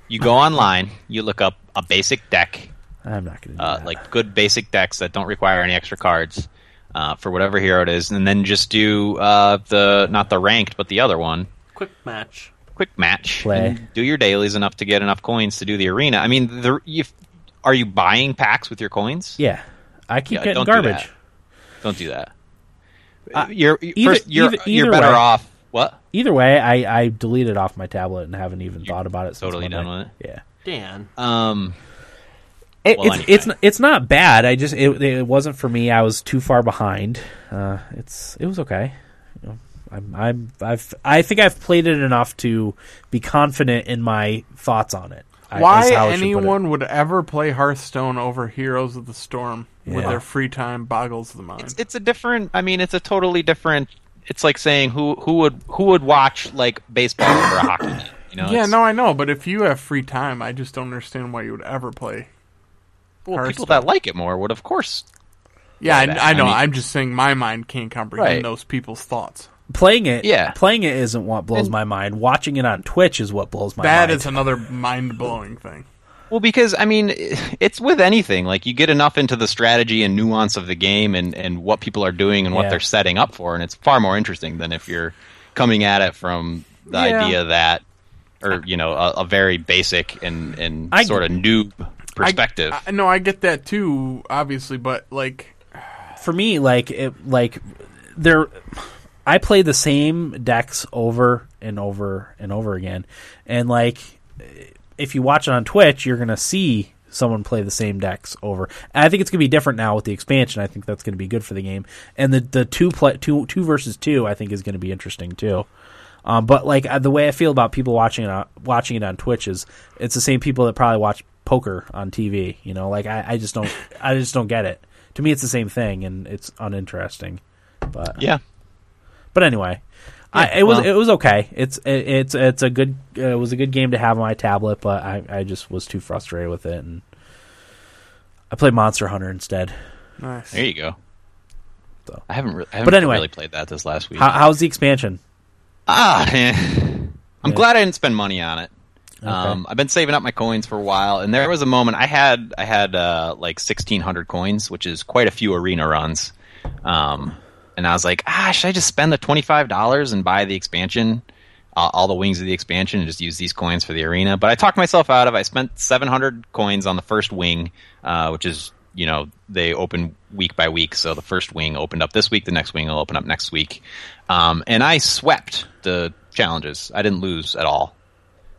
you go online, you look up a basic deck,
I'm not gonna do
uh,
that.
like good basic decks that don't require any extra cards uh, for whatever hero it is, and then just do uh, the not the ranked but the other one.
quick match.
Quick match.
Play.
and do your dailies enough to get enough coins to do the arena. I mean, the, you, are you buying packs with your coins?
yeah, I keep
Yeah,
getting
don't do
garbage. Uh,
that. Don't do that. Uh, you're you-
either-
first, you're,
either-
you're
either
better
way.
off. What?
Either way, I I delete it off my tablet and haven't even thought about it. Since
totally
Monday.
done with it?
Yeah.
Dan.
Um,
It,
Well,
it's
anyway.
it's n- it's not bad. I just it, it wasn't for me. I was too far behind. Uh, it's it was okay. You know, I'm I'm I've I think I've played it enough to be confident in my thoughts on it. I- is
Why
how I should put it.
anyone would ever play Hearthstone over Heroes of the Storm with
Yeah.
their free time boggles the mind.
it's it's a different. I mean, it's a totally different. It's like saying who who would who would watch like baseball or a hockey game. You know?
yeah,
It's-
no, I know, but if you have free time, I just don't understand why you would ever play.
Well,
Hearthstone.
people that like it more would, of course.
Yeah, I,
that.
I know.
I mean-
I'm just saying my mind can't comprehend
Right.
those people's thoughts.
playing it?
Yeah.
playing it isn't what blows my mind. Watching it on Twitch is what blows my
That
mind.
is another mind blowing thing.
Well, because I mean, it's with anything. Like you get enough into the strategy and nuance of the game, and and what people are doing and what
Yeah.
they're setting up for, and it's far more interesting than if you're coming at it from the
Yeah.
idea that, or you know, a, a very basic and and
I-
sort of noob perspective.
I, no, I get that too, obviously, but like,
for me, like it, like there, I play the same decks over and over and over again, and like if you watch it on Twitch, you're gonna see someone play the same decks over. And I think it's gonna be different now with the expansion. I think that's gonna be good for the game, and the the two play two two versus two I think is gonna be interesting too. Um, but like uh, the way I feel about people watching it on, watching it on Twitch is it's the same people that probably watch poker on TV. You know, like I, I just don't I just don't get it. To me, it's the same thing, and it's uninteresting. But
yeah.
but anyway, I, it was
well.
it was okay. It's it, it's it's a good uh, it was a good game to have on my tablet, but I, I just was too frustrated with it, and I played Monster Hunter instead.
nice.
There you go.
So.
I haven't, re- I haven't
But anyway.
really played that this last week.
How, how's the expansion?
ah, eh. I'm glad I didn't spend money on it. Um,
Okay.
I've been saving up my coins for a while, and there was a moment I had I had uh, like 1,600 coins, which is quite a few arena runs, um, and I was like, ah, should I just spend the $25 and buy the expansion, uh, all the wings of the expansion, and just use these coins for the arena? But I talked myself out of. it. I spent 700 coins on the first wing, uh, which is you know they open week by week, so the first wing opened up this week, the next wing will open up next week, um, and I swept the challenges. I didn't lose at all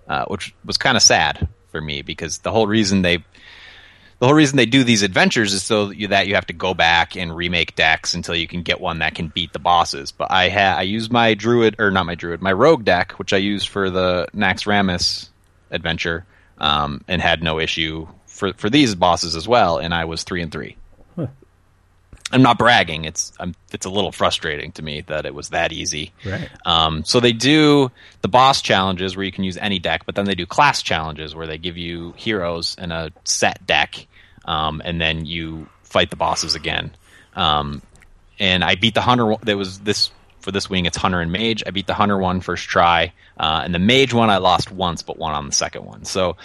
uh, which was kind of sad for me because the whole reason they the whole reason they do these adventures is so that you, that you have to go back and remake decks until you can get one that can beat the bosses. But I ha- I used my druid or not my druid, my rogue deck, which I used for the Nax Ramus adventure, um, and had no issue for for these bosses as well. And I was three and three. I'm not bragging. It's I'm, it's a little frustrating to me that it was that easy.
Right.
Um, so they do the boss challenges where you can use any deck, but then they do class challenges where they give you heroes and a set deck, um, and then you fight the bosses again. Um, and I beat the hunter. one- That was this for this wing. It's hunter and mage. I beat the hunter one first try, uh, and the mage one I lost once, but won on the second one. So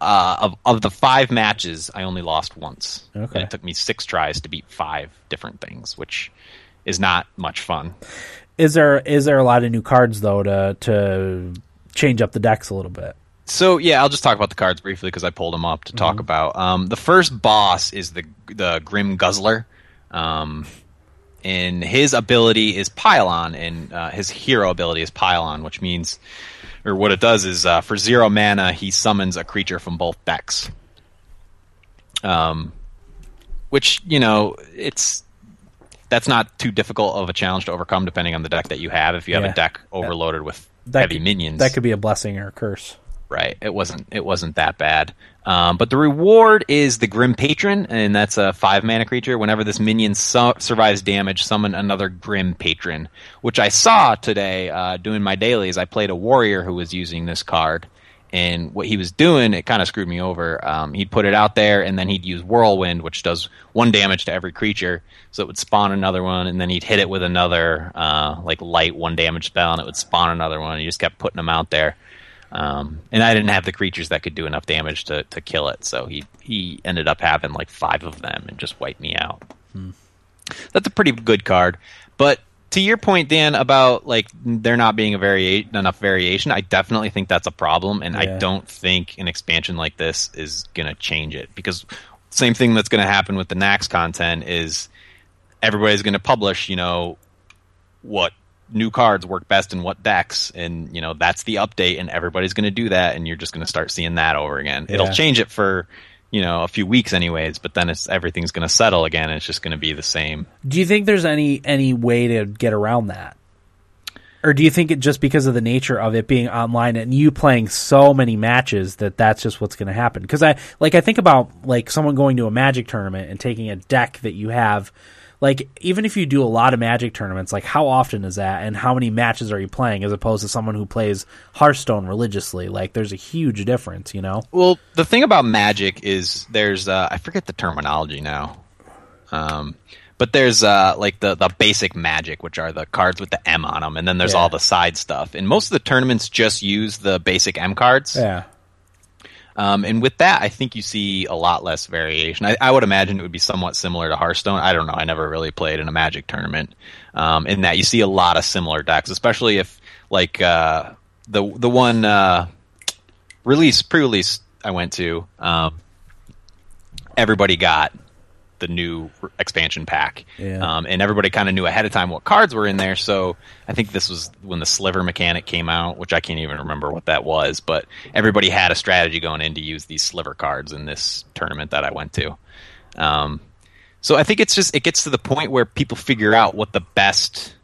uh, of of the five matches, I only lost once.
Okay.
And it took me six tries to beat five different things, which is not much fun.
Is there is there a lot of new cards though to to change up the decks a little bit?
So yeah, I'll just talk about the cards briefly because I pulled them up to
Mm-hmm.
talk about. Um, the first boss is the the Grim Guzzler, um, and his ability is Pylon, and uh, his hero ability is Pylon, which means, or what it does is uh, for zero mana, he summons a creature from both decks. Um, which you know it's that's not too difficult of a challenge to overcome, depending on the deck that you have. If you have
Yeah.
a deck overloaded with
That
heavy
could-
minions,
That could be a blessing or a curse.
right it wasn't it wasn't that bad um, but the reward is the grim patron and that's a five mana creature whenever this minion su- survives damage summon another grim patron which i saw today uh, doing my dailies i played a warrior who was using this card and what he was doing it kind of screwed me over um, he'd put it out there and then he'd use whirlwind which does one damage to every creature so it would spawn another one and then he'd hit it with another uh, like light one damage spell and it would spawn another one he just kept putting them out there um, and I didn't have the creatures that could do enough damage to, to kill it, so he he ended up having like five of them and just wiped me out. That's a pretty good card, but to your point, Dan, about like there not being a vari- enough variation, I definitely think that's a problem, and
Yeah.
I don't think an expansion like this is gonna change it because same thing that's gonna happen with the Nax content is everybody's gonna publish, you know, what new cards work best in what decks and you know that's the update and everybody's going to do that and you're just going to start seeing that over again
Yeah.
it'll change it for you know a few weeks anyways but then it's everything's going to settle again and it's just going to be the same
Do you think there's any any way to get around that? Or do you think it just because of the nature of it being online and you playing so many matches that that's just what's going to happen? Because I like I think about like someone going to a Magic tournament and taking a deck that you have. Like even if you do a lot of Magic tournaments, like how often is that, and how many matches are you playing as opposed to someone who plays Hearthstone religiously? Like there's a huge difference, you know.
well the thing about magic is there's uh, i forget the terminology now um, but there's uh, like the, the basic magic which are the cards with the m on them and then there's
Yeah.
all the side stuff and most of the tournaments just use the basic m cards
Yeah,
Um, and with that, I think you see a lot less variation. I, I would imagine it would be somewhat similar to Hearthstone. I don't know. I never really played in a Magic tournament. Um, in that, you see a lot of similar decks, especially if like uh, the the one uh, release pre-release I went to. Um, everybody got the new r- expansion pack,
Yeah.
um, and everybody kind of knew ahead of time what cards were in there. So I think this was when the sliver mechanic came out, which I can't even remember what that was, but everybody had a strategy going in to use these sliver cards in this tournament that I went to. Um, so I think it's just it gets to the point where people figure out what the best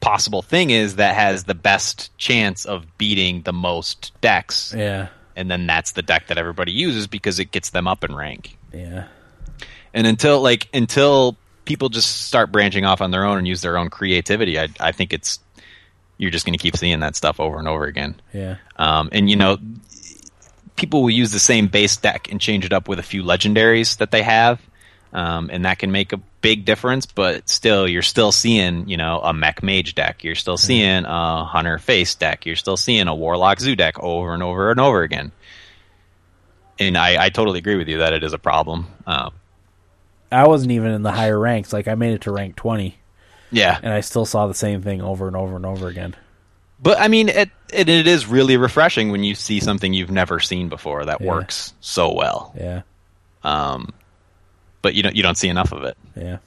possible thing is that has the best chance of beating the most decks
yeah,
and then that's the deck that everybody uses because it gets them up in rank.
yeah.
And until like until people just start branching off on their own and use their own creativity, I I think it's you're just going to keep seeing that stuff over and over again.
Yeah.
Um, and you know, people will use the same base deck and change it up with a few legendaries that they have, um, and that can make a big difference. But still, you're still seeing you know a mech mage deck, you're
Mm-hmm.
still seeing a hunter face deck, you're still seeing a warlock zoo deck over and over and over again. And I, I totally agree with you that it is a problem. Um,
I wasn't even in the higher ranks. Like I made it to rank twenty.
yeah,
and I still saw the same thing over and over and over again.
But I mean, it, it it is really refreshing when you see something you've never seen before that
Yeah.
works so well.
Yeah,
Um, but you don't you don't see enough of it.
yeah,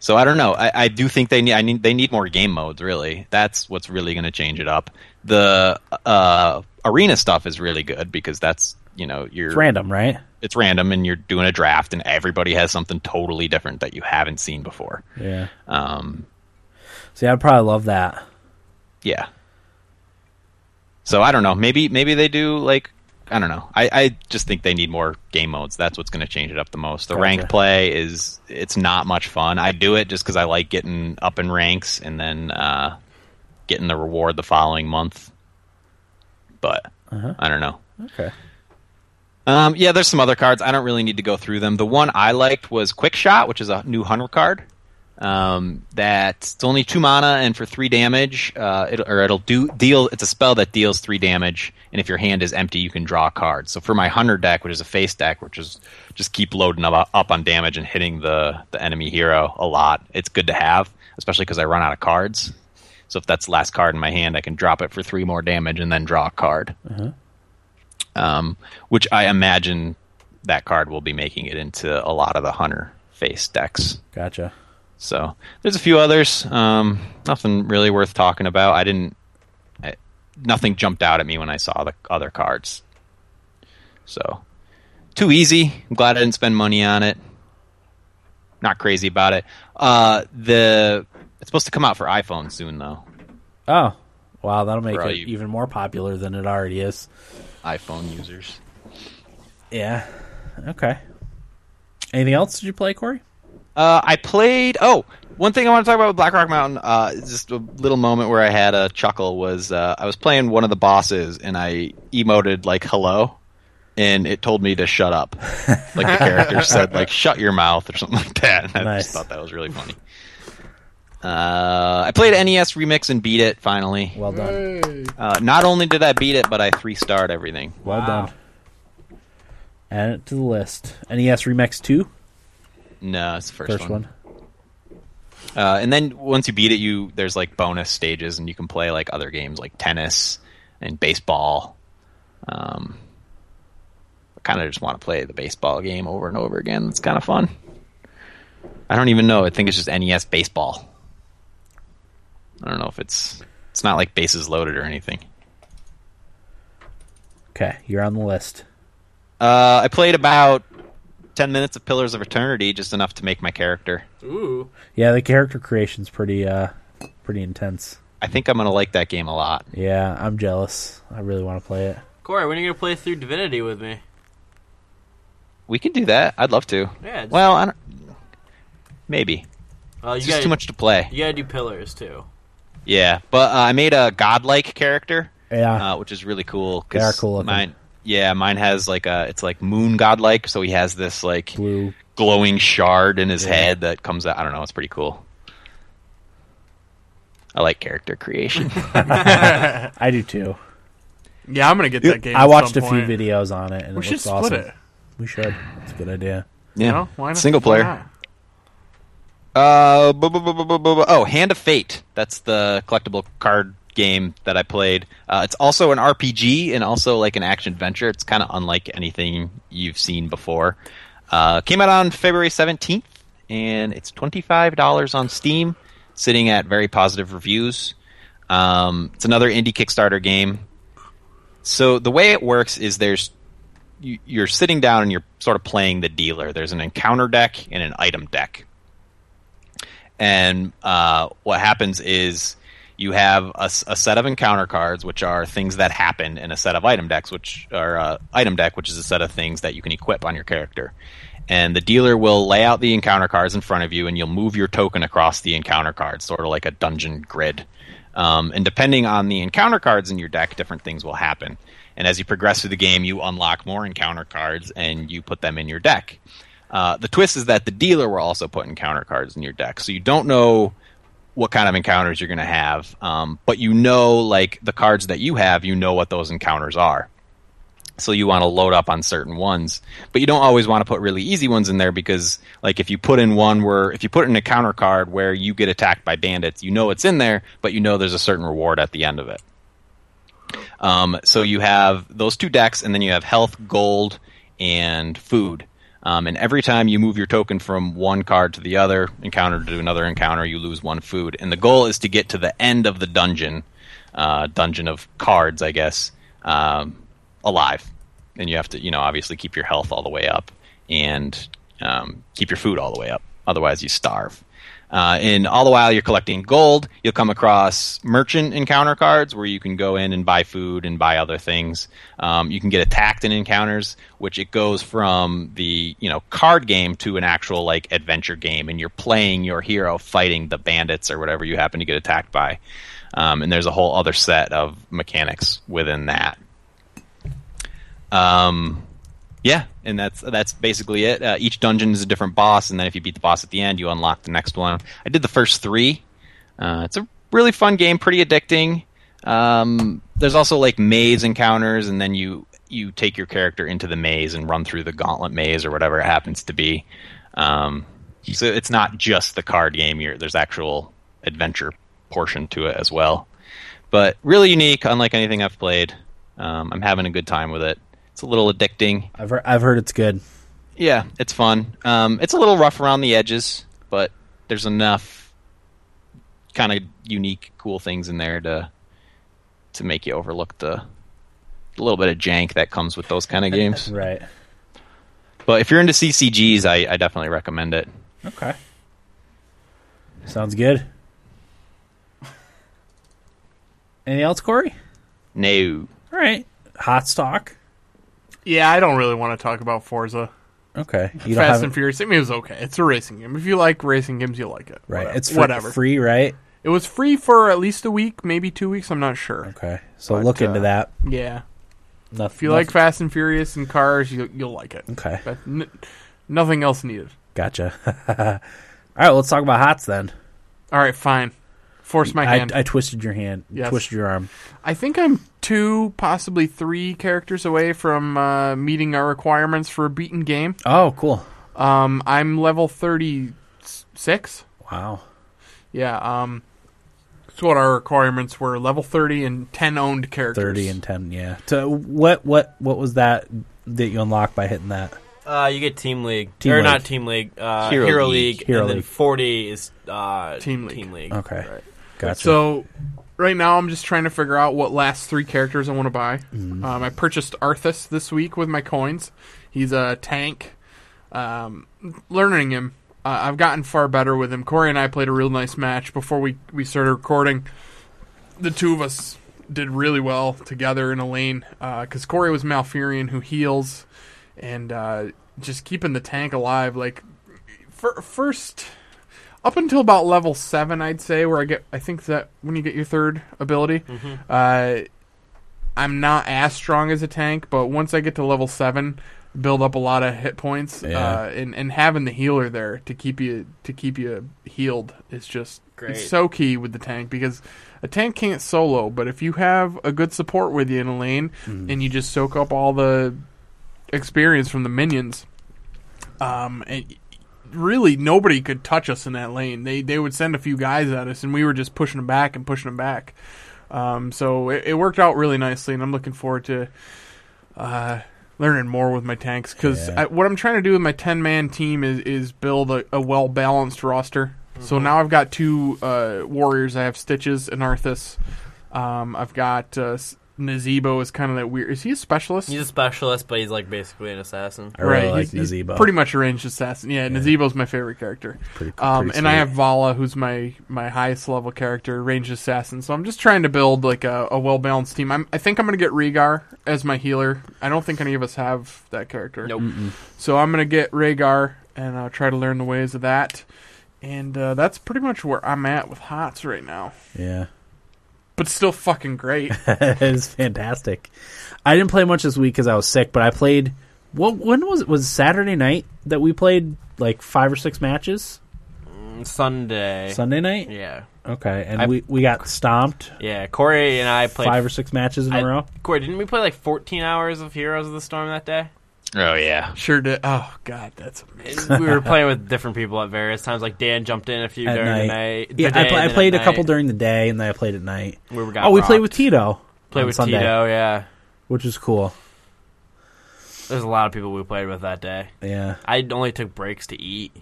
So I don't know. I, I do think they need I need they need more game modes. Really, that's what's really going to change it up. The uh, arena stuff is really good because that's you know you're
it's random, right?
it's random and you're doing a draft and everybody has something totally different that you haven't seen before.
Yeah.
Um,
See, I'd probably love that.
Yeah. So I don't know. Maybe maybe they do like I don't know. I, I just think they need more game modes. That's what's going to change it up the most. The rank
Gotcha.
play is it's not much fun. I do it just because I like getting up in ranks and then uh, getting the reward the following month. But I don't know.
Okay.
Um, yeah, there's some other cards. I don't really need to go through them. The one I liked was Quick Shot, which is a new hunter card. Um, that it's only two mana and for three damage, uh, it'll, or it'll do deal. It's a spell that deals three damage, and if your hand is empty, you can draw a card. So for my hunter deck, which is a face deck, which is just keep loading up, up on damage and hitting the the enemy hero a lot. It's good to have, especially because I run out of cards. So if that's the last card in my hand, I can drop it for three more damage and then draw a card. Um, which I imagine that card will be making it into a lot of the hunter face decks.
Gotcha.
So there's a few others. Um, nothing really worth talking about. I didn't. I, nothing jumped out at me when I saw the other cards. So too easy. I'm glad I didn't spend money on it. Not crazy about it. Uh, the it's supposed to come out for iPhone soon though.
Oh, wow, that'll make
For all
it
you-
even more popular than it already is.
iPhone users.
Yeah. Okay. Anything else did you play, Corey?
Uh, I played. Oh, one thing I want to talk about with Black Rock Mountain. Uh, is just a little moment where I had a chuckle was uh, I was playing one of the bosses and I emoted like hello, and it told me to shut up. like the character said, like shut your mouth or something like that. And I
Nice.
just thought that was really funny. Uh, I played NES Remix and beat it finally.
Well done.
Uh, not only did I beat it, but I three starred everything.
Well done. Add it to the list. NES Remix 2,
No, it's the first,
first
one.
one.
Uh, and then once you beat it, you there's like bonus stages, and you can play like other games like tennis and baseball. Um, I kind of just want to play the baseball game over and over again. It's kind of fun. I don't even know. I think it's just NES baseball. I don't know if it's it's not like bases loaded or anything.
Okay, you're on the list.
Uh, I played about ten minutes of Pillars of Eternity, just enough to make my character.
Ooh.
Yeah, the character creation's pretty uh pretty intense.
I think I'm gonna like that game a lot.
Yeah, I'm jealous. I really want to play it.
Corey, when are you going to play through Divinity with me?
We can do that. I'd love to.
Yeah. Just,
Well, I don't. Maybe
uh, you
it's
gotta,
just too much to play.
You got to do Pillars, too.
Yeah, but uh, I made a godlike character,
Yeah.
uh, which is really cool.
Ah. They
'cause
are cool looking.
Mine, yeah, mine has like a it's like moon godlike, so he has this like
Blue.
glowing shard in his head that comes out. I don't know. It's pretty cool. I like character creation.
I do too.
Yeah, I'm gonna get that game.
I
at
watched a
some
few
point.
videos on it and
We
it
should
looks
split
awesome.
it.
We should. It's a good idea.
yeah,
You know? Why not?
single
Why
player.
not?
Uh, bu- bu- bu- bu- bu- bu- bu- oh, Hand of Fate. That's the collectible card game that I played. Uh, it's also an RPG and also like an action adventure. It's kind of unlike anything you've seen before. Uh, came out on February 17th, and it's $25 on Steam, sitting at very positive reviews. Um, it's another indie Kickstarter game. So the way it works is there's you, you're sitting down and you're sort of playing the dealer. There's an encounter deck and an item deck and uh, what happens is you have a, s- a set of encounter cards, which are things that happen, and a set of item decks, which are uh, item deck, which is a set of things that you can equip on your character. And the dealer will lay out the encounter cards in front of you, and you'll move your token across the encounter cards, sort of like a dungeon grid. Um, and depending on the encounter cards in your deck, different things will happen. And as you progress through the game, you unlock more encounter cards, and you put them in your deck. Uh, the twist is that the dealer will also put encounter cards in your deck, so you don't know what kind of encounters you're going to have, um, but you know, like the cards that you have, you know what those encounters are. So you want to load up on certain ones, but you don't always want to put really easy ones in there because, like, if you put in one where if you put in a counter card where you get attacked by bandits, you know it's in there, but you know there's a certain reward at the end of it. Um, so you have those two decks, and then you have health, gold, and food. Um, and every time you move your token from one card to the other encounter to another encounter, you lose one food. And the goal is to get to the end of the dungeon, uh, dungeon of cards, I guess, um, alive. And you have to, you know, obviously keep your health all the way up and um, keep your food all the way up. Otherwise, you starve. Uh, and all the while you're collecting gold, you'll come across merchant encounter cards where you can go in and buy food and buy other things. Um, you can get attacked in encounters, which it goes from the you know card game to an actual like adventure game, and you're playing your hero fighting the bandits or whatever you happen to get attacked by. Um, and there's a whole other set of mechanics within that. Um, Yeah, and that's that's basically it. Uh, each dungeon is a different boss, and then if you beat the boss at the end, you unlock the next one. I did the first three. Uh, it's a really fun game, pretty addicting. Um, there's also like maze encounters, and then you you take your character into the maze and run through the gauntlet maze or whatever it happens to be. Um, so it's not just the card game. You're, there's actual adventure portion to it as well. But really unique, unlike anything I've played. Um, I'm having a good time with it. It's a little addicting.
I've heard, I've heard it's good.
Yeah, it's fun. Um, it's a little rough around the edges, but there's enough kind of unique, cool things in there to to make you overlook the a little bit of jank that comes with those kind of games.
Right.
But if you're into CCGs, I, I definitely recommend it.
Okay. Sounds good. Anything else, Corey?
No,
All right. Hot stock.
Yeah, I don't really want to talk about Forza.
Okay. You don't
Fast
have
and Furious. I mean, it was okay. It's a racing game. If you like racing games, you like it.
right.
Whatever.
It's free,
whatever.
free, right?
It was free for at least a week, maybe two weeks. I'm not sure.
Okay. So
But,
look into
uh,
that.
Yeah.
Nothing.
If you like Fast and Furious and cars, you, you'll like it.
Okay.
But n- nothing else needed.
Gotcha. All right. Let's talk about hots then.
All right, fine. Force my
I,
hand. I,
I twisted your hand.
Yes.
Twisted your arm.
think I'm two, possibly three characters away from uh, meeting our requirements for a beaten game.
Oh, cool.
Um, I'm level 36.
Wow.
Yeah. Um, that's what our requirements were: level 30 and 10 owned characters.
Thirty and ten. Yeah. So what? What? What was that that you unlocked by hitting that?
Uh, you get team league,
Team
or
League.
not team league, uh,
Hero
Hero,
League.
league,
Hero
and then
League.
forty is uh,
Team League.
Team league.
Okay. Gotcha.
So right now, I'm just trying to figure out what last three characters I want to buy. Um, I purchased Arthas this week with my coins. He's a tank. Um, learning him, uh, I've gotten far better with him. Corey and I played a real nice match before we we started recording. The two of us did really well together in a lane because Corey was Malfurion who heals and uh, just keeping the tank alive. Like fir- first up until about level seven, I'd say, where I get, I think that when you get your third ability, uh, I'm not as strong as a tank, but once I get to level seven, build up a lot of hit points,
Yeah.
uh, and and having the healer there to keep you to keep you healed is just
Great.
It's so key with the tank because a tank can't solo, but if you have a good support with you in a lane and you just soak up all the experience from the minions, um, and really nobody could touch us in that lane. They they would send a few guys at us, and we were just pushing them back and pushing them back. Um, so it, it worked out really nicely, and I'm looking forward to uh, learning more with my tanks because
Yeah.
what I'm trying to do with my 10 man team is is build a, a well balanced roster. So now I've got two uh, warriors. I have Stitches and Arthas. Um, I've got uh, S- Nazebo is kind of that weird. Is he a specialist?
He's a specialist, but he's like basically an assassin.
I really like
he's- he's
Nazebo.
Pretty much a ranged assassin. Yeah, Nazebo's my favorite character.
Pretty-
um,
pretty
and I
sweet.
have Vala, who's my, my highest level character, ranged assassin. So I'm just trying to build like a, a well balanced team. I'm, I think I'm going to get Rhaegar as my healer. I don't think any of us have that character.
Nope.
So I'm going to get Rhaegar and uh, try to learn the ways of that. And uh, that's pretty much where I'm at with Hots right now.
yeah.
But still fucking great.
it was fantastic. I didn't play much this week because I was sick, but I played. What when was it? Was it Saturday night that we played like five or six matches?
Sunday.
Sunday night,
yeah,
okay, and
I-
we we got stomped
yeah. Corey and I played
five or six matches in a
I-
row.
Corey, didn't we play like 14 hours of Heroes of the Storm that day?
Oh yeah.
sure did. Oh, God, that's amazing.
And we were playing with different people at various times. Like Dan jumped in a few
At
during
night.
the night. the
Yeah,
day
I, pl-
and
I
then
played
at
a couple
night.
during the day, and then I played at night.
We were got
Oh, we played with
rocked.
Tito.
Played
on
with
Sunday,
Tito. Yeah,
which is cool.
there's a lot of people we played with that day.
Yeah,
I only took breaks to eat.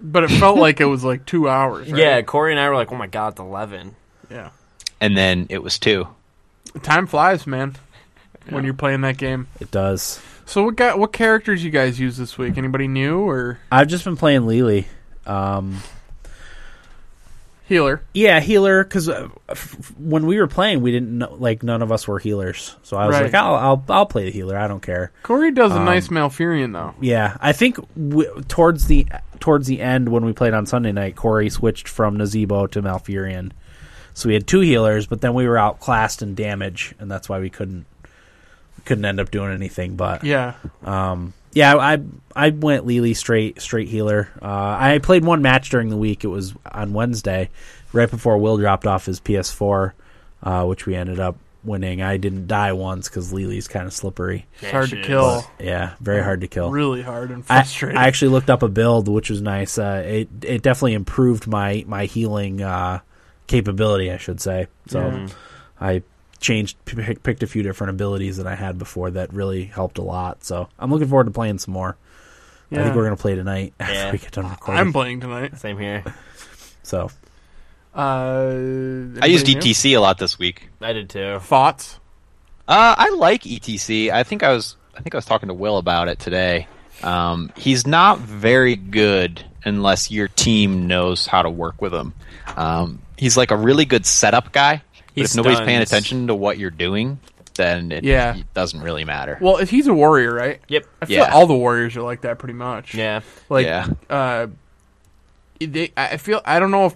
But it felt like it was like two hours. right?
Yeah, Corey and I were like, "Oh my god, it's 11.
Yeah.
And then it was two.
Time flies, man. When you're playing that game.
it does.
So what got what characters you guys use this week? Anybody new or
I've just been playing Lily. Um,
healer?
Yeah, healer. Because uh, f- f- when we were playing, we didn't know, like none of us were healers. So I was
Right.
like, I'll, I'll I'll play the healer. I don't care.
Corey does a nice
Um,
Malfurion though.
Yeah, I think w- towards the towards the end when we played on Sunday night, Corey switched from Nazebo to Malfurion. So we had two healers, but then we were outclassed in damage, and that's why we couldn't couldn't end up doing anything. But
Yeah.
um, yeah, I I went Lily straight straight healer. Uh, I played one match during the week. It was on Wednesday, right before Will dropped off his PS4, uh, which we ended up winning. I didn't die once because Lily's kind of slippery.
It's hard to kill.
Yeah, very hard to kill.
Really hard and
I,
frustrating.
I actually looked up a build, which was nice. Uh, it it definitely improved my my healing uh, capability, I should say. So I changed, p- picked a few different abilities that I had before that really helped a lot. So I'm looking forward to playing some more. I
Yeah.
think we're gonna play tonight after
Yeah.
we get done recording.
I'm playing tonight.
Same here.
so
Uh,
I used
anything new?
ETC a lot this week.
I did too.
Thoughts?
Uh, I like ETC. I think I was I think I was talking to Will about it today. Um, he's not very good unless your team knows how to work with him. Um, he's like a really good setup guy.
He
But if nobody's paying
stuns.
attention to what you're doing, then it,
Yeah.
it doesn't really matter.
Well, if he's a warrior, right?
Yep.
I feel
Yeah.
like all the warriors are like that pretty much.
Yeah.
Like,
yeah.
uh, they, I feel I don't know if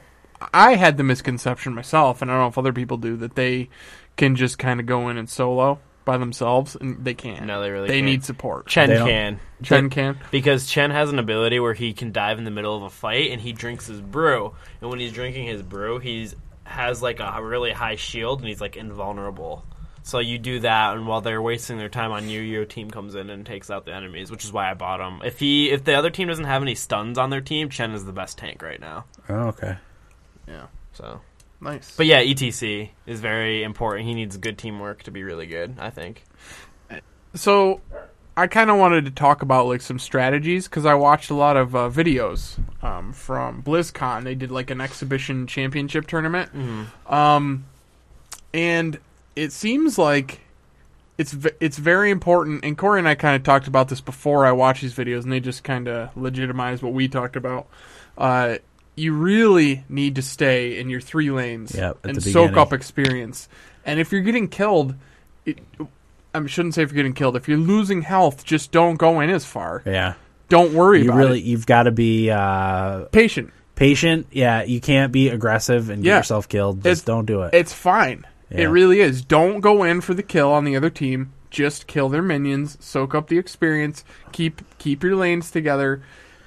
I had the misconception myself, and I don't know if other people do that they can just kind of go in and solo by themselves, and they can't.
No, they really
they
can't.
need support.
Chen
They don't-
can.
Chen can.
Because Chen has an ability where he can dive in the middle of a fight and he drinks his brew. And when he's drinking his brew, he's has like a really high shield and he's like invulnerable. So you do that, and while they're wasting their time on you, your team comes in and takes out the enemies, which is why I bought him. If he, if the other team doesn't have any stuns on their team, Chen is the best tank right now.
oh, okay.
So,
Nice.
but yeah, etc is very important. He needs good teamwork to be really good. I think.
so I kind of wanted to talk about like some strategies because I watched a lot of uh, videos um, from BlizzCon. They did like an exhibition championship tournament, um, and it seems like it's v- it's very important. And Corey and I kind of talked about this before I watched these videos, and they just kind of legitimized what we talked about. Uh, you really need to stay in your three lanes
Yep, at
and
the
soak
beginning.
up experience. And if you're getting killed, it, I shouldn't say if you're getting killed. If you're losing health, just don't go in as far.
Yeah,
Don't
you
worry about
really
it.
you've got to be uh,
Patient.
patient. Yeah, you can't be aggressive and get
Yeah.
yourself killed. Just
It's-
don't do it.
It's fine.
Yeah.
It really is. Don't go in for the kill on the other team. Just kill their minions. Soak up the experience. Keep keep your lanes together,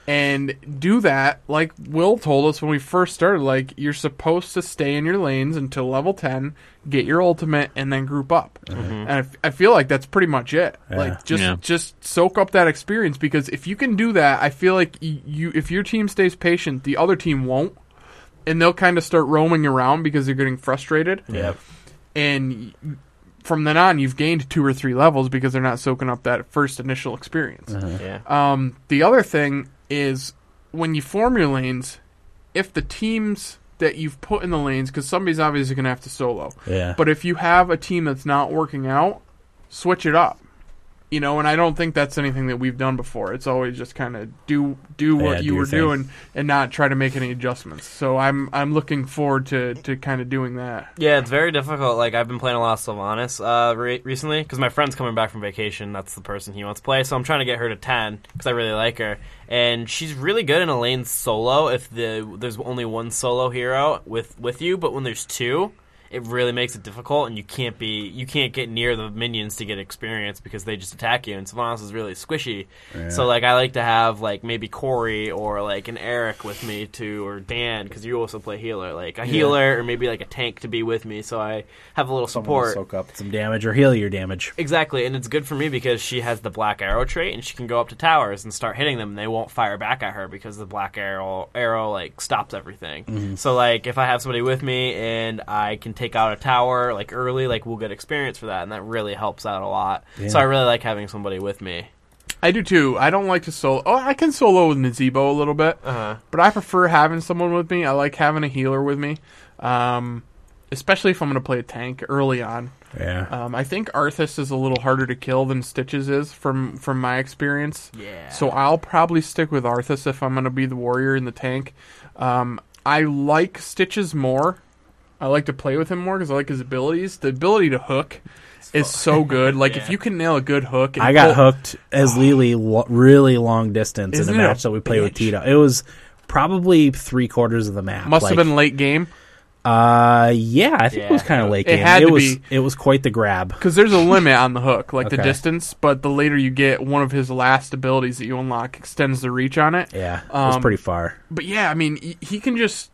and do that. Like Will told us when we first started. Like you're supposed to stay in your lanes until level ten, get your ultimate, and then group up.
Uh-huh.
And I, f- I feel like that's pretty much it. Like just
Yeah.
just soak up that experience because if you can do that, I feel like y- you if your team stays patient, the other team won't and they'll kind of start roaming around because they're getting frustrated.
yeah,
And y- from then on, you've gained two or three levels because they're not soaking up that first initial experience.
Yeah.
Um, the other thing is when you form your lanes, if the teams that you've put in the lanes, because somebody's obviously going to have to solo,
yeah.
but if you have a team that's not working out, switch it up. You know, and I don't think that's anything that we've done before. It's always just kind of do do what
Yeah,
you
do your
were
thing.
doing and not try to make any adjustments. So I'm I'm looking forward to, to kind of doing that.
Yeah, it's very difficult. Like I've been playing a lot of Sylvanas uh, re- recently because my friend's coming back from vacation. That's the person he wants to play. So I'm trying to get her to ten because I really like her, and she's really good in a lane solo. If the there's only one solo hero with with you, but when there's two, it really makes it difficult, and you can't be you can't get near the minions to get experience because they just attack you. And Sylvanas is really squishy. So like I like to have like maybe Corey or like an Eric with me too, or Dan because you also play healer, like a healer or maybe like a tank to be with me. So I have a little
Someone will
support.
soak up some damage or heal your damage.
Exactly, and it's good for me because she has the black arrow trait, and she can go up to towers and start hitting them, and they won't fire back at her because the black arrow arrow like stops everything.
Mm-hmm.
So like, if I have somebody with me and I can take out a tower like early, like we'll get experience for that, and that really helps out a lot. So I really like having somebody with me.
I do too. I don't like to solo. Oh, I can solo with Nazebo a little bit, but I prefer having someone with me. I like having a healer with me, um, especially if I'm going to play a tank early on.
Yeah.
Um, I think Arthas is a little harder to kill than Stitches is from from my experience.
Yeah.
So I'll probably stick with Arthas if I'm going to be the warrior in the tank. Um, I like Stitches more. I like to play with him more because I like his abilities. The ability to hook is so good. Like if you can nail a good hook, and
I got
pull-
hooked as Lily lo- really long distance
Isn't
in
it
a
a
match that we played with
bitch?
Tito. It was probably three quarters of the map.
Must
Like,
have been late game.
Uh, yeah, I think it was
Yeah.
kind of late
It
game.
had to
was
be.
it was quite the grab.
Because there's a limit on the hook, like the
Okay.
distance, but the later you get, one of his last abilities that you unlock extends the reach on it.
Yeah, it was
Um,
pretty far.
But yeah, I mean, he, he can just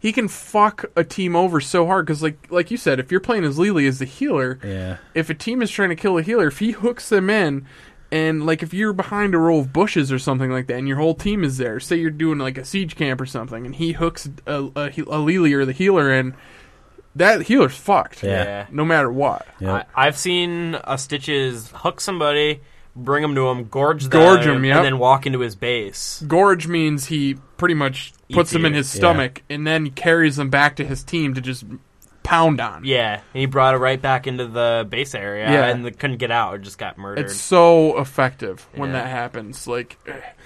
he can fuck a team over so hard because, like, like you said, if you're playing as Lily as the healer,
Yeah,
if a team is trying to kill a healer, if he hooks them in, and like if you're behind a row of bushes or something like that, and your whole team is there, say you're doing like a siege camp or something, and he hooks a, a, he- a Lily or the healer in, that healer's fucked.
Yeah.
No matter what.
yeah.
I, I've seen a Stitches hook somebody, bring him to him, gorge them,
Gorge 'em, yep.
and then walk into his base.
Gorge means he pretty much puts them in
you.
his stomach and then carries them back to his team to just pound on.
Yeah, and he brought it right back into the base area,
Yeah.
and they couldn't get out, or just got murdered.
It's so effective when
Yeah.
that happens. Like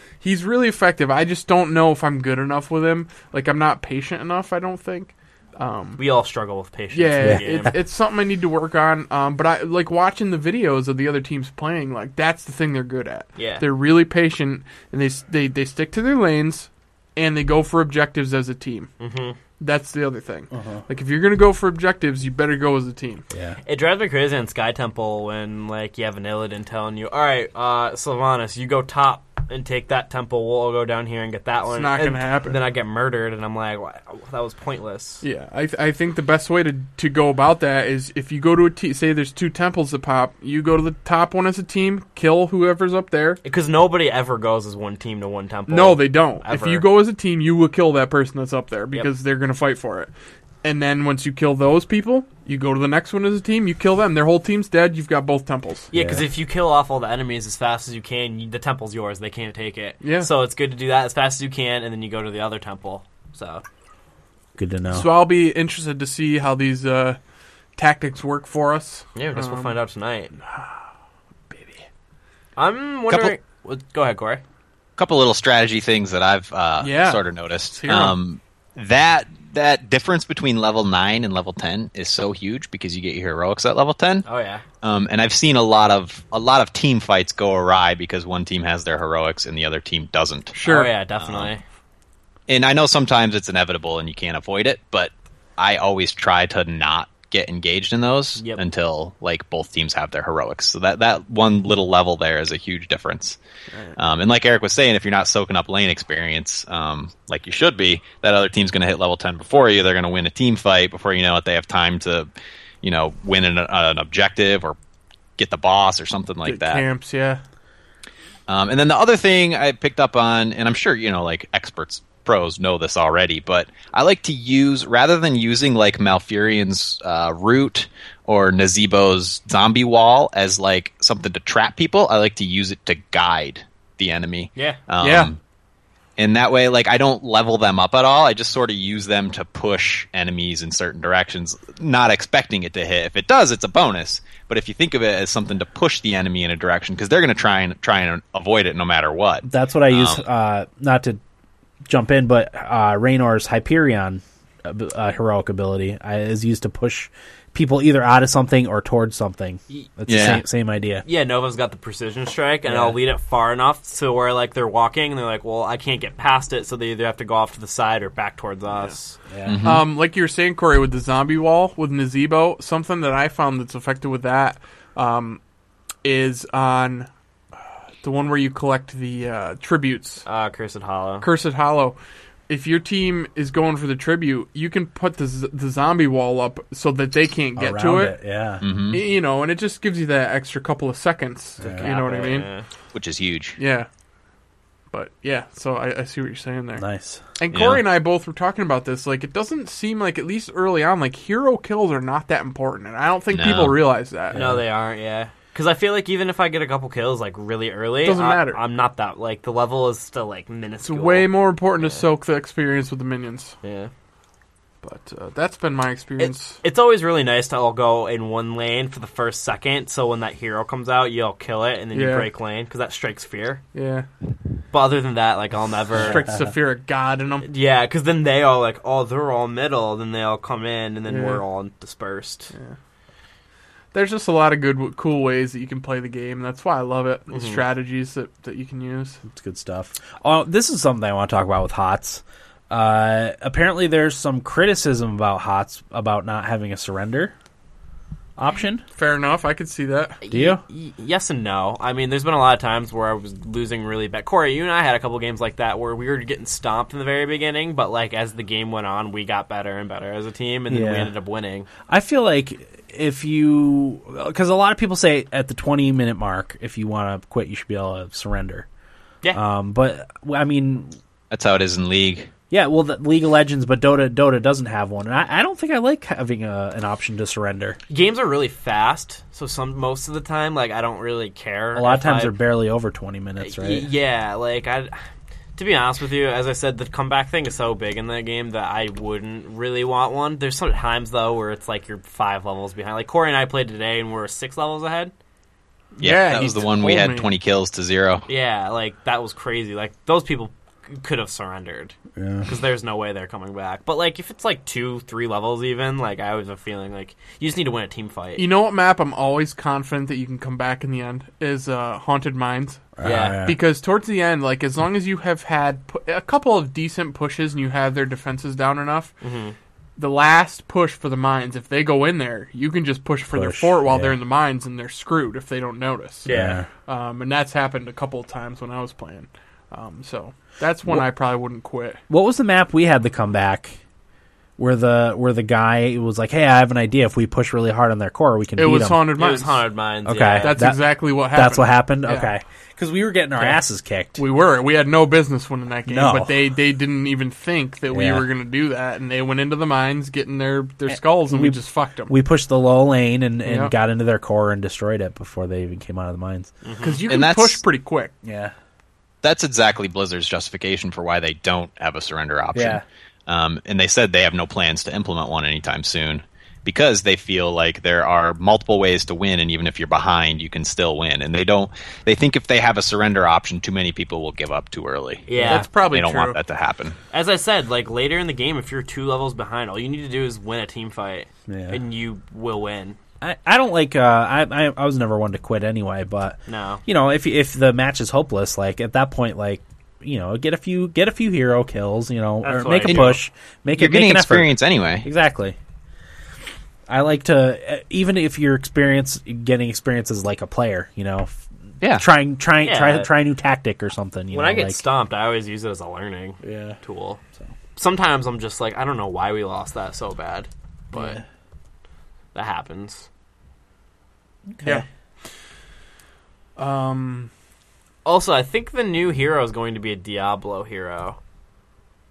he's really effective. I just don't know if I'm good enough with him. Like I'm not patient enough, I don't think. Um
we all struggle with patience.
yeah,
in the game.
It's, it's something I need to work on. Um, but I like watching the videos of the other teams playing. Like that's the thing they're good at.
Yeah.
they're really patient and they s- they they stick to their lanes and they go for objectives as a team.
Mhm.
That's the other thing. Like if you're gonna go for objectives, you better go as a team.
yeah.
It drives me crazy in Sky Temple when like you have an Illidan telling you, "All right, uh, Sylvanas, you go top and take that temple. We'll all go down here and get that one."
not
And
gonna happen.
Then I get murdered, and I'm like, wow, "That was pointless."
Yeah, I th- I think the best way to to go about that is if you go to a te- say there's two temples that pop, you go to the top one as a team, kill whoever's up there.
Because nobody ever goes as one team to one temple.
No, they don't. If
ever.
you go as a team, you will kill that person that's up there because they're going to fight for it. And then once you kill those people, you go to the next one as a team, you kill them. Their whole team's dead. You've got both temples.
Yeah, because if you kill off all the enemies as fast as you can, you, the temple's yours. They can't take it.
Yeah.
So it's good to do that as fast as you can, and then you go to the other temple. So
Good to know.
So I'll be interested to see how these uh, tactics work for us.
yeah, I guess we'll
Um,
find out tonight, baby. I'm wondering. well, Go ahead, Corey.
couple little strategy things that I've uh,
Yeah.
sort of noticed.
hear 'em.
Um, that that difference between level nine and level ten is so huge because you get your heroics at level ten,
Oh yeah.
um, and I've seen a lot of a lot of team fights go awry because one team has their heroics and the other team doesn't.
Sure.
Oh yeah, definitely.
And I know sometimes it's inevitable and you can't avoid it, but I always try to not get engaged in those
Yep.
until like both teams have their heroics. So that that one little level there is a huge difference. Um, and like Eric was saying, if you're not soaking up lane experience, um, like you should be, that other team's going to hit level 10 before you. They're going to win a team fight before you know it. They have time to, you know, win an, an objective or get the boss or something like
Good
that.
Camps, yeah.
Um, and then the other thing I picked up on, and I'm sure you know, like experts, pros know this already, but I like to use rather than using like Malfurion's uh, root or Nazebo's zombie wall as like something to trap people. I like to use it to guide the enemy.
Yeah.
Um,
Yeah.
And that way, like I don't level them up at all. I just sort of use them to push enemies in certain directions, not expecting it to hit. If it does, it's a bonus. But if you think of it as something to push the enemy in a direction, because they're going to try and try and avoid it no matter what.
That's what I use.
Um,
uh, not to jump in, but uh, Raynor's Hyperion uh, b- uh, heroic ability I, is used to push people either out of something or towards something. That's the
Yeah.
same, same idea.
Yeah, Nova's got the precision strike, and
Yeah.
I'll lead it far enough to where like they're walking, and they're like, "Well, I can't get past it," so they either have to go off to the side or back towards us.
Um, like you were saying, Corey, with the zombie wall with Nazebo, something that I found that's effective with that um, is on uh, the one where you collect the uh, tributes,
Uh, Cursed Hollow.
Cursed Hollow. If your team is going for the tribute, you can put the, z- the zombie wall up so that they can't get to
Around
it. Mm-hmm.
Yeah.
Y- You know, and it just gives you that extra couple of seconds. You know what I mean?
Yeah.
which is huge.
Yeah. But yeah, so I, I see what you're saying there.
Nice.
And
Yeah.
Corey and I both were talking about this. Like, it doesn't seem like, at least early on, like hero kills are not that important, and I don't think
No.
people realize that.
No, they aren't. Yeah, because I feel like even if I get a couple kills like really early,
Doesn't
I,
matter.
I'm not that like the level is still like
it's
minuscule.
way more important to soak the experience with the minions.
Yeah.
But uh, that's been my experience.
It's, it's always really nice to all go in one lane for the first second, so when that hero comes out, you'll kill it and then you
Yeah.
break lane because that strikes fear.
yeah,
But other than that, like I'll never
strikes the fear of God in them.
Yeah, because then they all like, oh, they're all middle. Then they all come in, and then
Yeah.
we're all dispersed.
There's just a lot of good, w- cool ways that you can play the game. and That's why I love it. The
Mm-hmm.
strategies that, that you can use.
It's good stuff. Oh, this is something I want to talk about with Hots. Uh, apparently, there's some criticism about HOTS about not having a surrender option.
Fair enough. I could see that.
Do you?
Y- yes and no. I mean, there's been a lot of times where I was losing really bad. Corey, you and I had a couple games like that where we were getting stomped in the very beginning, but like as the game went on, we got better and better as a team, and then
Yeah.
we ended up winning.
I feel like if you, because a lot of people say at the 20 minute mark, if you want to quit, you should be able to surrender.
Yeah,
Um, but I mean,
That's how it is in league.
yeah, well, the League of Legends, but Dota Dota doesn't have one, and I, I don't think I like having a, an option to surrender.
games are really fast, so some most of the time, like I don't really care.
A lot of
if
times
I-
they're barely over 20 minutes,
Y-
right?
Yeah, like I. To be honest with you, as I said, the comeback thing is so big in that game that I wouldn't really want one. There's some times though where it's like you're five levels behind. Like Corey and I played today, and we're six levels ahead.
Yeah,
Yeah,
that
he
was the one we
told
had
me.
20 kills to zero.
Yeah, like that was crazy. Like those people c- could have surrendered because there's no way they're coming back. But like if it's like two, three levels even, like I always have a feeling like you just need to win a team fight.
You know what map I'm always confident that you can come back in the end is uh, Haunted Mines.
yeah.
Because towards the end, like as long as you have had pu- a couple of decent pushes and you have their defenses down enough,
Mm-hmm.
the last push for the mines, if they go in there, you can just push for their
Push,
fort while
yeah.
they're in the mines and they're screwed if they don't notice.
Yeah.
Um, and that's happened a couple of times when I was playing. Um, so that's when I probably wouldn't quit.
What was the map we had to come back? Where the where the guy was like, "Hey, I have an idea. If we push really hard on their core, we can
It
beat
was
them."
haunted
It was
mines.
haunted mines.
Okay.
yeah.
That's
That-
exactly what happened.
That's what happened.
Yeah.
Okay, because we were getting our asses kicked.
We were. We had no business winning that game,
No.
but they, they didn't even think that we
Yeah.
were going to do that, and they went into the mines getting their, their skulls, and we,
we-
just fucked them.
we pushed the low lane and, and
Yeah.
got into their core and destroyed it before they even came out of the mines.
Mm-hmm.
Because you can
And that's-
push pretty quick.
Yeah,
That's exactly Blizzard's justification for why they don't have a surrender option.
Yeah.
Um, and they said they have no plans to implement one anytime soon because they feel like there are multiple ways to win, and even if you're behind, you can still win. And they don't. They think if they have a surrender option, too many people will give up too early.
Yeah.
That's probably
they don't
true.
want that to happen.
As I said, like later in the game, if you're two levels behind, all you need to do is win a team fight,
Yeah.
and you will win.
I, I don't like. Uh, I, I I was never one to quit anyway, but
No.
you know, if if the match is hopeless, like at that point, like you know, get a few get a few hero kills, you know, or
That's what
make
I
a
do.
push, make
You're
it make
getting
an effort.
experience anyway.
Exactly. I like to uh, even if your experience getting experience as like a player, you know, f-
Yeah.
trying trying try
Yeah.
try a new tactic or something. You
When
know,
I get
like,
stomped, I always use it as a learning
Yeah.
tool. Sometimes I'm just like, I don't know why we lost that so bad, but that happens.
Yeah. Um,
Also, I think the new hero is going to be a Diablo hero,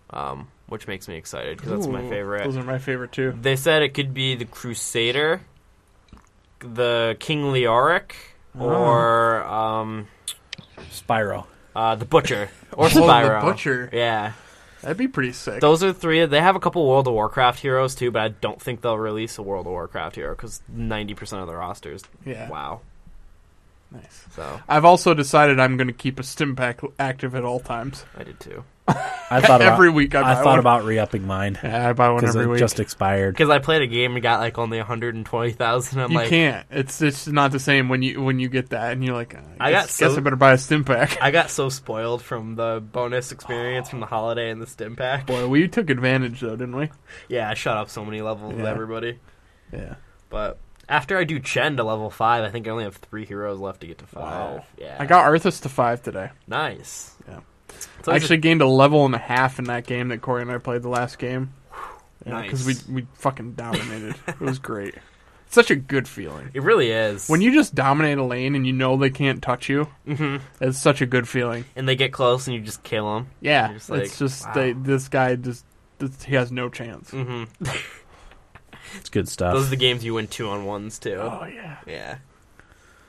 um, which makes me excited because that's my
ooh,
favorite.
Those are my favorite too.
They said it could be the Crusader, the King Leoric,
Oh.
or um,
Spyro.
uh, the Butcher, or
Oh, the
Spyro.
Butcher.
Yeah.
That'd be pretty sick.
Those are three. They have a couple World of Warcraft heroes too, but I don't think they'll release a World of Warcraft hero because ninety percent of the rosters.
Yeah.
Wow.
Nice.
So
I've also decided I'm going to keep a stim pack active at all times.
I did too
I thought about,
every week I buy
I, thought
one.
about re-upping mine
Yeah, I buy one
because
every
it
week.
just expired.
because I played a game and got like only one hundred and twenty thousand. I'm
you
like,
can't. It's just not the same when you when you get that, and you're like, uh, I,
I got
guess, guess
so-
I better buy a stim pack.
I got so spoiled from the bonus experience from the holiday and the stim pack.
Boy, we took advantage though, didn't we?
Yeah, I shot up so many levels with
Yeah.
everybody.
Yeah.
But after I do Chen to level five, I think I only have three heroes left to get to five.
Wow.
Yeah,
I got Arthas to five today.
nice.
Yeah.
So
I
it's
actually gained a level and a half in that game that Corey and I played the last game. Because
Nice.
we, we fucking dominated. it was great. Such a good feeling.
it really is
When you just dominate a lane and you know they can't touch you,
Mhm.
it's such a good feeling.
and they get close and you just kill them.
Yeah.
You're just like,
it's just
wow.
they, this guy just this, he has no chance.
hmm
It's good stuff.
Those are the games you win two on ones too.
Oh yeah.
Yeah.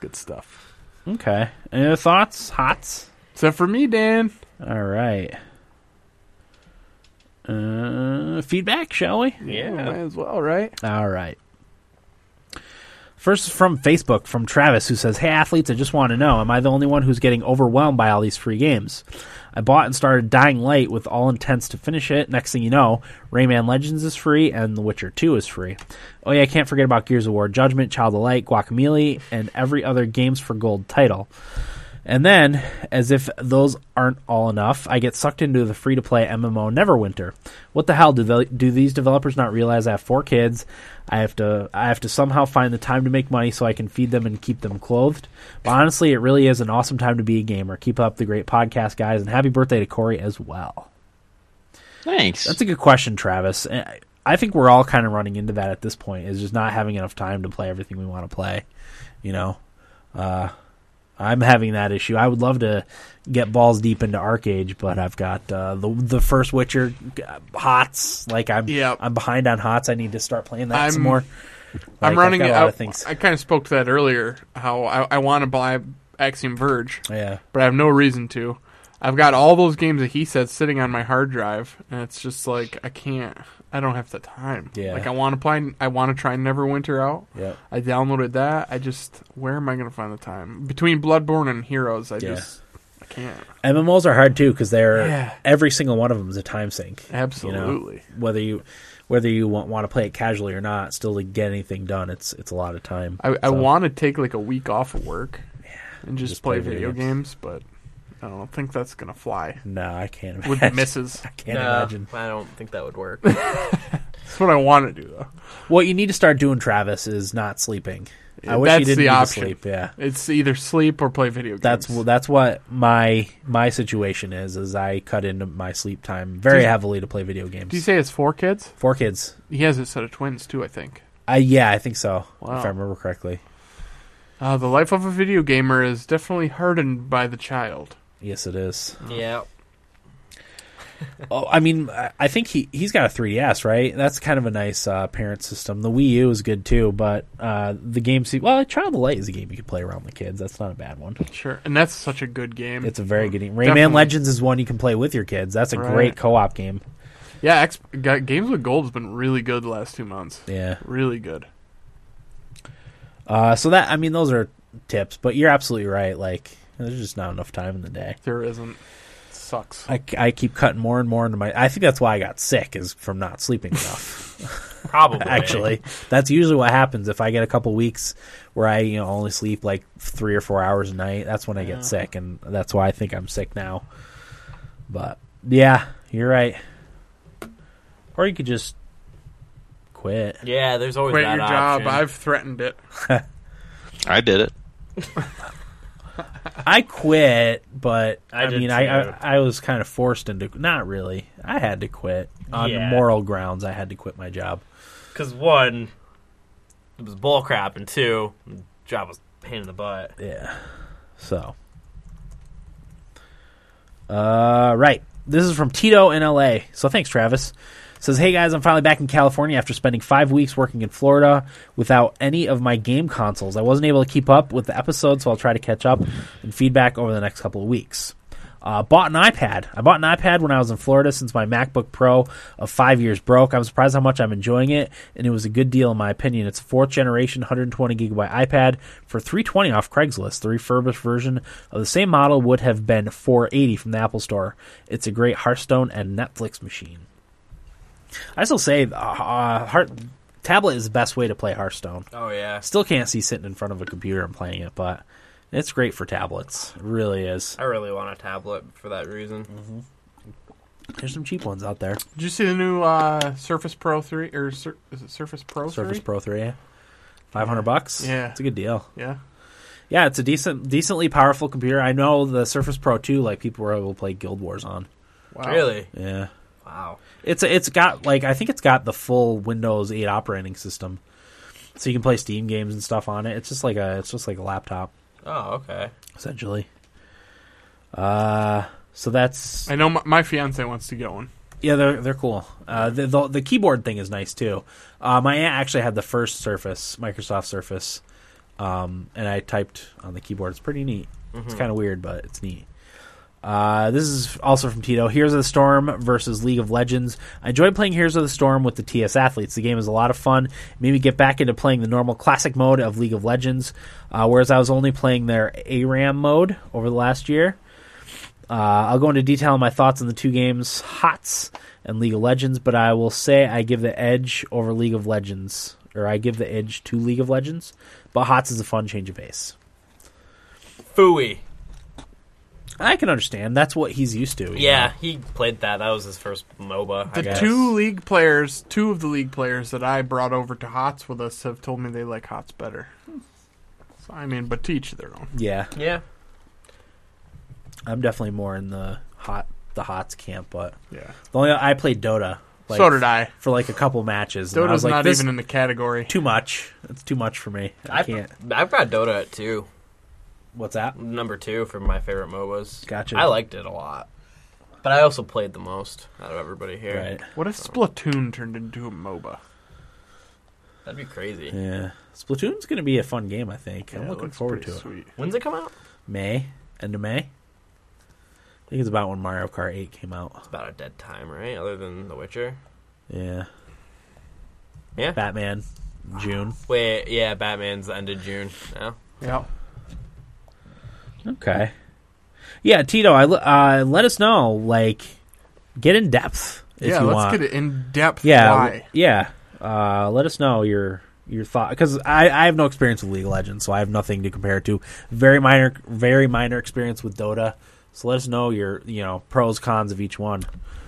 Good stuff.
Okay. Any other thoughts? Hots?
So for me, Dan,
All right. Uh, feedback, shall we?
yeah, might as well, right?
All right. First is from Facebook from Travis who says, "Hey athletes, I just want to know, am I the only one who's getting overwhelmed by all these free games? I bought and started Dying Light with all intents to finish it. Next thing you know, Rayman Legends is free and The Witcher 2 is free. Oh yeah, I can't forget about Gears of War, Judgment, Child of Light, Guacamelee, and every other Games for Gold title." And then, as if those aren't all enough, I get sucked into the free to play MMO Neverwinter. What the hell do they, do these developers not realize? I have four kids. I have to I have to somehow find the time to make money so I can feed them and keep them clothed. But honestly, it really is an awesome time to be a gamer. Keep up the great podcast, guys, and happy birthday to Corey as well.
Thanks.
That's a good question, Travis. And I- I think we're all kind of running into that at this point is just not having enough time to play everything we want to play. You know, uh, I'm having that issue. I would love to get balls deep into Arcade, but I've got uh, the the first Witcher uh, hots. Like I'm
Yep.
I'm behind on hots. I need to start playing that some
I'm-
more. Like, I've
I'm running
got
it
a lot
out.
of things.
I kind of spoke to that earlier. How I, I want to buy Axiom Verge,
yeah,
but I have no reason to. I've got all those games that he said sitting on my hard drive, and it's just like I can't. I don't have the time.
Yeah.
Like I want to play. I want to try Neverwinter out.
yeah.
I downloaded that. I just where am I going to find the time between Bloodborne and Heroes? I
Yeah.
just I can't.
MMOs are hard too because they're
Yeah.
every single one of them is a time sink. you know?
Absolutely.
whether you whether you want, want to play it casually or not, still to get anything done, it's it's a lot of time.
I, I
So-
want to take like a week off of work and just,
just
play,
play
video
video
games. but I don't think that's going to fly
No, I can't imagine.
with the misses.
I can't
Nah,
imagine.
I don't think that would work.
That's what I want to do though.
What you need to start doing, Travis, is not sleeping. I wish
That's
you didn't
the
need to
option.
sleep. Yeah,
It's either sleep or play video games.
that's wh- that's what my my situation is. Is I cut into my sleep time very
Do you-
heavily to play video games.
Do you say it's four kids?
Four kids.
He has a set of twins too, I think.
I yeah, I think so.
Wow.
If I remember correctly,
Uh, the life of a video gamer is definitely hardened by the child.
yes, it is.
yeah.
Oh, I mean, I- I think he he's got a 3ds, right? That's kind of a nice uh, parent system. The Wii U is good too, but uh, the game se- well, Child of Light is a game you can play around the kids. That's not a bad one.
Sure, and that's such a good game.
It's a very good game. Rayman
Definitely.
Legends is one you can play with your kids. That's a
Right.
great co-op game.
yeah. X, Ga- games with gold has been really good the last two months.
Yeah.
Really good.
Uh, so that I mean, those are tips, but you're absolutely right. Like, there's just not enough time in the day.
There isn't. Sucks.
I, I keep cutting more and more into my. I think that's why I got sick is from not sleeping enough.
Probably.
actually that's usually what happens if i get a couple weeks where i you know only sleep like three or four hours a night that's when i
Yeah.
get sick and that's why i think i'm sick now but yeah you're right or you could just quit
Yeah, there's always
Quit
that
your job.
option.
I've threatened it.
I did it.
i quit but i,
I did
mean I,
too.
I i was kind of forced into not really i had to quit on
Yeah.
moral grounds i had to quit my job
Because one, it was bull crap, and two, the job was a pain in the butt.
Yeah. So. Uh, right. This is from Tito in LA. So thanks, Travis. Says, hey guys, I'm finally back in California after spending five weeks working in Florida without any of my game consoles. I wasn't able to keep up with the episodes, so I'll try to catch up and feedback over the next couple of weeks. Uh, bought an iPad. I bought an iPad when I was in Florida since my MacBook Pro of five years broke. I'm surprised how much I'm enjoying it, and it was a good deal in my opinion. It's a fourth generation 120 gigabyte iPad for 320 off Craigslist. The refurbished version of the same model would have been 480 from the Apple Store. It's a great Hearthstone and Netflix machine. I still say uh, uh, heart, tablet is the best way to play Hearthstone.
Oh yeah,
Still can't see sitting in front of a computer and playing it, but it's great for tablets. It really is.
I really want a tablet for that reason.
Mm-hmm. There's some cheap ones out there.
Did you see the new uh, Surface Pro three or Sur- is it Surface Pro
Surface
three?
Pro three, yeah. five hundred bucks.
Yeah.
it's a good deal.
Yeah,
Yeah, it's a decent, decently powerful computer. I know the Surface Pro two, like people were able to play Guild Wars on.
wow.
Really?
Yeah,
Wow.
it's it's got like I think it's got the full Windows eight operating system, so you can play Steam games and stuff on it. It's just like a it's just like a laptop
Oh okay.
essentially. Uh, so that's
I know my, my fiance wants to get one.
Yeah, they're they're cool. Uh, the, the the keyboard thing is nice too. Uh, my aunt actually had the first Surface, Microsoft Surface, um, and I typed on the keyboard. It's pretty neat. It's kind of weird, but it's neat. Uh, this is also from Tito. Heroes of the Storm versus League of Legends. I enjoyed playing Heroes of the Storm with the TS athletes. The game is a lot of fun. Made me get back into playing the normal classic mode of League of Legends, uh, whereas I was only playing their ARAM mode over the last year. Uh, I'll go into detail on my thoughts on the two games, HOTS and League of Legends, but I will say I give the edge over League of Legends, or I give the edge to League of Legends. But HOTS is a fun change of pace.
Fooey.
I can understand. That's what he's used to. you
Yeah, he played that. That was his first MOBA. I
The
guess.
two league players, two of the league players that I brought over to Hots with us have told me they like Hots better. So, I mean, but to each their own.
know? Yeah.
Yeah.
I'm definitely more in the hot the hots camp, but
Yeah.
the only I played Dota. Like,
so did I.
for like a couple matches. and I was
Dota's
like,
not
this
even in the category.
too much. It's too much for me. I,
I-
can't.
I brought Dota at two,
What's that?
number two for my favorite MOBAs.
Gotcha.
I liked it a lot, but I also played the most out of everybody here.
Right.
What if Splatoon turned into a MOBA?
That'd be crazy.
Yeah. Splatoon's going to be a fun game, I think.
Yeah,
I'm
it
looking
looks
forward to
pretty
it.
Sweet.
When's it come out?
May, end of May. I think it's about when Mario Kart 8 came out.
It's about a dead time, right? Other than The Witcher.
Yeah.
Yeah.
Batman, June.
Wait, yeah, Batman's the end of June. No.
Yeah.
Okay. Yeah, Tito, I, l- uh, let us know. Like, get in depth if
yeah,
you
let's
want.
get it in depth.
yeah, w-
Why?
yeah. Uh, let us know your your thought because I, I have no experience with League of Legends, so I have nothing to compare it to. Very minor, very minor experience with Dota. So let us know your you know pros cons of each one.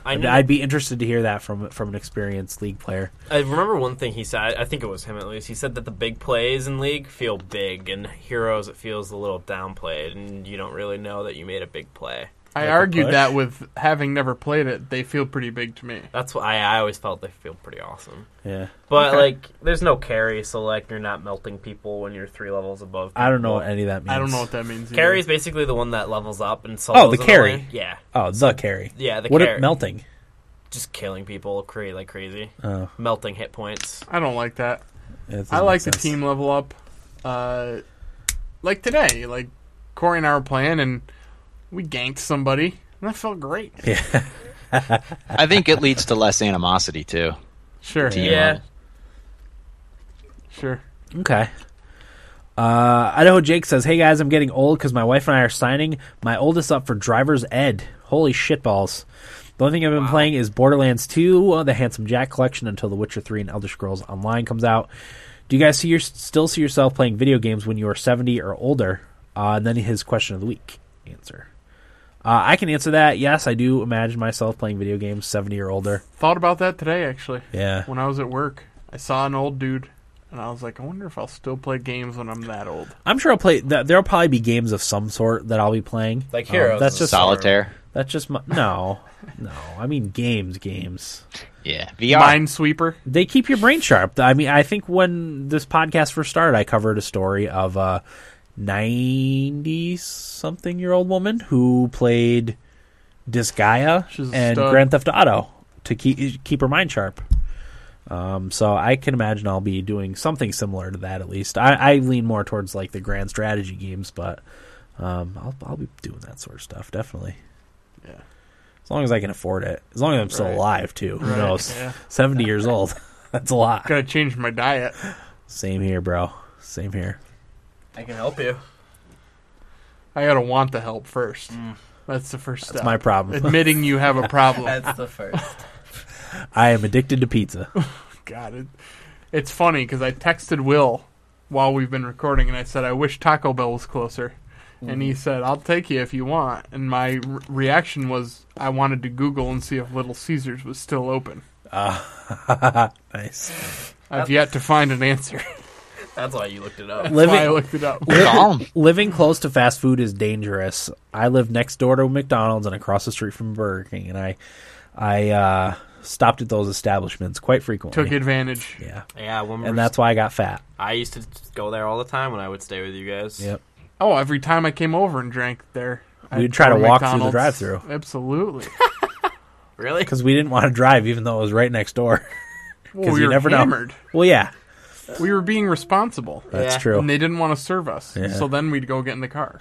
I,
I'd,
knew-
I'd be interested to hear that from from an experienced league player.
I remember one thing he said. I think it was him at least. He said that the big plays in League feel big, and Heroes it feels a little downplayed, and you don't really know that you made a big play.
I
Like a
argued
push?
that with having never played it, they feel pretty big to me.
That's what I, I always felt they feel pretty awesome.
Yeah,
But
Okay.
like, there's no carry, so like, you're not melting people when you're three levels above.
I don't know
people.
what any of that means.
I don't know what that means. either.
Carry is basically the one that levels up and solos.
Oh, the
in a
carry.
way. Yeah,
Oh, the carry.
yeah. The
what
carry.
it melting?
Just killing people, crazy like crazy.
Oh,
Melting hit points.
I don't like that.
yeah, this
I
doesn't
like
make
the
sense.
team level up. Uh, like today, like Corey and I were playing, and we ganked somebody, and that felt great.
I think it leads to less animosity too.
Sure,
Team
Yeah.
level.
sure.
Okay. Uh, Idaho Jake says, "Hey guys, I'm getting old because my wife and I are signing my oldest up for driver's ed. Holy shitballs! The only thing I've been playing is Borderlands 2, uh, the Handsome Jack collection, until The Witcher 3 and Elder Scrolls Online comes out. Do you guys see your still see yourself playing video games when you are 70 or older?" Uh, and then his question of the week answer. Uh, I can answer that. Yes, I do imagine myself playing video games 70 or older.
Thought about that today, actually.
Yeah.
When I was at work, I saw an old dude, and I was like, I wonder if I'll still play games when I'm that old.
I'm sure I'll play. Th- there'll probably be games of some sort that I'll be playing.
Like
Um,
Heroes
that's
is
just
Solitaire.
That's just my, no, no. I mean games, games.
Yeah. VR.
Ah.
Minesweeper.
They keep your brain sharp. I mean, I think when this podcast first started, I covered a story of a ninety-something-year-old woman who played Disgaea
She's a
and
stud.
Grand Theft Auto to keep keep her mind sharp. Um, so I can imagine I'll be doing something similar to that at least. I, I lean more towards like the grand strategy games, but um, I'll I'll be doing that sort of stuff definitely.
Yeah.
As long as I can afford it. As long as I'm still
Right.
alive too. Who
Right,
knows?
yeah.
Seventy years old. That's a lot.
Gotta change my diet.
Same here, bro. Same here.
I can help you.
I gotta want the help first. That's the first step.
That's my problem.
Admitting you have a problem.
That's the first.
I am addicted to pizza.
God, it, it's funny because I texted Will while we've been recording, and I said I wish Taco Bell was closer, and
Mm-hmm.
he said I'll take you if you want. And my re- reaction was I wanted to Google and see if Little Caesars was still open.
nice.
I've yet to find an answer.
That's why you looked it up.
That's why I
Living
looked it up.
Call 'em.
living close to fast food is dangerous. I live next door to McDonald's and across the street from Burger King and I I uh stopped at those establishments quite frequently.
Took advantage.
Yeah.
Yeah, when we
And
were-
that's why I got fat.
I used to go there all the time when I would stay with you guys.
Yep.
Oh, every time I came over and drank there,
We'd
I'd
try
go
to walk through the
McDonald's.
drive-thru.
Absolutely.
Really?
Cuz we didn't want to drive even though it was right next door.
Well, we
you
were
never know.
hammered.
well, yeah.
We were being responsible.
That's
Yeah.
true.
And they didn't want to serve us.
Yeah.
So then we'd go get in the car.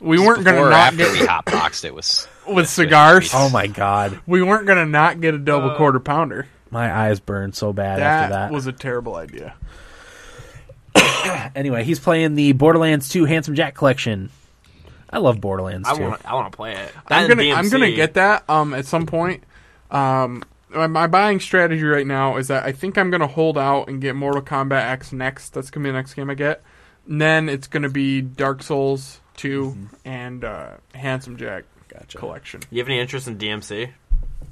we weren't going to
Before or
not
after
get
we hot boxed, it was
with cigars.
Oh my god.
We weren't going to not get a
Uh,
double quarter pounder.
My eyes burned so bad
That,
after that.
was a terrible idea.
Anyway, he's playing the Borderlands 2 Handsome Jack collection. I love Borderlands
I
2.
want. I want to play it. That
I'm
and
gonna I'm
DMC.
gonna get that um at some point. Um, my, my buying strategy right now is that I think I'm gonna hold out and get Mortal Kombat X next. That's gonna be the next game I get. And then it's going to be Dark Souls 2
Mm-hmm.
and uh, Handsome Jack
Gotcha.
collection.
You have any interest in DMC?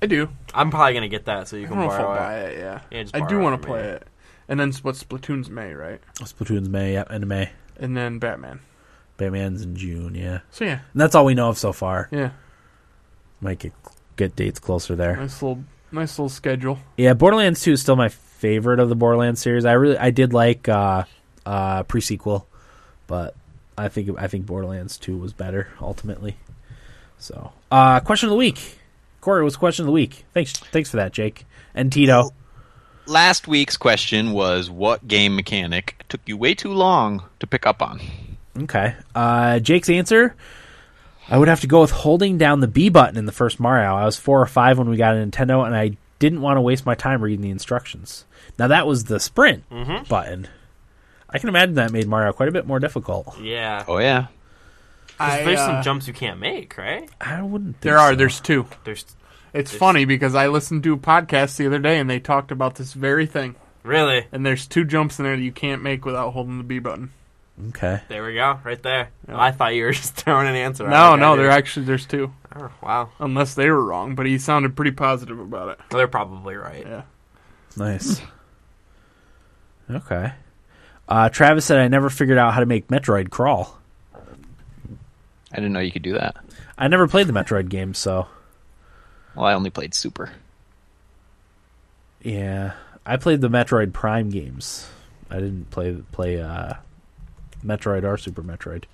I do.
I'm probably gonna get that, so you
I
can
don't know if I'll
borrow it.
buy it, yeah.
Yeah, just
I do
borrow it
want to
from
play
me.
it. And then what Splatoon's May, right?
Splatoon's May, yeah, end of May.
And then Batman.
Batman's in June, yeah.
So yeah,
And that's all we know of so far.
yeah.
Might get get dates closer there.
Nice little nice little schedule.
Yeah, Borderlands Two is still my favorite of the Borderlands series. I really I did like uh uh prequel, but I think I think Borderlands Two was better ultimately. So uh question of the week. Corey was question of the week. Thanks thanks for that, Jake. And Tito.
Last week's question was what game mechanic took you way too long to pick up on?
Okay. Uh, Jake's answer I would have to go with holding down the B button in the first Mario. I was four or five when we got a Nintendo, and I didn't want to waste my time reading the instructions. Now, that was the sprint
Mm-hmm.
button. I can imagine that made Mario quite a bit more difficult.
Yeah,
Oh yeah.
I,
there's
uh,
some jumps you can't make, right?
I wouldn't think
there are.
so.
There's two.
There's
It's funny because I listened to a podcast the other day and they talked about this very thing.
really.
And there's two jumps in there that you can't make without holding the B button.
Okay.
There we go, right there.
Yeah.
I thought you were just throwing an answer.
No,
out like I
no,
did.
there actually there's two.
Oh, wow,
Unless they were wrong, but he sounded pretty positive about it.
they're probably right.
Yeah.
Nice. Okay. Uh, Travis said, I never figured out how to make Metroid crawl.
I didn't know you could do that.
I never played the Metroid game, so.
Well, I only played Super.
Yeah, I played the Metroid Prime games. I didn't play play uh, Metroid or Super Metroid.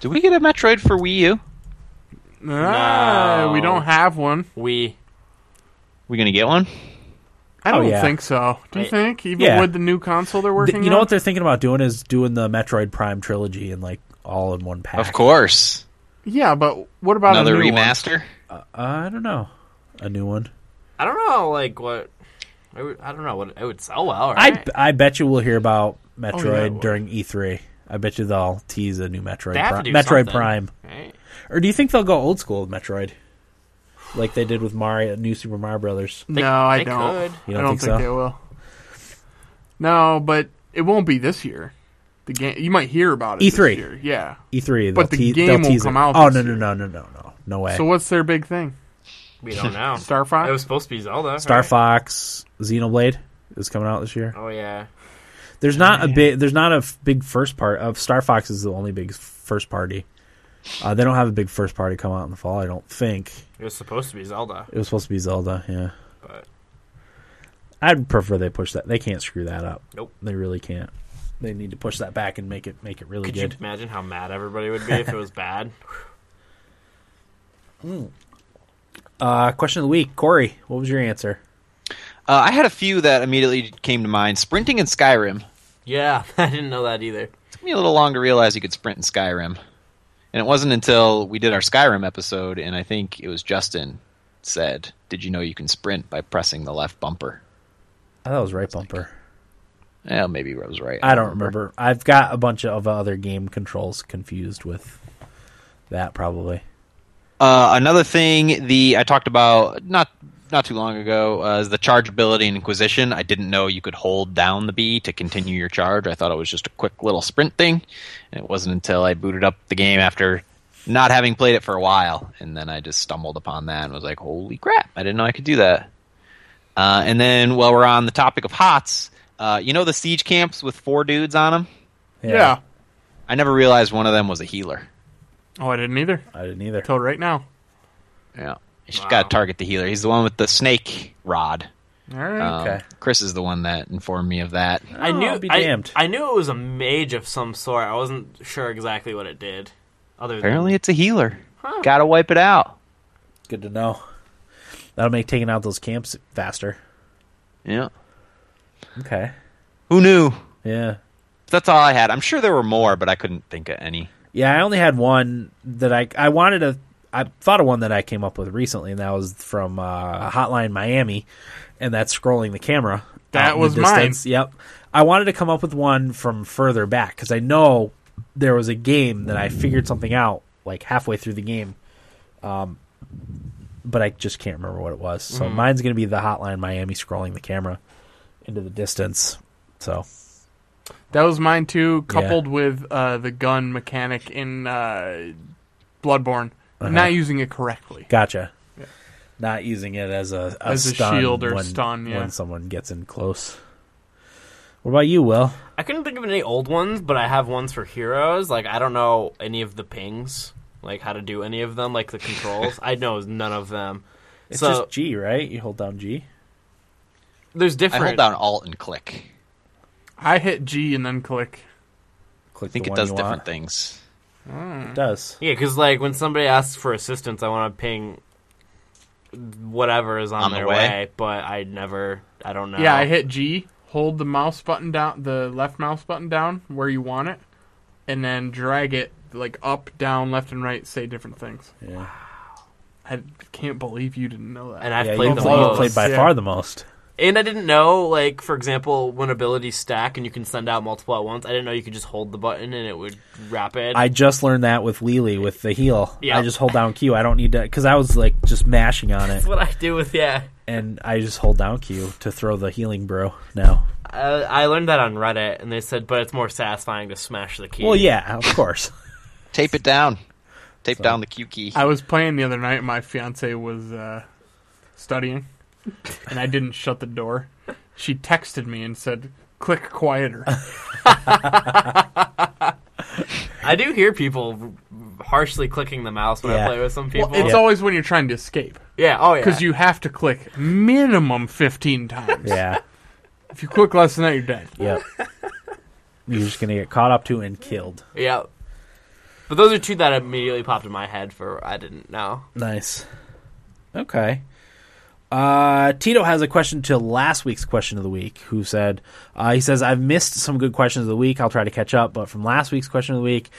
Did we get a Metroid for Wii U?
Ah, we don't have one.
We
We gonna get one?
I
Oh,
don't
yeah.
think so. Do you
I-
think? Even
Yeah.
with the new console they're
Th-
working
you know
on?
what they're thinking about doing is doing the Metroid Prime trilogy in like all in one pack.
Of course.
yeah, but what about
Another
a new one?
remaster?
Uh, I don't know. A new one.
I don't know, like what. I, would, I don't know what it would sell well.
I
Right?
I bet you we'll hear
Oh,
about Metroid
it will.
during E3. I bet you they'll tease a new Metroid
They have
Pri-
to do
Metroid
something.
Prime.
Right?
Or do you think they'll go old school with Metroid? Like they did with Mario New Super Mario Brothers.
No, I
they
don't.
could.
You
I
don't
don't
think
think,
so?
they will. No, but it won't be this year. The game you might hear about it.
E3.
This year. Yeah.
E3
But
E they'll te-
the game
they'll
will
tease
come
it.
out
Oh
this
no no
year.
no no no no. No way.
So what's their big thing?
We don't know.
Star Fox.
It was supposed to be Zelda.
Star
right?
Fox Xenoblade is coming out this year.
Oh yeah.
There's not a big there's not a f- big first part of Star Fox is the only big f- first party. Uh, they don't have a big first party come out in the fall, I don't think.
It was supposed to be Zelda,
It was supposed to be Zelda, yeah.
but
I'd prefer they push that. They can't screw that up.
Nope.
They really can't. They need to push that back and make it make it really
could
good.
you imagine how mad everybody would be if it was bad?
Uh, question of the week, Corey. What was your answer?
Uh, I had a few that immediately came to mind. Sprinting in Skyrim.
Yeah, I didn't know that either.
took me a little long to realize you could sprint in Skyrim. And it wasn't until we did our Skyrim episode, and I think it was Justin said, Did you know you can sprint by pressing the left bumper?
I thought it was right bumper.
Yeah, maybe I was right.
I don't remember. I've got a bunch of other game controls confused with that probably.
Uh, another thing the I talked about not not too long ago uh, is the chargeability in Inquisition. I didn't know you could hold down the B to continue your charge. I thought it was just a quick little sprint thing. And it wasn't until I booted up the game after not having played it for a while, and then I just stumbled upon that and was like, "Holy crap! I didn't know I could do that." Uh, and then while we're on the topic of HOTS, uh, you know the siege camps with four dudes on them.
yeah.
I never realized one of them was a healer.
Oh, I didn't either.
I didn't either.
Till right now.
Yeah, you just
Wow.
got to target the healer. He's the one with the snake rod.
All right.
Um,
Okay.
Chris is the one that informed me of that.
I
Oh,
knew
I'll be
I-
damned.
I, knew it was a mage of some sort. I wasn't sure exactly what it did. Other
Apparently, it's a healer. Got to wipe it out.
Good to know. That'll make taking out those camps faster.
Yeah.
Okay.
Who knew?
Yeah.
That's all I had. I'm sure there were more, but I couldn't think of any.
Yeah, I only had one that I I wanted to I thought of one that I came up with recently and that was from uh, Hotline Miami and that's scrolling the camera.
That
out in
was
the
mine.
distance. Yep. I wanted to come up with one from further back cuz I know there was a game that I figured something out like halfway through the game. Um but I just can't remember what it was. So
Mm-hmm.
mine's going to be the Hotline Miami scrolling the camera into the distance. So
That was mine too,
Yeah.
coupled with uh, the gun mechanic in uh, Bloodborne, not using it correctly.
Gotcha. Not using it as a, a
As a
stun
shield or
when,
stun, yeah.
when someone gets in close. What about you, Will?
I couldn't think of any old ones, but I have ones for heroes. Like I don't know any of the pings, like how to do any of them, like the controls. I know none of them.
It's
so
just G, right? You hold down G.
there's
I
different.
hold down Alt and click.
I hit G and then click.
Click
I think
the
it
one
does
you
different
want.
things.
It does.
Yeah, because like when somebody asks for assistance, I want to ping whatever is on,
On the
their
way?
but I never, I don't know.
Yeah, I hit G, hold the mouse button down, the left mouse button down where you want it, and then drag it like up, down, left, and right. Say different things.
Yeah.
I can't believe you didn't know that.
and I've
yeah,
played
you
the
played-
you
most.
played by
Yeah.
far the most.
and I didn't know, like for example, when abilities stack and you can send out multiple at once. I didn't know you could just hold the button and it would rapid.
I just learned that with Lily with the heel.
Yeah.
I just hold down Q. I don't need to because I was like just mashing on it,
That's what I do with yeah.
and I just hold down Q to throw the healing bro now.
I, I learned that on Reddit, and they said, but it's more satisfying to smash the key.
Well, yeah, of course.
Tape it down. Tape down the Q key.
I was playing the other night. My fiance was uh, studying, and I didn't shut the door. She texted me and said, "Click quieter."
I do hear people harshly clicking the mouse when
Yeah.
I play with some people.
well, it's always when you're trying to escape
yeah, oh yeah.
because you have to click minimum 15 times.
Yeah,
If you click less than that, you're dead.
yep. You're just gonna get caught up to and killed.
Yeah. But those are two that immediately popped in my head for I didn't know.
Nice. Okay. Uh, Tito has a question to last week's question of the week. Who said uh, he says I've missed some good questions of the week. I'll try to catch up, but from last week's question of the week,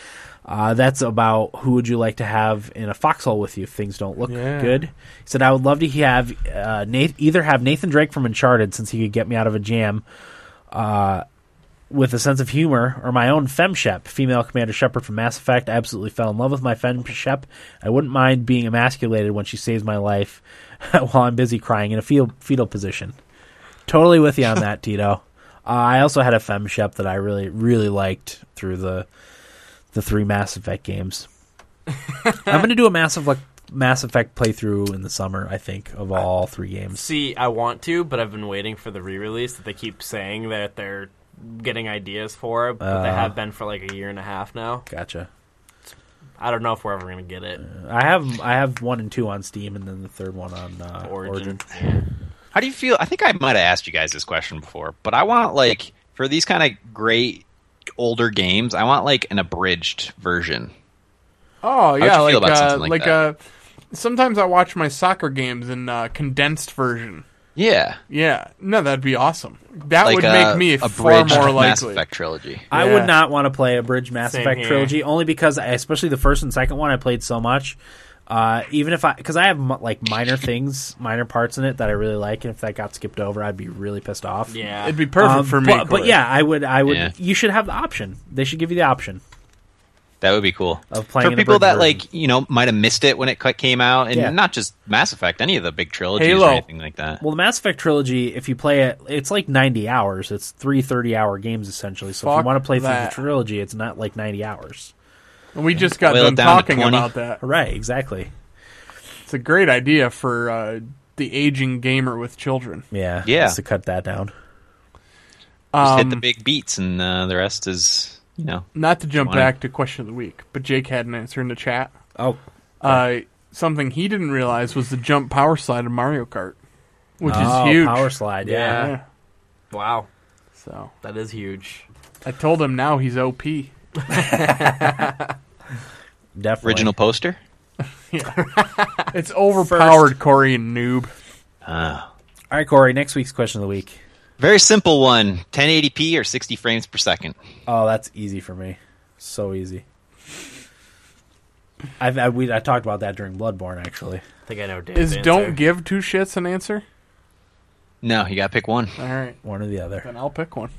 uh, that's about who would you like to have in a foxhole with you if things don't look
Yeah.
good. He said I would love to have uh, Nath- either have Nathan Drake from Uncharted since he could get me out of a jam. Uh, with a sense of humor, or my own Fem Shep, female Commander Shepard from Mass Effect. I absolutely fell in love with my Fem Shep. I wouldn't mind being emasculated when she saves my life while I'm busy crying in a fetal, fetal position. Totally with you on that, Tito. Uh, I also had a Fem Shep that I really, really liked through the the three Mass Effect games. I'm going to do a Mass Effect Mass Effect playthrough in the summer. I think of all three games.
See, I want to, but I've been waiting for the re-release that they keep saying that they're getting ideas for, but they
Uh.
have been for like a year and a half now.
Gotcha.
I don't know if we're ever going to get it.
I have I have one and two on Steam, and then the third one on uh,
Origin.
Origin.
How do you feel? I think I might have asked you guys this question before, but I want like for these kind of great older games, I want like an abridged version.
Oh
you
yeah,
feel
like
about
uh,
something
like,
like
uh,
that?
sometimes I watch my soccer games in uh, condensed version.
Yeah,
Yeah, no, that'd be awesome. That
like
would
uh,
make me
abridged
far more
Mass
likely.
Effect trilogy.
I
Yeah.
would not want to play a Bridge Mass
Same
Effect
here.
trilogy only because, I, especially the first and second one, I played so much. Uh, even if I, because I have mi- like minor things, minor parts in it that I really like, and if that got skipped over, I'd be really pissed off.
Yeah.
It'd be perfect
Um,
for me.
but, but
Corey.
yeah, I would. I would.
Yeah.
You should have the option. They should give you the option.
That would be cool.
Of playing an
for people
abridged
that
version.
like you know might have missed it when it cu- came out, and
Yeah.
not just Mass Effect, any of the big trilogies
Halo.
or anything like that.
Well, the Mass Effect trilogy, if you play it, it's like ninety hours. It's three 30 hour games essentially. So if
Fuck
you want to play
that.
through the trilogy, it's not like ninety hours.
And we just got
Boil it
done
down to
talking
20.
about that.
Right? Exactly.
It's a great idea for uh, the aging gamer with children.
Yeah.
Yeah.
just To cut that down.
just
Um,
hit the big beats, and uh, the rest is you know.
Not to jump
Wanna-
back to question of the week, but Jake had an answer in the chat.
Oh,
Uh, something he didn't realize was the jump power slide of Mario Kart, which
oh,
is huge.
Power slide. yeah.
Yeah. Wow.
So
That is huge.
I told him now he's OP.
definitely.
Original poster.
It's overpowered, Corey and noob.
Ah.
All right, Corey. Next week's question of the week.
very simple one: 1080p or 60 frames per second.
Oh, that's easy for me. So easy. I've, I we I talked about that during Bloodborne actually.
I think I know Dave's
Is
answer.
don't give two shits an answer?
No, you got to pick one.
All right,
One or the other.
then I'll pick one.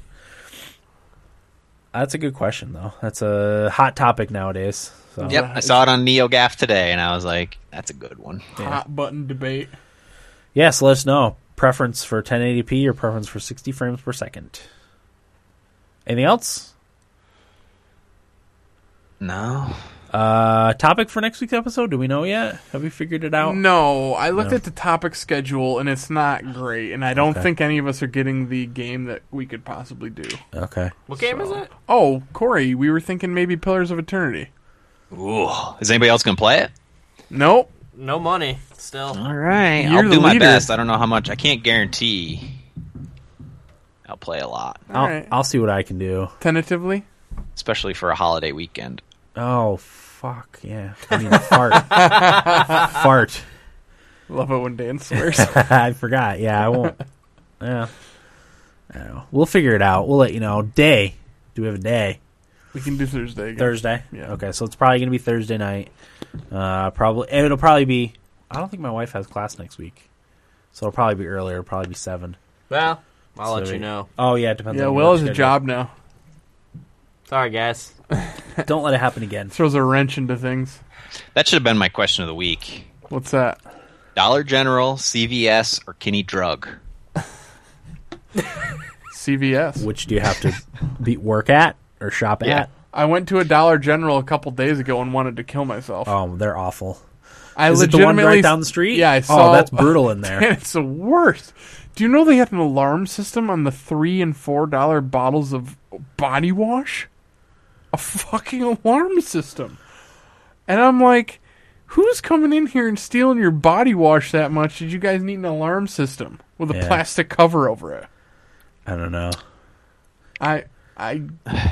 That's a good question though. That's a hot topic nowadays. So
Yep, I saw it on NeoGAF today, and I was like, "That's a good one."
Hot button debate.
yes, let us know preference for 1080p or preference for 60 frames per second. Anything else?
No.
Uh, topic for next week's episode? Do we know yet? Have we figured it out?
No, I looked
No.
at the topic schedule and it's not great, and I don't
Okay.
think any of us are getting the game that we could possibly do.
Okay.
What game is
So-
it?
Oh, Corey, we were thinking maybe Pillars of Eternity.
Ooh. Is anybody else gonna play it?
Nope.
No money. Still.
All right.
You're
I'll
the
do my
leader.
best. I don't know how much. I can't guarantee. I'll play a lot,
I'll,
All right.
I'll see what I can do.
Tentatively.
especially for a holiday weekend.
Oh fuck yeah! I mean fart, fart.
Love it when Dan swears.
I forgot. Yeah, I won't. Yeah, I don't know. We'll figure it out. We'll let you know. Day. Do we have a day?
we can do Thursday again.
Thursday.
Yeah.
Okay, so it's probably gonna be Thursday night. Uh, probably and it'll probably be. I don't think my wife has class next week, so it'll probably be earlier. It'll probably be seven.
Well, I'll let
So
you
we-
know.
Oh yeah, it depends.
Yeah,
on
Will
your
has a
schedule.
job now.
Sorry, guys.
Don't let it happen again.
Throws a wrench into things.
That should have been my question of the week.
What's that?
Dollar General, CVS, or Kinney Drug?
CVS.
Which do you have to be work at or shop
Yeah.
at?
I went to a Dollar General a couple days ago and wanted to kill myself.
Oh, they're awful.
I
Is it the one
legitimately
right down the street?
Yeah, I
Oh,
saw.
that's brutal in there.
And it's the worst. Do you know they have an alarm system on the three and four dollar bottles of body wash? A fucking alarm system. And I'm like, who's coming in here and stealing your body wash that much? Did you guys need an alarm system with a
Yeah.
plastic cover over it?
I don't know.
I, I,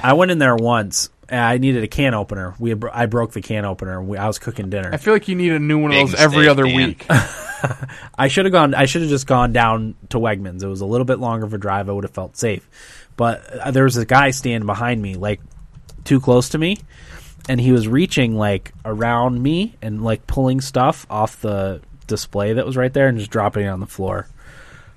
I went in there once. and I needed a can opener. We bro- I broke the can opener. We, I was cooking
I
dinner.
feel like you need a new one of
Big
those every
mistake,
other
Dan.
week.
I should have gone. I should have just gone down to Wegmans. It was a little bit longer of a drive. I would have felt safe. But uh, there was a guy standing behind me, like too close to me, and he was reaching like around me and like pulling stuff off the display that was right there and just dropping it on the floor.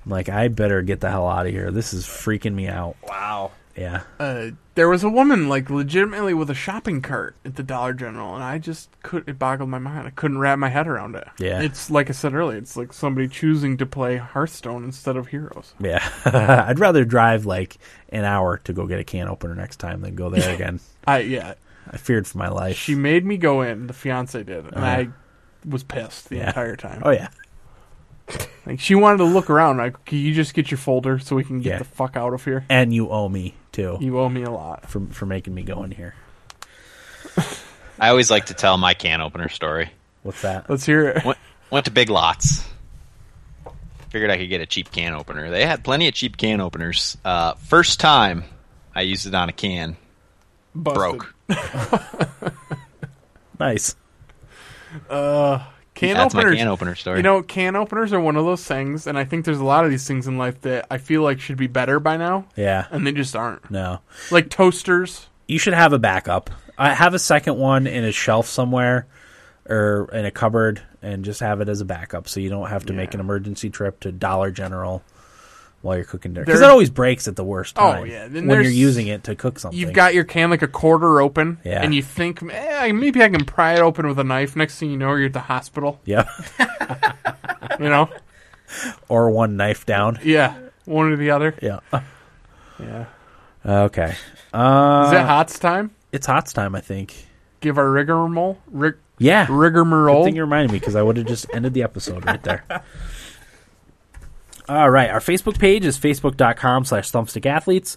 I'm like, I better get the hell out of here. This is freaking me out.
Wow.
Yeah.
uh, there was a woman like legitimately with a shopping cart at the Dollar General, and I just could it boggled my mind. I couldn't wrap my head around it.
Yeah.
it's like I said earlier, it's like somebody choosing to play Hearthstone instead of Heroes.
Yeah, I'd rather drive like an hour to go get a can opener next time than go there again.
I yeah,
I feared for my life.
she made me go in. The fiance did, and
Uh-huh.
I was pissed the
Yeah.
entire time.
oh yeah,
Like she wanted to look around. Like, can you just get your folder so we can get
Yeah.
the fuck out of here?
and you owe me too
You owe me a lot.
for for making me go in here.
I always like to tell my can opener story.
What's that?
Let's hear it.
Went, went to Big Lots. Figured I could get a cheap can opener. They had plenty of cheap can openers. Uh, first time I used it on a can,
Busted.
broke.
Nice.
Can
That's my
openers.
can opener story.
You know, can openers are one of those things, and I think there's a lot of these things in life that I feel like should be better by now,
Yeah.
and they just aren't.
No,
Like toasters.
you should have a backup. I have a second one in a shelf somewhere or in a cupboard, and just have it as a backup, so you don't have to make
Yeah.
an emergency trip to Dollar General while you're cooking dinner. Because
There-
it always breaks at the worst
Oh,
time.
yeah, then
when you're
there's-
using it to cook something.
You've got your can like a quarter open,
Yeah.
and you think eh, maybe I can pry it open with a knife. Next thing you know, you're at the hospital.
yeah,
You know,
or one knife down.
yeah, one or the other.
Yeah.
Yeah,
Uh, Okay.
is
Uh,
that Hots time?
It's Hots time, I think.
Give our rigmarole, rig,
Yeah. Good
rigmarole.
thing you reminded me because I would have just ended the episode right there. All right. Our Facebook page is facebook.com slash thumbstickathletes.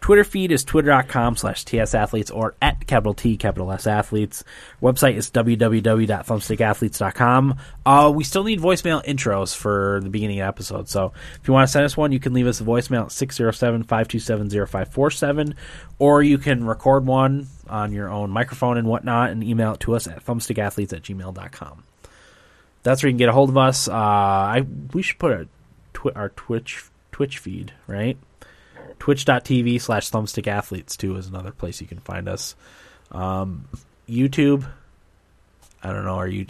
Twitter feed is twitter.com slash tsathletes or at capital T, capital S athletes. Website is www.thumbstickathletes.com. Uh, we still need voicemail intros for the beginning of episodes. So if you want to send us one, you can leave us a voicemail at 607 527 0547, or you can record one on your own microphone and whatnot and email it to us at thumbstickathletes at gmail.com. That's where you can get a hold of us. Uh, I we should put our, twi- our Twitch Twitch feed right. Twitch.tv slash thumbstick athletes too is another place you can find us. Um, YouTube. I don't know. Are you?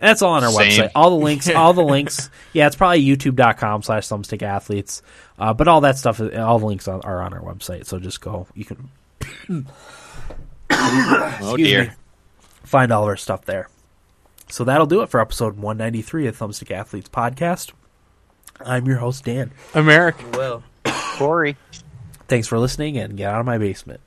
That's all on our
Same.
website. All the links. All the links. Yeah, it's probably YouTube.com slash thumbstick athletes. Uh, but all that stuff. All the links are- are on our website. So just go. You can
oh
excuse
dear.
me. find all of our stuff there. So that'll do it for episode 193 of Thumbstick Athletes Podcast. I'm your host, Dan.
American.
Will.
Corey.
Thanks for listening and get out of my basement.